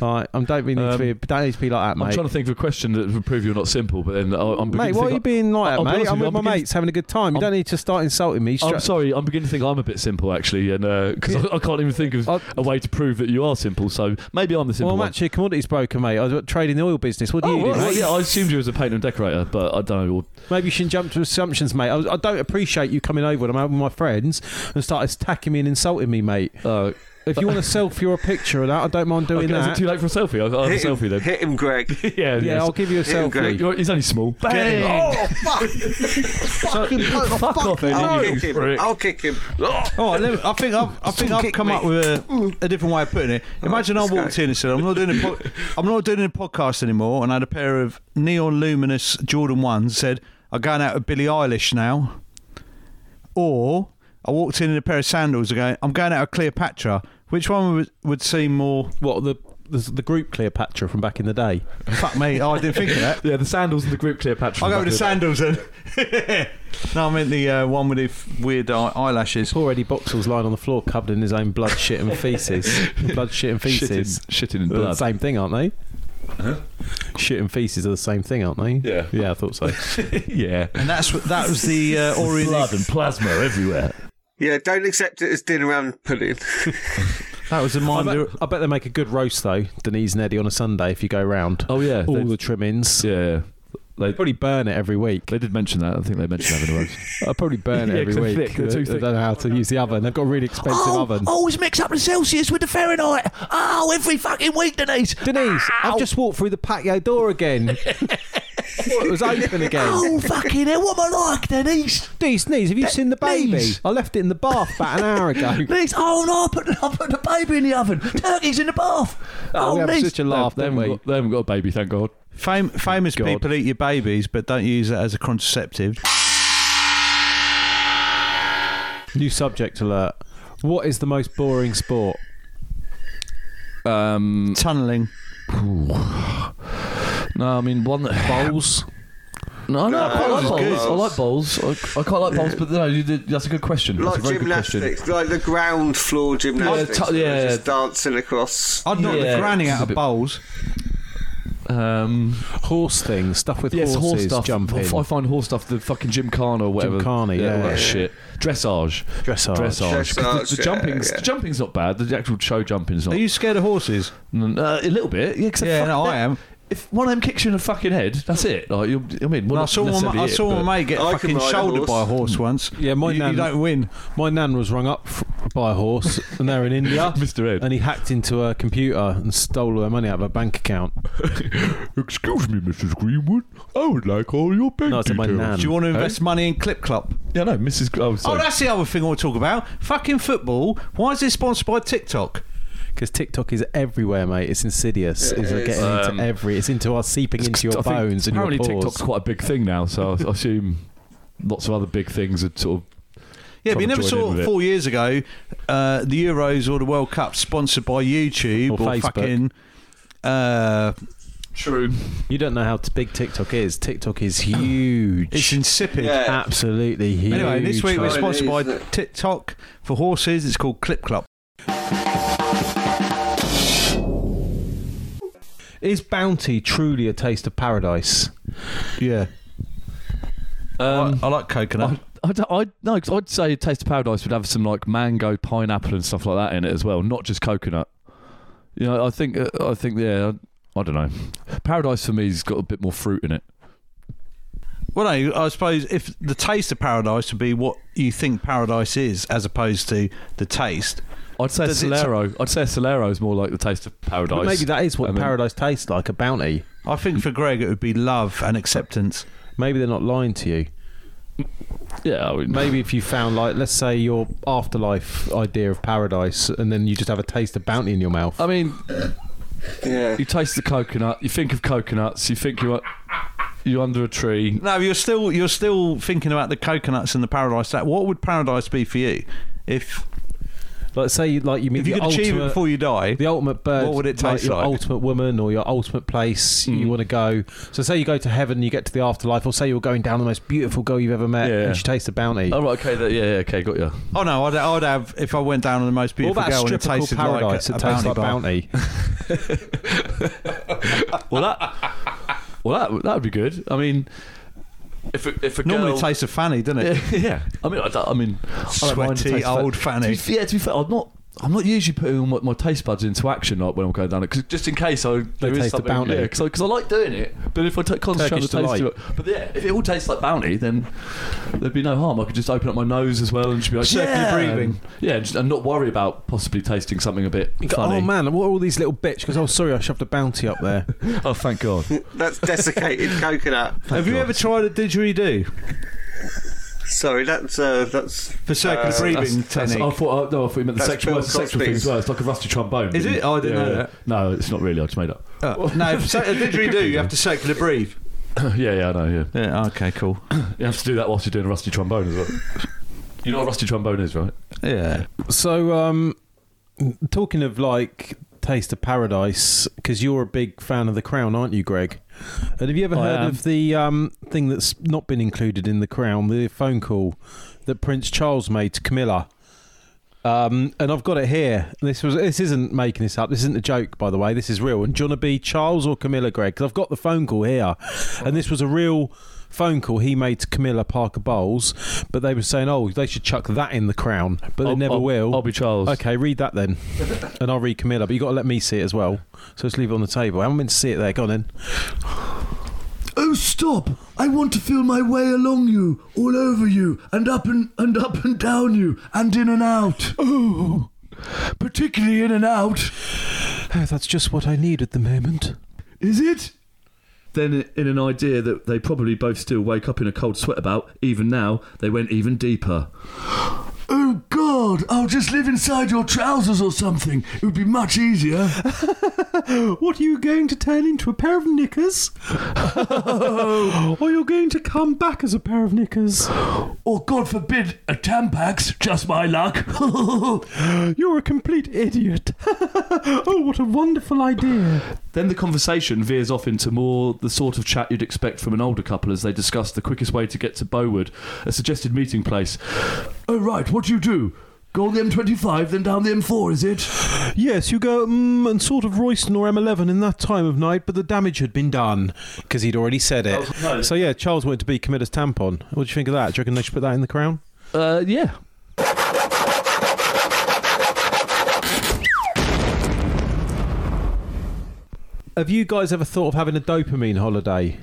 S1: Like I'm don't really need
S3: Um,
S1: to be don't need to be like that,
S3: I'm
S1: mate.
S3: trying to think of a question that would prove you're not simple, but then I, I'm
S1: mate,
S3: beginning to
S1: why are
S3: think
S1: you being like
S3: I'll
S1: that, mate?
S3: be honest
S1: I'm with my
S3: with you, I'm beginning-
S1: mates having a good time. You
S3: I'm-
S1: don't need to start insulting me.
S3: I'm
S1: Stra-
S3: sorry. I'm beginning to think I'm a bit simple, actually, and because I, I can't even think of
S1: I-
S3: a way to prove that you are simple. So maybe I'm the
S1: well,
S3: simple
S1: I'm
S3: one.
S1: actually a commodities broker, mate. I trade in the oil business. What do
S3: Oh,
S1: you do,
S3: right, well,
S1: mate?
S3: yeah, I assumed you was a painter and decorator, but I don't know.
S1: Maybe you shouldn't jump to assumptions, mate. I, was- I don't appreciate you coming over when I'm out with my friends and start attacking me and insulting me, mate.
S3: Uh,
S1: If you want to selfie or a picture of that, I don't mind doing
S3: okay, is it
S1: Oh, that.
S3: too late for a selfie? I, I have a
S4: Hit him,
S3: selfie then.
S4: hit him, Greg.
S3: yeah,
S1: yeah, I'll give you a Oh,
S4: Yeah,
S1: selfie.
S4: okay.
S3: You're, he's only small.
S2: Bang!
S3: Fuck off,
S4: I'll
S3: Eddie.
S4: kick
S3: You
S4: him.
S3: prick.
S4: I'll kick him.
S2: All right, let me, I think I've, I think I've come up with
S3: Mm.
S2: a, a different way of putting it. Imagine I walked in and said, "I'm not doing a po- I'm not doing a podcast anymore," and I had a pair of neon luminous Jordan ones. Said, "I'm going out with Billie Eilish now," or I walked in in a pair of sandals and going, "I'm going out with Cleopatra." Which one would, would seem more?
S1: What the, the the group Cleopatra from back in the day?
S2: Fuck me, oh, I didn't think of that.
S3: Yeah, the sandals and the group Cleopatra.
S2: I'll go with the
S3: back
S2: sandals then. no, I meant the uh, one with the f- weird eye- eyelashes.
S1: Poor Eddie Boxall's lying on the floor covered in his own blood, shit, and feces. blood, shit, and
S3: there.
S1: feces.
S3: Shitting, shitting in
S1: They're the
S3: blood.
S1: same thing, aren't they? Shit and feces are the same thing, aren't they?
S3: Yeah.
S1: Yeah, I thought so.
S3: yeah.
S2: And that's what- that was the uh, Orient.
S3: Blood and plasma everywhere.
S4: Yeah, don't accept it as dinner and pudding.
S2: That was the
S1: I
S2: mind.
S1: bet, I bet they make a good roast, though, Denise and Eddie, on a Sunday if you go round.
S3: Oh yeah.
S1: All
S3: they-
S1: the trimmings.
S3: yeah.
S1: They probably burn it every week.
S3: They did mention that. I think they mentioned having a roast.
S1: I probably burn it
S3: Yeah,
S1: every
S3: 'cause
S1: week.
S3: they're thick, they're too
S1: They
S3: thick.
S1: don't know how to use the oven. They've got a really expensive
S8: Oh,
S1: oven.
S8: always mix up the Celsius with the Fahrenheit. Oh, every fucking week, Denise.
S1: Denise, I've just walked through the patio door again. it was open again.
S8: Oh, fucking hell, what am I like, Denise?
S1: Denise, Denise, have you seen the baby?
S8: Denise.
S1: I left it in the bath about an hour ago.
S8: Denise, oh, no, I put, I put the baby in the oven. Turkey's in the bath.
S1: Oh, we
S8: Oh,
S1: had
S8: Denise.
S1: such a laugh,
S3: they,
S1: didn't
S3: haven't
S1: we?
S3: got, they haven't got a baby, thank God.
S2: Fam- famous
S3: God.
S2: people eat your babies, but don't use that as a contraceptive.
S1: New subject alert. What is the most boring sport?
S3: Um,
S2: Tunneling.
S3: no, I mean one bowls. No, no, I quite like
S4: bowls is
S3: bowls.
S4: good.
S3: I like bowls. I, I quite like bowls, but no, you did, that's a good question. That's
S4: like
S3: a very good question.
S4: gymnastics, like the ground floor gymnastics.
S3: Yeah, t- yeah.
S4: Just dancing across.
S2: I'd knock
S3: Yeah,
S2: the granny
S3: this is
S2: out
S3: a
S2: of
S3: bit-
S2: bowls.
S3: Um,
S1: Horse things, stuff with
S3: yes,
S1: horses,
S3: horse stuff.
S1: jumping.
S3: I find horse stuff the fucking Gymkhana or whatever.
S1: Gymkhana, yeah,
S3: all that
S1: yeah.
S3: shit. Dressage.
S1: Dressage.
S3: Dressage. 'Cause The, the
S4: Dressage, yeah,
S3: jumping's
S4: yeah.
S3: the jumping's not bad. The actual show jumping's not.
S2: Are you scared of horses?
S3: Mm, uh, a little bit, yeah. 'cause
S2: Yeah,
S3: fuck-
S2: no, I
S3: that-
S2: am.
S3: If one of them kicks you in the fucking head, that's it. Like, you, I mean, well,
S2: I
S3: not
S2: saw, my,
S3: necessarily
S2: I
S3: it,
S2: saw
S3: but-
S2: my mate get
S4: I can
S2: fucking
S4: ride a
S2: shouldered
S4: horse.
S2: by a horse once.
S1: Yeah, my
S2: you,
S1: nan-
S2: you don't win.
S1: My nan was rung up f- by a horse, and they're in India.
S3: Mr. Ed.
S1: And he hacked into her computer and stole all her money out of her bank account.
S3: Excuse me, Mrs. Greenwood. I would like all your bank
S1: No, I said my nan.
S2: Do you want to invest money in Clip Clop?
S3: Yeah, no, Mrs. Gr- Oh,
S2: Oh,
S3: Hmm. sorry.
S2: that's the other thing I want to talk about. Fucking football. Why is it sponsored by TikTok?
S1: Because TikTok is everywhere, mate. It's insidious. it's like getting
S3: Um,
S1: into every. It's into our seeping into your
S3: I think
S1: bones and your
S3: apparently
S1: pores.
S3: TikTok's quite a big thing now, so I assume lots of other big things are sort of.
S2: Yeah, but you
S3: trying to
S2: never
S3: join in
S2: saw
S3: with it.
S2: four years ago uh, the Euros or the World Cup sponsored by YouTube
S1: Or
S2: or,
S1: Facebook.
S2: fucking. Uh,
S3: True.
S1: you don't know how t- big TikTok is. TikTok is huge.
S2: it's insipid.
S4: Yeah.
S1: absolutely huge.
S2: Anyway, this week we're
S1: mate.
S4: Right,
S2: sponsored by
S4: it is, isn't it?
S2: TikTok for horses. It's called Clip Clop.
S1: is bounty truly a taste of paradise?
S2: Yeah,
S3: Um,
S2: I, I like coconut.
S3: I, I, don't- I, no, 'cause I'd say Taste of Paradise would have some like mango, pineapple, and stuff like that in it as well, not just coconut. You know, I think, uh, I think, yeah, I, I don't know. Paradise for me's got a bit more fruit in it.
S2: Well, no, I suppose if the taste of paradise would be what you think paradise is, as opposed to the taste.
S3: I'd say
S2: Does it-
S3: Solero. I'd say Solero is more like the Taste of Paradise.
S1: But maybe that is what
S3: I mean-
S1: paradise tastes like—a bounty.
S2: I think for Greg it would be love and acceptance.
S1: Maybe they're not lying to you.
S3: Yeah, I mean,
S1: Maybe if you found, like, let's say your afterlife idea of paradise, and then you just have a taste of bounty in your mouth.
S2: Uh,
S3: I mean,
S4: Yeah.
S3: you taste the coconut. You think of coconuts. You think you're you're under a tree.
S2: No, you're still you're still thinking about the coconuts and the paradise. That what would paradise be for you if
S1: like, say, you, like you meet
S2: if you
S1: the
S2: could achieve it
S1: ultimate-
S2: before you die?
S1: the ultimate bird.
S2: What would it taste
S1: Your
S2: like? Hmm.
S1: ultimate woman or your ultimate place you want to go. So say you go to heaven, you get to the afterlife, or say you're going down the most beautiful girl you've ever met,
S3: Yeah.
S1: and she tastes the bounty.
S3: Oh right, okay, that, yeah, yeah, okay, got you.
S2: Oh no, I'd, I'd have if I went down on the most
S1: What
S2: beautiful
S1: about a
S2: girl and
S1: strip
S2: it
S1: called
S2: tasted like a,
S1: paradise
S2: a
S1: that tastes
S2: bounty
S1: like
S2: bar.
S1: bounty?
S3: Well, that well that that would be good. I mean, if a, if a
S2: Normally,
S3: girl,
S2: it tastes of fanny, doesn't it?
S3: yeah, I mean, I, don't- I mean, I don't mind the
S2: Sweaty
S3: taste of
S2: old
S3: that.
S2: fanny.
S3: To be, yeah, to be fair, I'm not. I'm not usually putting my, my taste buds into action like when I'm going down it, cause just in case I there
S1: taste
S3: is
S1: the
S3: something.
S1: bounty.
S3: Yeah, because I, 'cause I like doing it, but if I t- concentrate on the
S1: Turkish
S3: taste of
S1: delight.
S3: it, but yeah, if it all tastes like bounty, then there'd be no harm. I could just open up my nose as well and just be like,
S2: Circular
S3: yeah,
S2: breathing.
S3: and, yeah, and, just, and not worry about possibly tasting something a bit
S1: You go,
S3: funny.
S1: Oh man, what are all these little bitch? Because oh, sorry, I shoved a bounty up there.
S3: Oh, thank God.
S4: That's desiccated coconut.
S2: Have you ever tried a didgeridoo
S4: Sorry, that's uh, that's
S2: for circular
S4: Uh,
S2: breathing
S3: That's- that's- I
S2: technique?
S3: thought, uh, no, I thought you meant the
S4: That's
S3: sexual,
S4: Bill
S3: sexual thing
S4: Cosby's.
S3: as well. It's like a rusty trombone.
S2: Is it? Oh, I didn't know that.
S3: No, it's not really. I just made up.
S2: Uh, no, for cir- a didgeridoo you have to circular breathe.
S3: yeah, yeah, I know, yeah.
S2: Yeah. Okay. Cool.
S3: You have to do that whilst you're doing a rusty trombone as well. You know what a rusty trombone is, right?
S2: Yeah.
S1: So, um, talking of like Taste of Paradise, because you're a big fan of The Crown, aren't you, Greg? And have you ever
S3: I
S1: heard
S3: am.
S1: of the um, thing that's not been included in The Crown, the phone call that Prince Charles made to Camilla? Um, and I've got it here. This was this isn't making this up. This isn't a joke, by the way. This is real. And do you want to be Charles or Camilla, Greg? 'Cause I've got the phone call here, and this was a real phone call he made to Camilla Parker Bowles. But they were saying, oh, they should chuck that in the crown, but they
S3: I'll-
S1: never
S3: I'll-
S1: will.
S3: I'll be Charles.
S1: Okay, read that then, and I'll read Camilla. But you got to let me see it as well. So let's leave it on the table. I haven't meant to see it there. Go on then.
S10: Oh, stop! I want to feel my way along you, all over you, and up and, and up and down you, and in and out. Oh, particularly in and out.
S1: Oh, that's just what I need at the moment.
S10: Is it?
S3: Then, in an idea that they probably both still wake up in a cold sweat about, even now, they went even deeper.
S10: Oh God! I'll just live inside your trousers or something. It would be much easier.
S1: What are you going to turn into a pair of knickers? or you're going to come back as a pair of knickers?
S10: Or God forbid, a Tampax. Just my luck.
S1: You're a complete idiot. oh, what a wonderful idea.
S3: Then the conversation veers off into more the sort of chat you'd expect from an older couple as they discuss the quickest way to get to Bowood, a suggested meeting place.
S10: oh right, what do you do?
S11: Go on the M25, then down the M4, is it?
S1: Yes, you go mm, and sort of Royston or M11 in that time of night, but the damage had been done because he'd already said it. So yeah, Charles wanted to be Committer's tampon. What do you think of that? Do you reckon they should put that in the crown?
S3: Uh, yeah.
S1: Have you guys ever thought of having a dopamine holiday?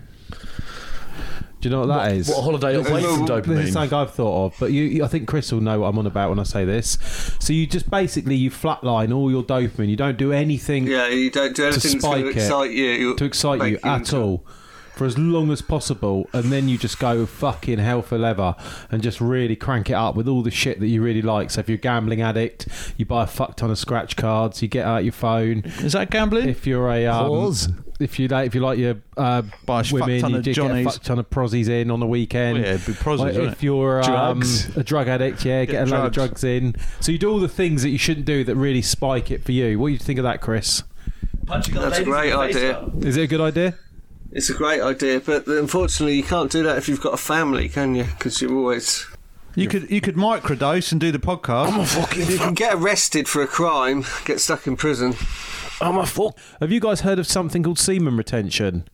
S1: Do you know what that is?
S3: What a holiday away from
S1: This is
S3: dopamine.
S1: something I've thought of, but you, you- I think Chris will know what I'm on about when I say this. So you just basically you flatline all your dopamine. You don't do anything
S4: Yeah, you don't do
S1: to
S4: anything that's
S1: spike
S4: going
S1: it,
S4: to excite you.
S1: to excite you
S4: make
S1: at
S4: into-
S1: all for as long as possible, and then you just go fucking hell for leather and just really crank it up with all the shit that you really like. So if you're a gambling addict, you buy a fuck ton of scratch cards, you get out your phone.
S2: Is that gambling?
S1: If you're a um,
S11: Whores.
S1: if you like, if you like your uh,
S2: Buy a fuck
S1: women,
S2: ton
S1: you
S2: of
S1: do get a
S2: Johnnies.
S1: fuck ton of prozzies in on the weekend.
S2: Well, yeah, it'd be prozzies,
S1: Like,
S2: wouldn't
S1: if
S2: it?
S1: you're um,
S2: Drugs.
S1: a drug addict, yeah, get, a load of drugs
S2: drugs.
S1: in. So you do all the things that you shouldn't do that really spike it for you. What do you think of that, Chris?
S4: That's a great idea.
S1: Is it a good idea?
S4: It's a great idea, but unfortunately, you can't do that if you've got a family, can you? Because you're always.
S2: You could you could microdose and do the podcast.
S4: You can get arrested for a crime, get stuck in prison.
S1: Have you guys heard of something called semen retention?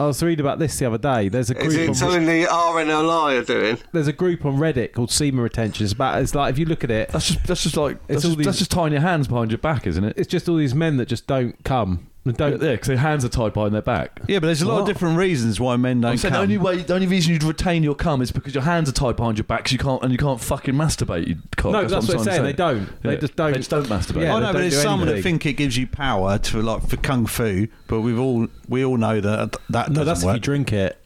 S1: I was reading about this the other day. There's a
S4: Is
S1: group.
S4: it
S1: On,
S4: something the RNLI are doing?
S1: there's a group on Reddit called semen retention. It's about. It's like if you look at it,
S3: That's just that's just like that's
S1: all
S3: just,
S1: these-
S3: that's just tying your hands behind your back, isn't it?
S1: it's just all these men that just don't come. They
S3: Yeah,
S1: Don't.
S3: because their hands are tied behind their back.
S2: Yeah, but there's a lot of different reasons why men don't.
S3: I'm saying the
S2: come.
S3: only way, the only reason you'd retain your cum is because your hands are tied behind your back, so you can't and you can't fucking masturbate. You cock.
S1: No, that's
S3: I'm
S1: what I'm
S3: trying to
S1: saying. They
S3: say.
S1: don't. They
S3: Yeah.
S1: just don't.
S3: They just don't masturbate.
S1: Yeah, they
S2: I know, but
S1: don't
S2: there's
S1: do
S2: some that
S1: anything.
S2: think it gives you power to like for kung fu, but we've all we all know that that
S1: No,
S2: doesn't
S1: that's if
S2: work.
S1: you drink it.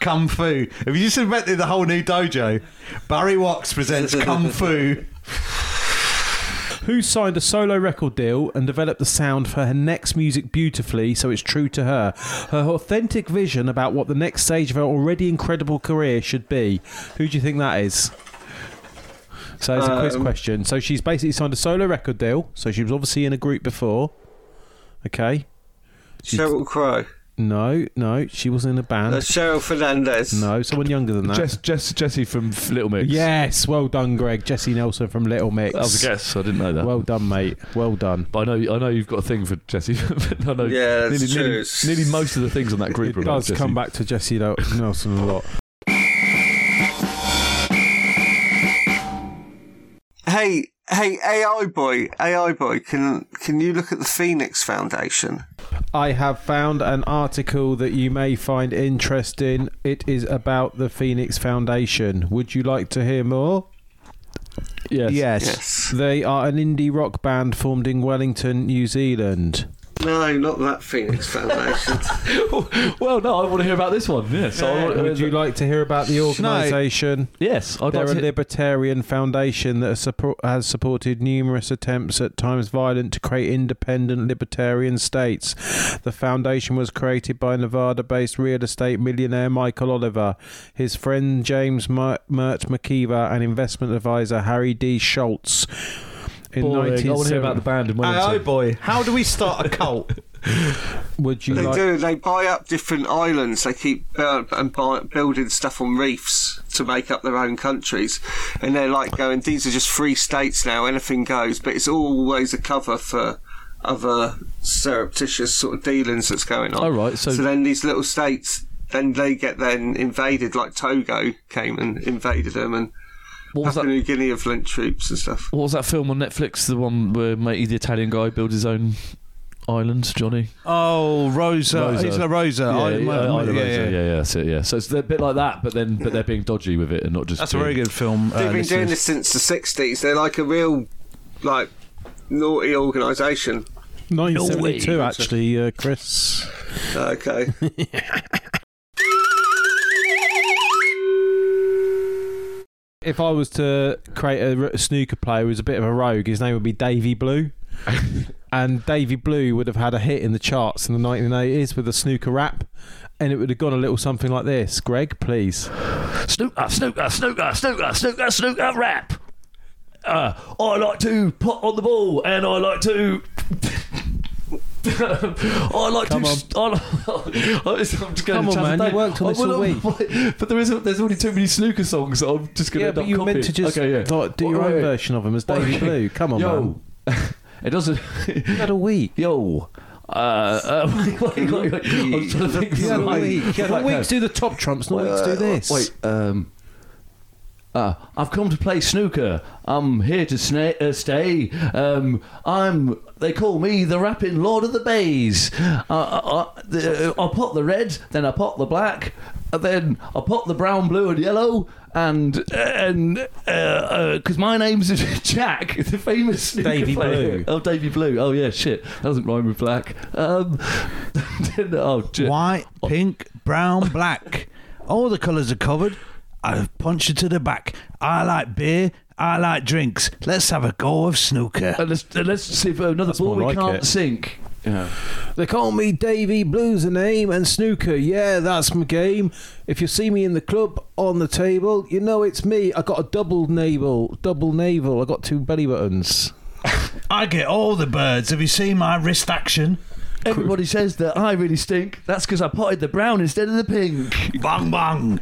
S2: kung fu. Have you just invented the whole new dojo? Barry Wax presents kung fu.
S1: Who signed a solo record deal and developed the sound for her next music beautifully so it's true to her? Her authentic vision about what the next stage of her already incredible career should be. Who do you think that is? So it's a quiz question. So she's basically signed a solo record deal. So she was obviously in a group before. Okay.
S4: Cheryl Crow.
S1: No, no, she wasn't in a band.
S4: Uh, Cheryl Fernandez.
S1: no, someone younger than that.
S3: Jess, Jess, Jesse from F- Little Mix.
S1: yes, well done, Greg. Jesse Nelson from Little Mix.
S3: that was a guess. I didn't know that.
S1: Well done, mate. Well done.
S3: but I know, I know you've got a thing for Jesse. but I know
S4: Yeah, that's
S3: nearly,
S4: true.
S3: Nearly, nearly most of the things on that group. are
S1: it
S3: about
S1: does
S3: Jesse.
S1: come back to Jesse Lo- Nelson a lot.
S4: Hey, hey, AI boy, AI boy, can can you look at the Phoenix Foundation?
S1: I have found an article that you may find interesting. It is about the Phoenix Foundation. Would you like to hear more?
S3: Yes.
S2: Yes.
S4: Yes.
S1: They are an indie rock band formed in Wellington, New Zealand.
S4: No, not that Phoenix Foundation.
S3: well, no, I want to hear about this one. Yes. I want,
S1: Would you like to hear about the organisation?
S3: Yes, I'd
S1: They're
S3: like
S1: a
S3: to. hear-
S1: libertarian foundation that has, support, has supported numerous attempts, at times violent, to create independent libertarian states. The foundation was created by Nevada based real estate millionaire Michael Oliver, his friend James Mer- Mert McKeever, and investment advisor Harry D. Schultz. In
S3: Boring. I want to hear
S1: 1970
S3: about the band in
S2: Hey, oh
S3: Wellington.
S2: boy, how do we start a cult?
S1: Would you
S4: they
S1: like?
S4: do. They buy up different islands. They keep bu- and buy, building stuff on reefs to make up their own countries, and they're like going. These are just free states now. Anything goes, but it's always a cover for other surreptitious sort of dealings that's going on.
S3: All right, so-
S4: then these little states. Then they get then invaded, like Togo came and invaded them, and
S3: What was
S4: Papua
S3: that? Ah,
S4: New Guinea have lent troops and stuff.
S3: What was that film on Netflix? The one where matey the Italian guy builds his own island, Johnny.
S2: Oh, Rosa,
S3: Rosa.
S2: Isla Rosa.
S3: Yeah,
S2: I-
S3: yeah,
S2: my-
S3: Isla
S2: my-
S3: Rosa.
S2: yeah,
S3: yeah,
S2: yeah.
S3: yeah, that's it, yeah. So it's a bit like that, but then but they're being dodgy with it and not just.
S2: That's a
S3: being-
S2: very good film. uh,
S4: They've been doing
S2: listeners.
S4: this since the '60s. They're like a real, like, naughty organisation.
S1: 1972, actually, uh, Chris.
S4: Okay.
S1: If I was to create a, r- snooker player who's a bit of a rogue, his name would be Davy Blue. and Davy Blue would have had a hit in the charts in the 1980s with a snooker rap, and it would have gone a little something like this Greg, please.
S3: Snooker, snooker, snooker, snooker, snooker, snooker uh, rap. Uh, I like to pot on the ball, and I like to. I like to. ex- I like, I'm just going
S1: Come on,
S3: to
S1: man, you worked on this all
S3: week. But there isn't. There's already too many snooker songs. That I'm just going to
S1: yeah,
S3: end
S1: but
S3: up
S1: you
S3: copying.
S1: meant to just
S3: okay, yeah.
S1: like, do
S3: Wait,
S1: your own
S3: wait, wait.
S1: version of them as Davy
S3: Okay.
S1: Blue. Come on, man.
S3: Yo, it doesn't.
S1: Had a week.
S3: Yo. Uh, uh, wait, wait, wait, wait. I was trying to think.
S1: You had a week. You had a
S3: Right, no.
S1: week to do the top trumps, and a week to do
S3: Uh,
S1: this.
S3: Wait, um, uh, I've come to play snooker. I'm here to sna- uh, stay. Um, I'm. They call me the rapping Lord of the Bays. Uh, I, I, the, I pot the red, then I pot the black, and then I pot the brown, blue, and yellow. And and because uh, uh 'cause my name's Jack, the famous snooker
S1: Davy Blue.
S3: player. Oh, Davy Blue. Oh yeah, shit. That doesn't rhyme with black. Um, then- oh, j-
S2: White, pink, brown, black. All the colours are covered. I've punched you to the back. I like beer. I like drinks. Let's have a go of snooker.
S3: And let's, and let's see if another ball
S1: more
S3: we
S1: like it.
S3: can't sink.
S1: They call me Davy Blue's a name and snooker, yeah, that's my game. If you see me in the club on the table, you know it's me. I got a double navel, double navel. I got two belly buttons.
S2: I get all the birds. Have you seen my wrist action?
S3: Everybody says that I really stink. That's because I potted the brown instead of the pink.
S2: Bang bang.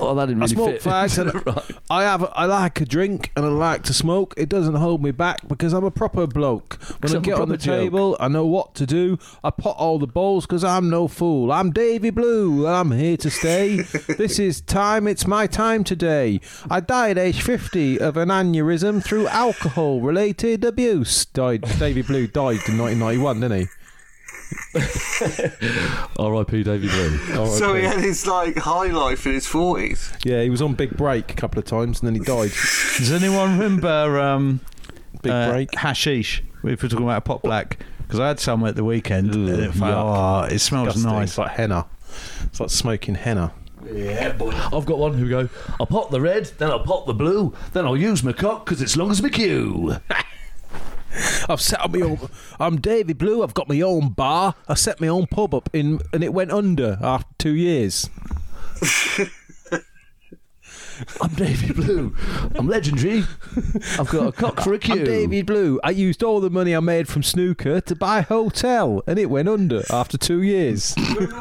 S3: Oh, that didn't
S1: I
S3: really
S1: smoke
S3: fit.
S1: fags and
S3: Right.
S1: I have I like a drink and I like to smoke. It doesn't hold me back because I'm a proper bloke. When I
S3: I'm a
S1: get on
S3: proper
S1: the
S3: joke.
S1: table, I know what to do. I pot all the balls because I'm no fool. I'm Davy Blue and I'm here to stay. this is time. It's my time today. I died age 50 of an aneurysm through alcohol related abuse. Died Davy Blue died in 1991, didn't he?
S3: R.I.P. David Blue.
S2: Oh,
S4: So he had his like high life in his forties.
S1: Yeah, he was on Big Break a couple of times and then he died.
S2: Does anyone remember um,
S1: Big
S2: uh,
S1: Break.
S2: hashish? We were talking about pot black because I had some at the weekend.
S1: Ugh,
S2: and it, felt- oh, it smells
S1: Disgusting.
S2: nice.
S1: It's like henna. It's like smoking henna.
S3: I've got one who go, I'll pot the red, then I'll pot the blue, then I'll use my cock because it's long as my cue.
S1: I've set up my own. I'm Davy Blue. I've got my own bar. I set my own pub up in, and it went under after two years.
S3: I'm David Blue. I'm legendary. I've got a cock for a cue.
S1: I'm Davy Blue. I used all the money I made from snooker to buy a hotel, and it went under after two years.
S12: do you remember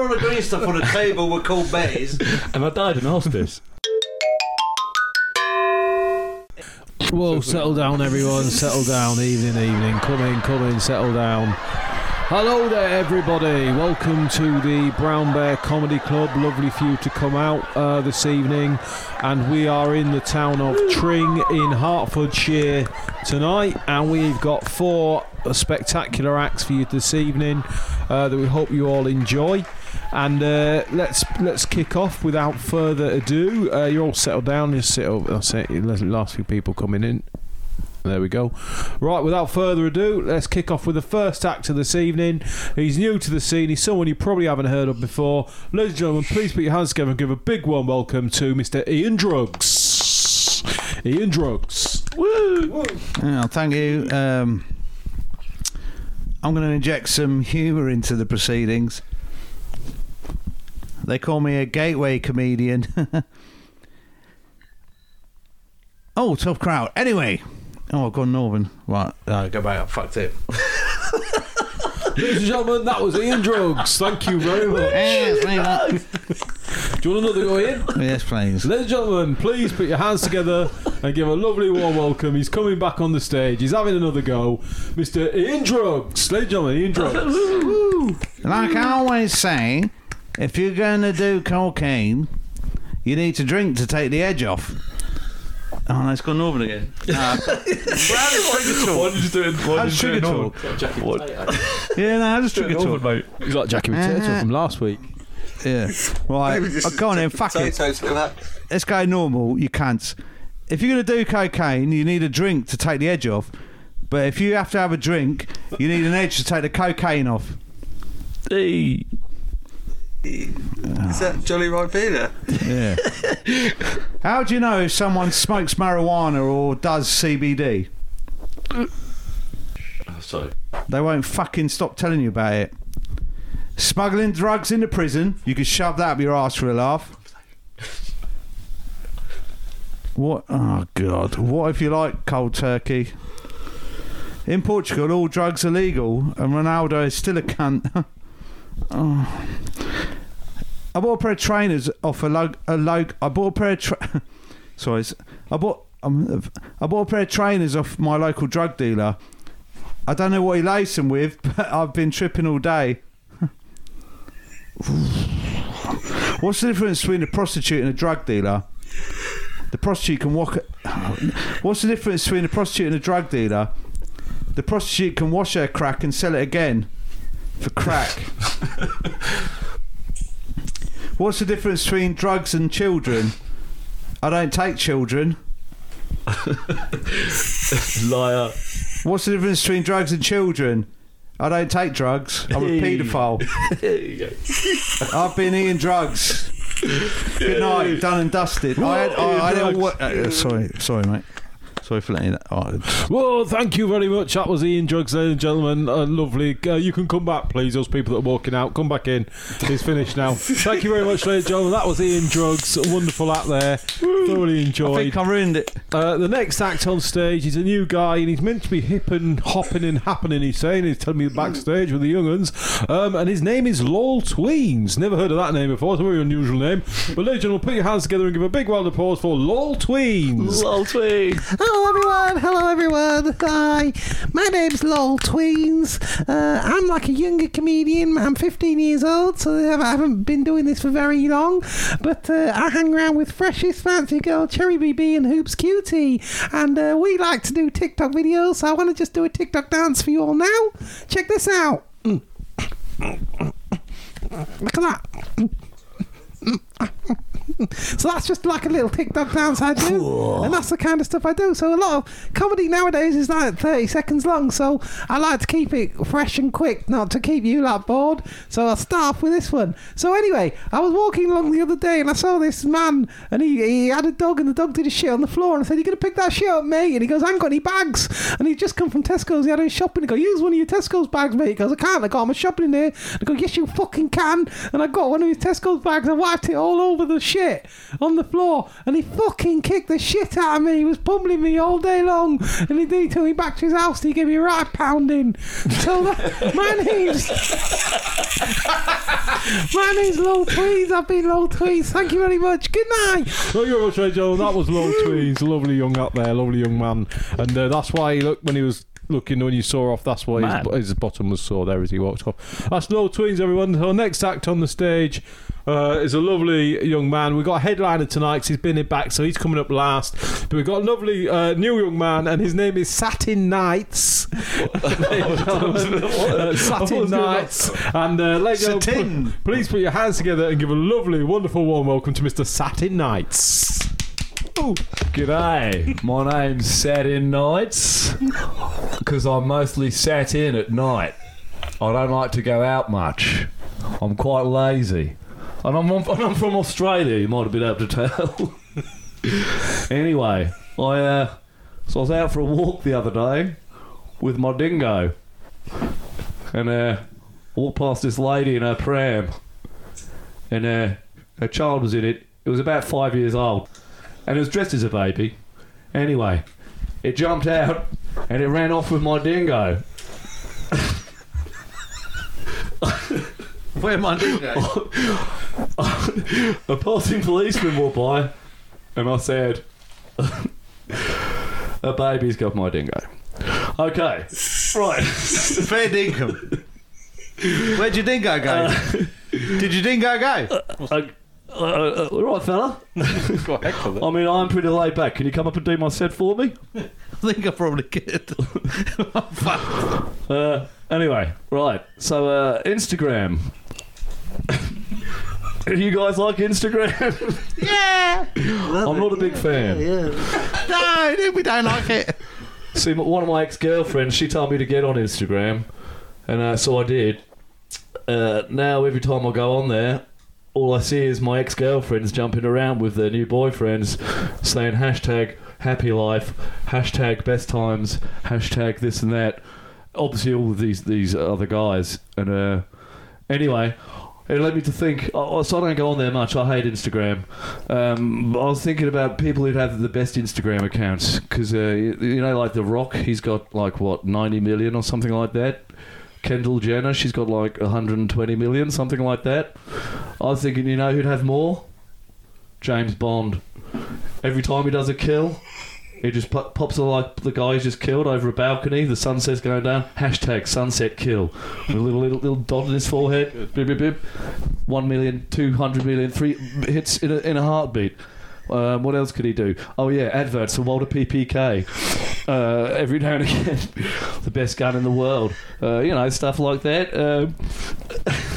S12: all the green stuff on the table were called bays?
S3: And I died in hospice.
S1: Whoa, settle down, everyone. Settle down. Evening, evening. Come in, come in. Settle down. Hello there, everybody. Welcome to the Brown Bear Comedy Club. Lovely for you to come out uh, this evening. And we are in the town of Tring in Hertfordshire tonight. And we've got four spectacular acts for you this evening uh, that we hope you all enjoy. And uh, let's let's kick off without further ado. Uh, you're all settled down. Just sit up. That's it. Last few people coming in. There we go. Right, without further ado, let's kick off with the first actor this evening. He's new to the scene. He's someone you probably haven't heard of before. Ladies and gentlemen, please put your hands together and give a big warm welcome to Mr. Ian Drugs. Ian Drugs.
S2: Oh, thank you. Um, I'm going to inject some humour into the proceedings. They call me a gateway comedian. oh, tough crowd. Anyway. Oh, I've gone northern. Right. No, go back. I fucked it.
S1: Ladies and gentlemen, that was Ian Drugs. Thank you very much.
S2: yes, please.
S1: Do you want another go, Ian?
S2: Yes, please.
S1: Ladies and gentlemen, please put your hands together and give a lovely warm welcome. He's coming back on the stage. He's having another go. Mr. Ian Drugs. Ladies and gentlemen, Ian Drugs.
S2: Like I always say, if you're going to do cocaine, you need to drink to take the edge off. Oh, no, it's gone northern again.
S13: Why did you do it? Why
S2: That's
S13: did you do it
S2: trigger
S13: normal?
S2: talk.
S13: Jackie Potato.
S2: Yeah, no, I just took a
S13: Normal,
S2: talk.
S13: mate.
S1: He's like Jackie Potato from last week.
S2: Yeah. Right. Oh, go on then, fuck it.
S4: Potatoes for that.
S2: Let's go normal, you can't. If you're going to do cocaine, you need a drink to take the edge off. But if you have to have a drink, you need an edge to take the cocaine off.
S3: Hey.
S4: Is that Jolly Ribena?
S2: Yeah. How do you know if someone smokes marijuana or does CBD?
S3: Sorry.
S2: They won't fucking stop telling you about it. Smuggling drugs into prison, you can shove that up your ass for a laugh. What? Oh, God. What if you like cold turkey? In Portugal, all drugs are legal, and Ronaldo is still a cunt. oh. I bought a pair of trainers off a log. A log. I bought a pair of. Tra- Sorry, it's- I bought. Um, I bought a pair of trainers off my local drug dealer. I don't know what he laced them with, but I've been tripping all day. What's the difference between a prostitute and a drug dealer? The prostitute can walk. What's the difference between a prostitute and a drug dealer? The prostitute can wash her crack and sell it again for crack. What's the difference between drugs and children? I don't take children.
S14: Liar.
S2: What's the difference between drugs and children? I don't take drugs. I'm a paedophile.
S14: There you go.
S2: I've been eating drugs. Good night, done and dusted. I had, I, I had a, wo- uh, sorry, sorry, mate. Sorry for letting you. Oh,
S9: Well, thank you very much. That was Ian Drugs, ladies and gentlemen. Uh, lovely. Uh, you can come back, please. Those people that are walking out, come back in. It's finished now. thank you very much, ladies and gentlemen. That was Ian Drugs. A wonderful act there. Thoroughly
S2: I
S9: enjoyed.
S2: think I ruined it.
S9: Uh, the next act on stage is a new guy, and he's meant to be hip and hopping and happening. He's saying he's telling me backstage with the young uns, um, and his name is Lol Tweens. Never heard of that name before. It's a very unusual name. But ladies and gentlemen, put your hands together and give a big round of applause for Lol Tweens.
S14: Lol twig.
S1: Hello everyone, hello everyone. Hi, my name's Lol Tweens. Uh, I'm like a younger comedian. I'm 15 years old, so I haven't- I haven't been doing this for very long. But uh, I hang around with freshest fancy girl Cherry BB and Hoops Cutie, and uh, we like to do TikTok videos. So I want to just do a TikTok dance for you all now. Check this out. Mm. Look at that. So that's just like a little TikTok dance I do, and that's the kind of stuff I do. So a lot of comedy nowadays is like thirty seconds long. So I like to keep it fresh and quick, not to keep you lot bored. So I'll start off with this one. So anyway, I was walking along the other day and I saw this man, and he, he had a dog, and the dog did a shit on the floor, and I said, "You gonna pick that shit up, mate?" And he goes, "I ain't got any bags." And he'd just come from Tesco's. He had his shopping. I go, "Use one of your Tesco's bags, mate." He goes, "I can't. I got all my shopping in there." And I go, "Yes, you fucking can." And I got one of his Tesco's bags and wiped it all over the shit on the floor. And he fucking kicked the shit out of me. He was pummeling me all day long. And he did till he back to his house. He gave me a right pounding. So that, my name's my name's Lol Tweez. I've been Lol Tweez. Thank you very much. Good night.
S9: Thank you very much, ladies and gentlemen. That was Lol Tweens. Lovely young up there, lovely young man. And uh, that's why he looked when he was looking, when you saw off, that's why his, his bottom was sore there as he walked off. That's Lol Tweens, everyone. Our next act on the stage uh, is a lovely young man. We've got a headliner tonight 'cause he's been in back, so he's coming up last. But we've got a lovely uh, new young man, and his name is Satin Knights. Uh, Satin Knights. And uh, ladies and gentlemen,
S2: Satin.
S9: Please put your hands together and give a lovely, wonderful, warm welcome to Mr. Satin Knights.
S14: G'day, my name's Satin Nights because I'm mostly sat in at night. I don't like to go out much. I'm quite lazy.
S3: And I'm, and I'm from Australia, you might have been able to tell. anyway, I, uh, so I was out for a walk the other day with my dingo. And uh, walked past this lady in her pram. And uh, her child was in it. It was about five years old. And it was dressed as a baby. Anyway, it jumped out and it ran off with my dingo.
S2: Where am I?
S3: a passing policeman walked by, and I said, "A baby's got my dingo." Okay, right.
S2: Fair dinkum. Where'd your dingo go?
S9: Uh,
S2: Did your dingo go?
S3: Uh, uh, uh, right, fella. I mean, I'm pretty laid back. Can you come up and do my set for me?
S2: I think I probably could.
S3: Uh, anyway, right. So uh, Instagram. you guys like Instagram?
S1: Yeah.
S3: I'm not a big fan.
S2: no, we don't like it.
S3: See, m- one of my ex-girlfriends, she told me to get on Instagram, and uh, so I did. Uh, now every time I go on there, all I see is my ex-girlfriends jumping around with their new boyfriends, saying hashtag happy life, hashtag best times, hashtag this and that. Obviously, all of these these other guys, and uh, anyway, It led me to think. oh, So I don't go on there much. I hate Instagram. Um, but I was thinking about people who'd have the best Instagram accounts because uh, you you know, like The Rock, he's got like what ninety million or something like that. Kendall Jenner, she's got like hundred and twenty million, something like that. I was thinking, you know, who'd have more? James Bond. Every time he does a kill, he just po- pops up like the guy he's just killed over a balcony. The sunset's going down. Hashtag sunset kill. With a little little little dot in his forehead. Bip bip bip. One million, two hundred million, three hits in a, in a heartbeat. Um, what else could he do? Oh yeah, adverts for Walter PPK uh, every now and again. the best gun in the world. Uh, you know stuff like that. Um,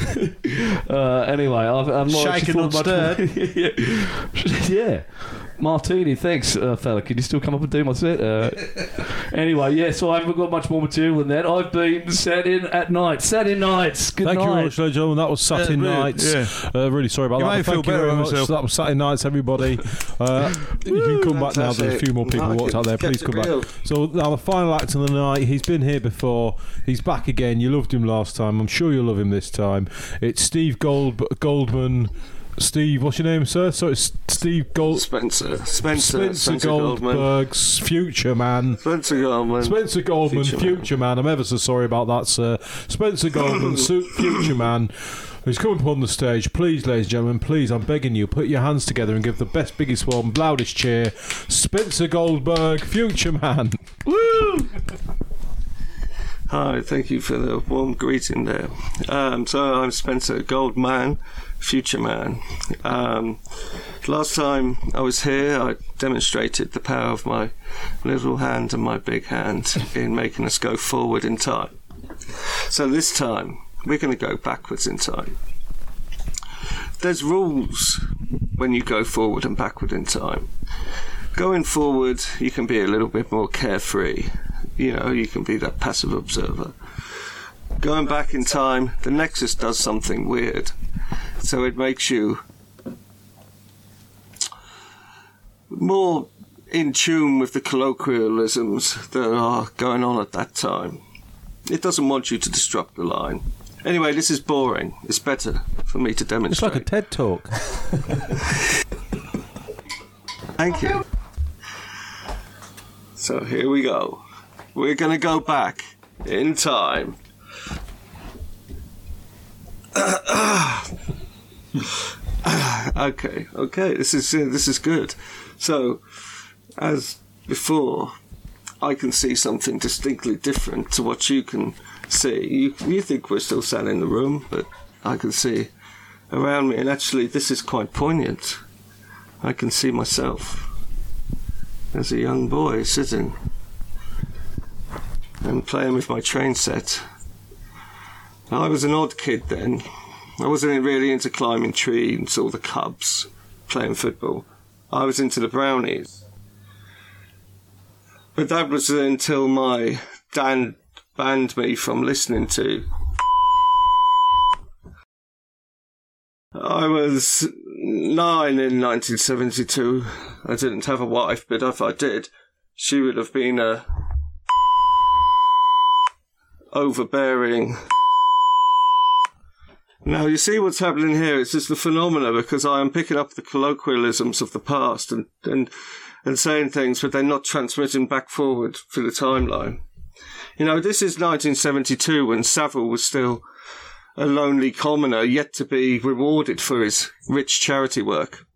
S3: uh, anyway, I've, I'm not actually
S2: Shaken,
S3: thought
S2: not
S3: much more- yeah. yeah. Martini, thanks, uh, fella. Can you still come up and do my set? Uh, anyway, yeah, so I haven't got much more material than that. I've been sat in at night. Sat in nights. Good
S1: Thank you very
S3: night.
S1: much, ladies and gentlemen. That was Saturday
S2: brilliant.
S1: Nights. Uh, really sorry about
S2: You
S1: that.
S2: may
S1: but
S2: feel
S1: Thank
S2: better
S1: you very
S2: about
S1: much.
S2: yourself.
S1: That was Saturday Nights, everybody. Uh, you can come back now. There's a
S4: Fantastic.
S1: few more people
S4: Like
S1: walked
S4: it.
S1: out there.
S4: Kept
S1: Please
S4: it
S1: come
S4: real.
S1: back. So now the final act of the night. He's been here before. He's back again. You loved him last time. I'm sure you'll love him this time. It's Steve Gold Goldman. Steve, what's your name, sir? So it's Steve Gold.
S4: Spencer. Spencer.
S1: Spencer,
S4: Goldman.
S1: Goldberg's future man.
S4: Spencer Goldman.
S1: Spencer Goldman, future,
S4: Future
S1: man. I'm ever so sorry about that, sir. Spencer Goldman, su- future man. He's coming upon the stage. Please, ladies and gentlemen, please, I'm begging you, put your hands together and give the best, biggest one, loudest cheer. Spencer Goldberg, future man.
S4: Hi, thank you for the warm greeting there. Um, so I'm Spencer Goldman, future man. Um, last time I was here, I demonstrated the power of my little hand and my big hand in making us go forward in time. So this time, we're going to go backwards in time. There's rules when you go forward and backward in time. Going forward, you can be a little bit more carefree. You know, you can be that passive observer. Going back in time, the Nexus does something weird. So it makes you more in tune with the colloquialisms that are going on at that time. It doesn't want you to disrupt the line. Anyway, this is boring. It's better for me to
S1: It's
S4: demonstrate.
S1: like a TED talk.
S4: Thank you. So here we go. We're going to go back in time. okay, okay. This is uh, this is good. So, as before, I can see something distinctly different to what you can see. You you think we're still sat in the room, but I can see around me, and actually, this is quite poignant. I can see myself as a young boy sitting and playing with my train set. I was an odd kid then. I wasn't really into climbing trees or the Cubs playing football. I was into the Brownies. But that was until my dad banned me from listening to I was nine in 1972. I didn't have a wife, but if I did, she would have been a overbearing. Now, you see what's happening here. It's just the phenomena because I am picking up the colloquialisms of the past and, and, and saying things, but they're not transmitting back forward for the timeline. You know, this is 1972 when Savile was still a lonely commoner yet to be rewarded for his rich charity work.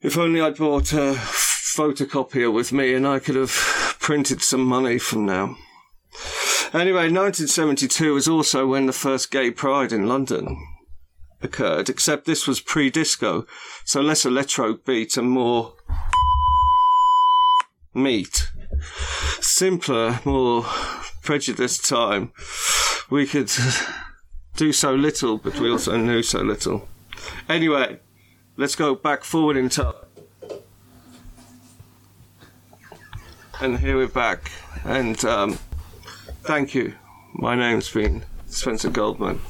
S4: If only I'd brought a photocopier with me and I could have printed some money from now. Anyway, 1972 was also when the first gay pride in London occurred, except this was pre disco, so less electro beat and more meat. Simpler, more prejudiced time we could do so little, but we also knew so little. Anyway, let's go back forward in time. And here we're back. And um, thank you. My name's been Spencer Goldman.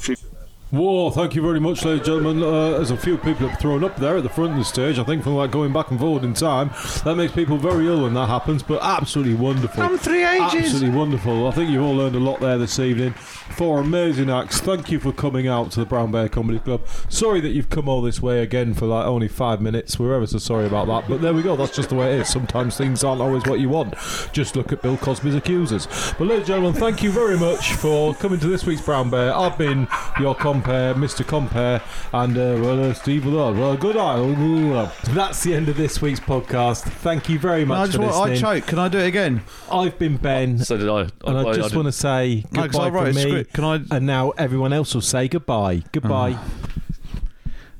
S1: Whoa, thank you very much, ladies and gentlemen. Uh, there's a few people have thrown up there at the front of the stage, I think, from like going back and forward in time. That makes people very ill when that happens, but absolutely wonderful.
S9: I'm three ages.
S1: Absolutely wonderful. I think you've all learned a lot there this evening. Four amazing acts. Thank you for coming out to the Brown Bear Comedy Club. Sorry that you've come all this way again for like only five minutes. We're ever so sorry about that, but there we go. That's just the way it is. Sometimes things aren't always what you want. Just look at Bill Cosby's accusers. But ladies and gentlemen, thank you very much for coming to this week's Brown Bear. I've been your compare, Mr. Compare, and uh, well, uh, Steve Willard. Well, good eye. That's the end of this week's podcast. Thank you very
S2: No, I
S1: much
S2: just
S1: for
S2: want, I
S1: listening.
S2: choke. Can I do it again?
S1: I've been Ben.
S7: So did I.
S1: And I
S7: I
S1: just
S7: did.
S1: want to say
S2: No, 'cause
S1: goodbye
S2: I wrote
S1: from
S2: a
S1: me.
S2: script. Can I-
S1: And now everyone else will say goodbye. Goodbye.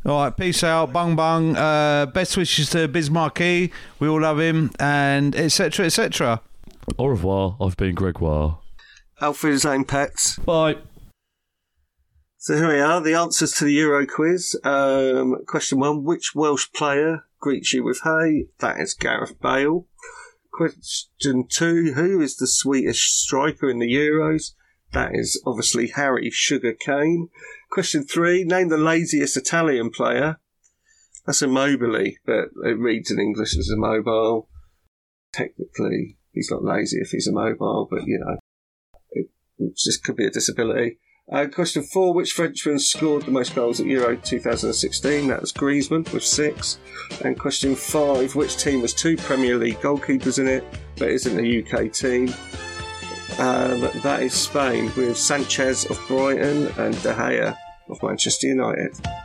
S2: All right, peace out, bung bung. Uh, best wishes to Biz Marquee. We all love him, and etc. etc.
S7: Au revoir. I've been Gregoire.
S4: Alfred's own pets.
S7: Bye.
S4: So here we are, the answers to the Euro quiz. Um, question one Which Welsh player greets you with hey? That is Gareth Bale. Question two Who is the Swedish striker in the Euros? That is obviously Harry Sugar Kane. Question three Name the laziest Italian player. That's Immobile, but it reads in English as immobile. Technically, he's not lazy if he's immobile, but you know, it, it just could be a disability. Uh, question four: Which Frenchman scored the most goals at Euro 2016? That was Griezmann with six. And question five: Which team has two Premier League goalkeepers in it, but isn't a UK team? Um, that is Spain with Sanchez of Brighton and De Gea of Manchester United.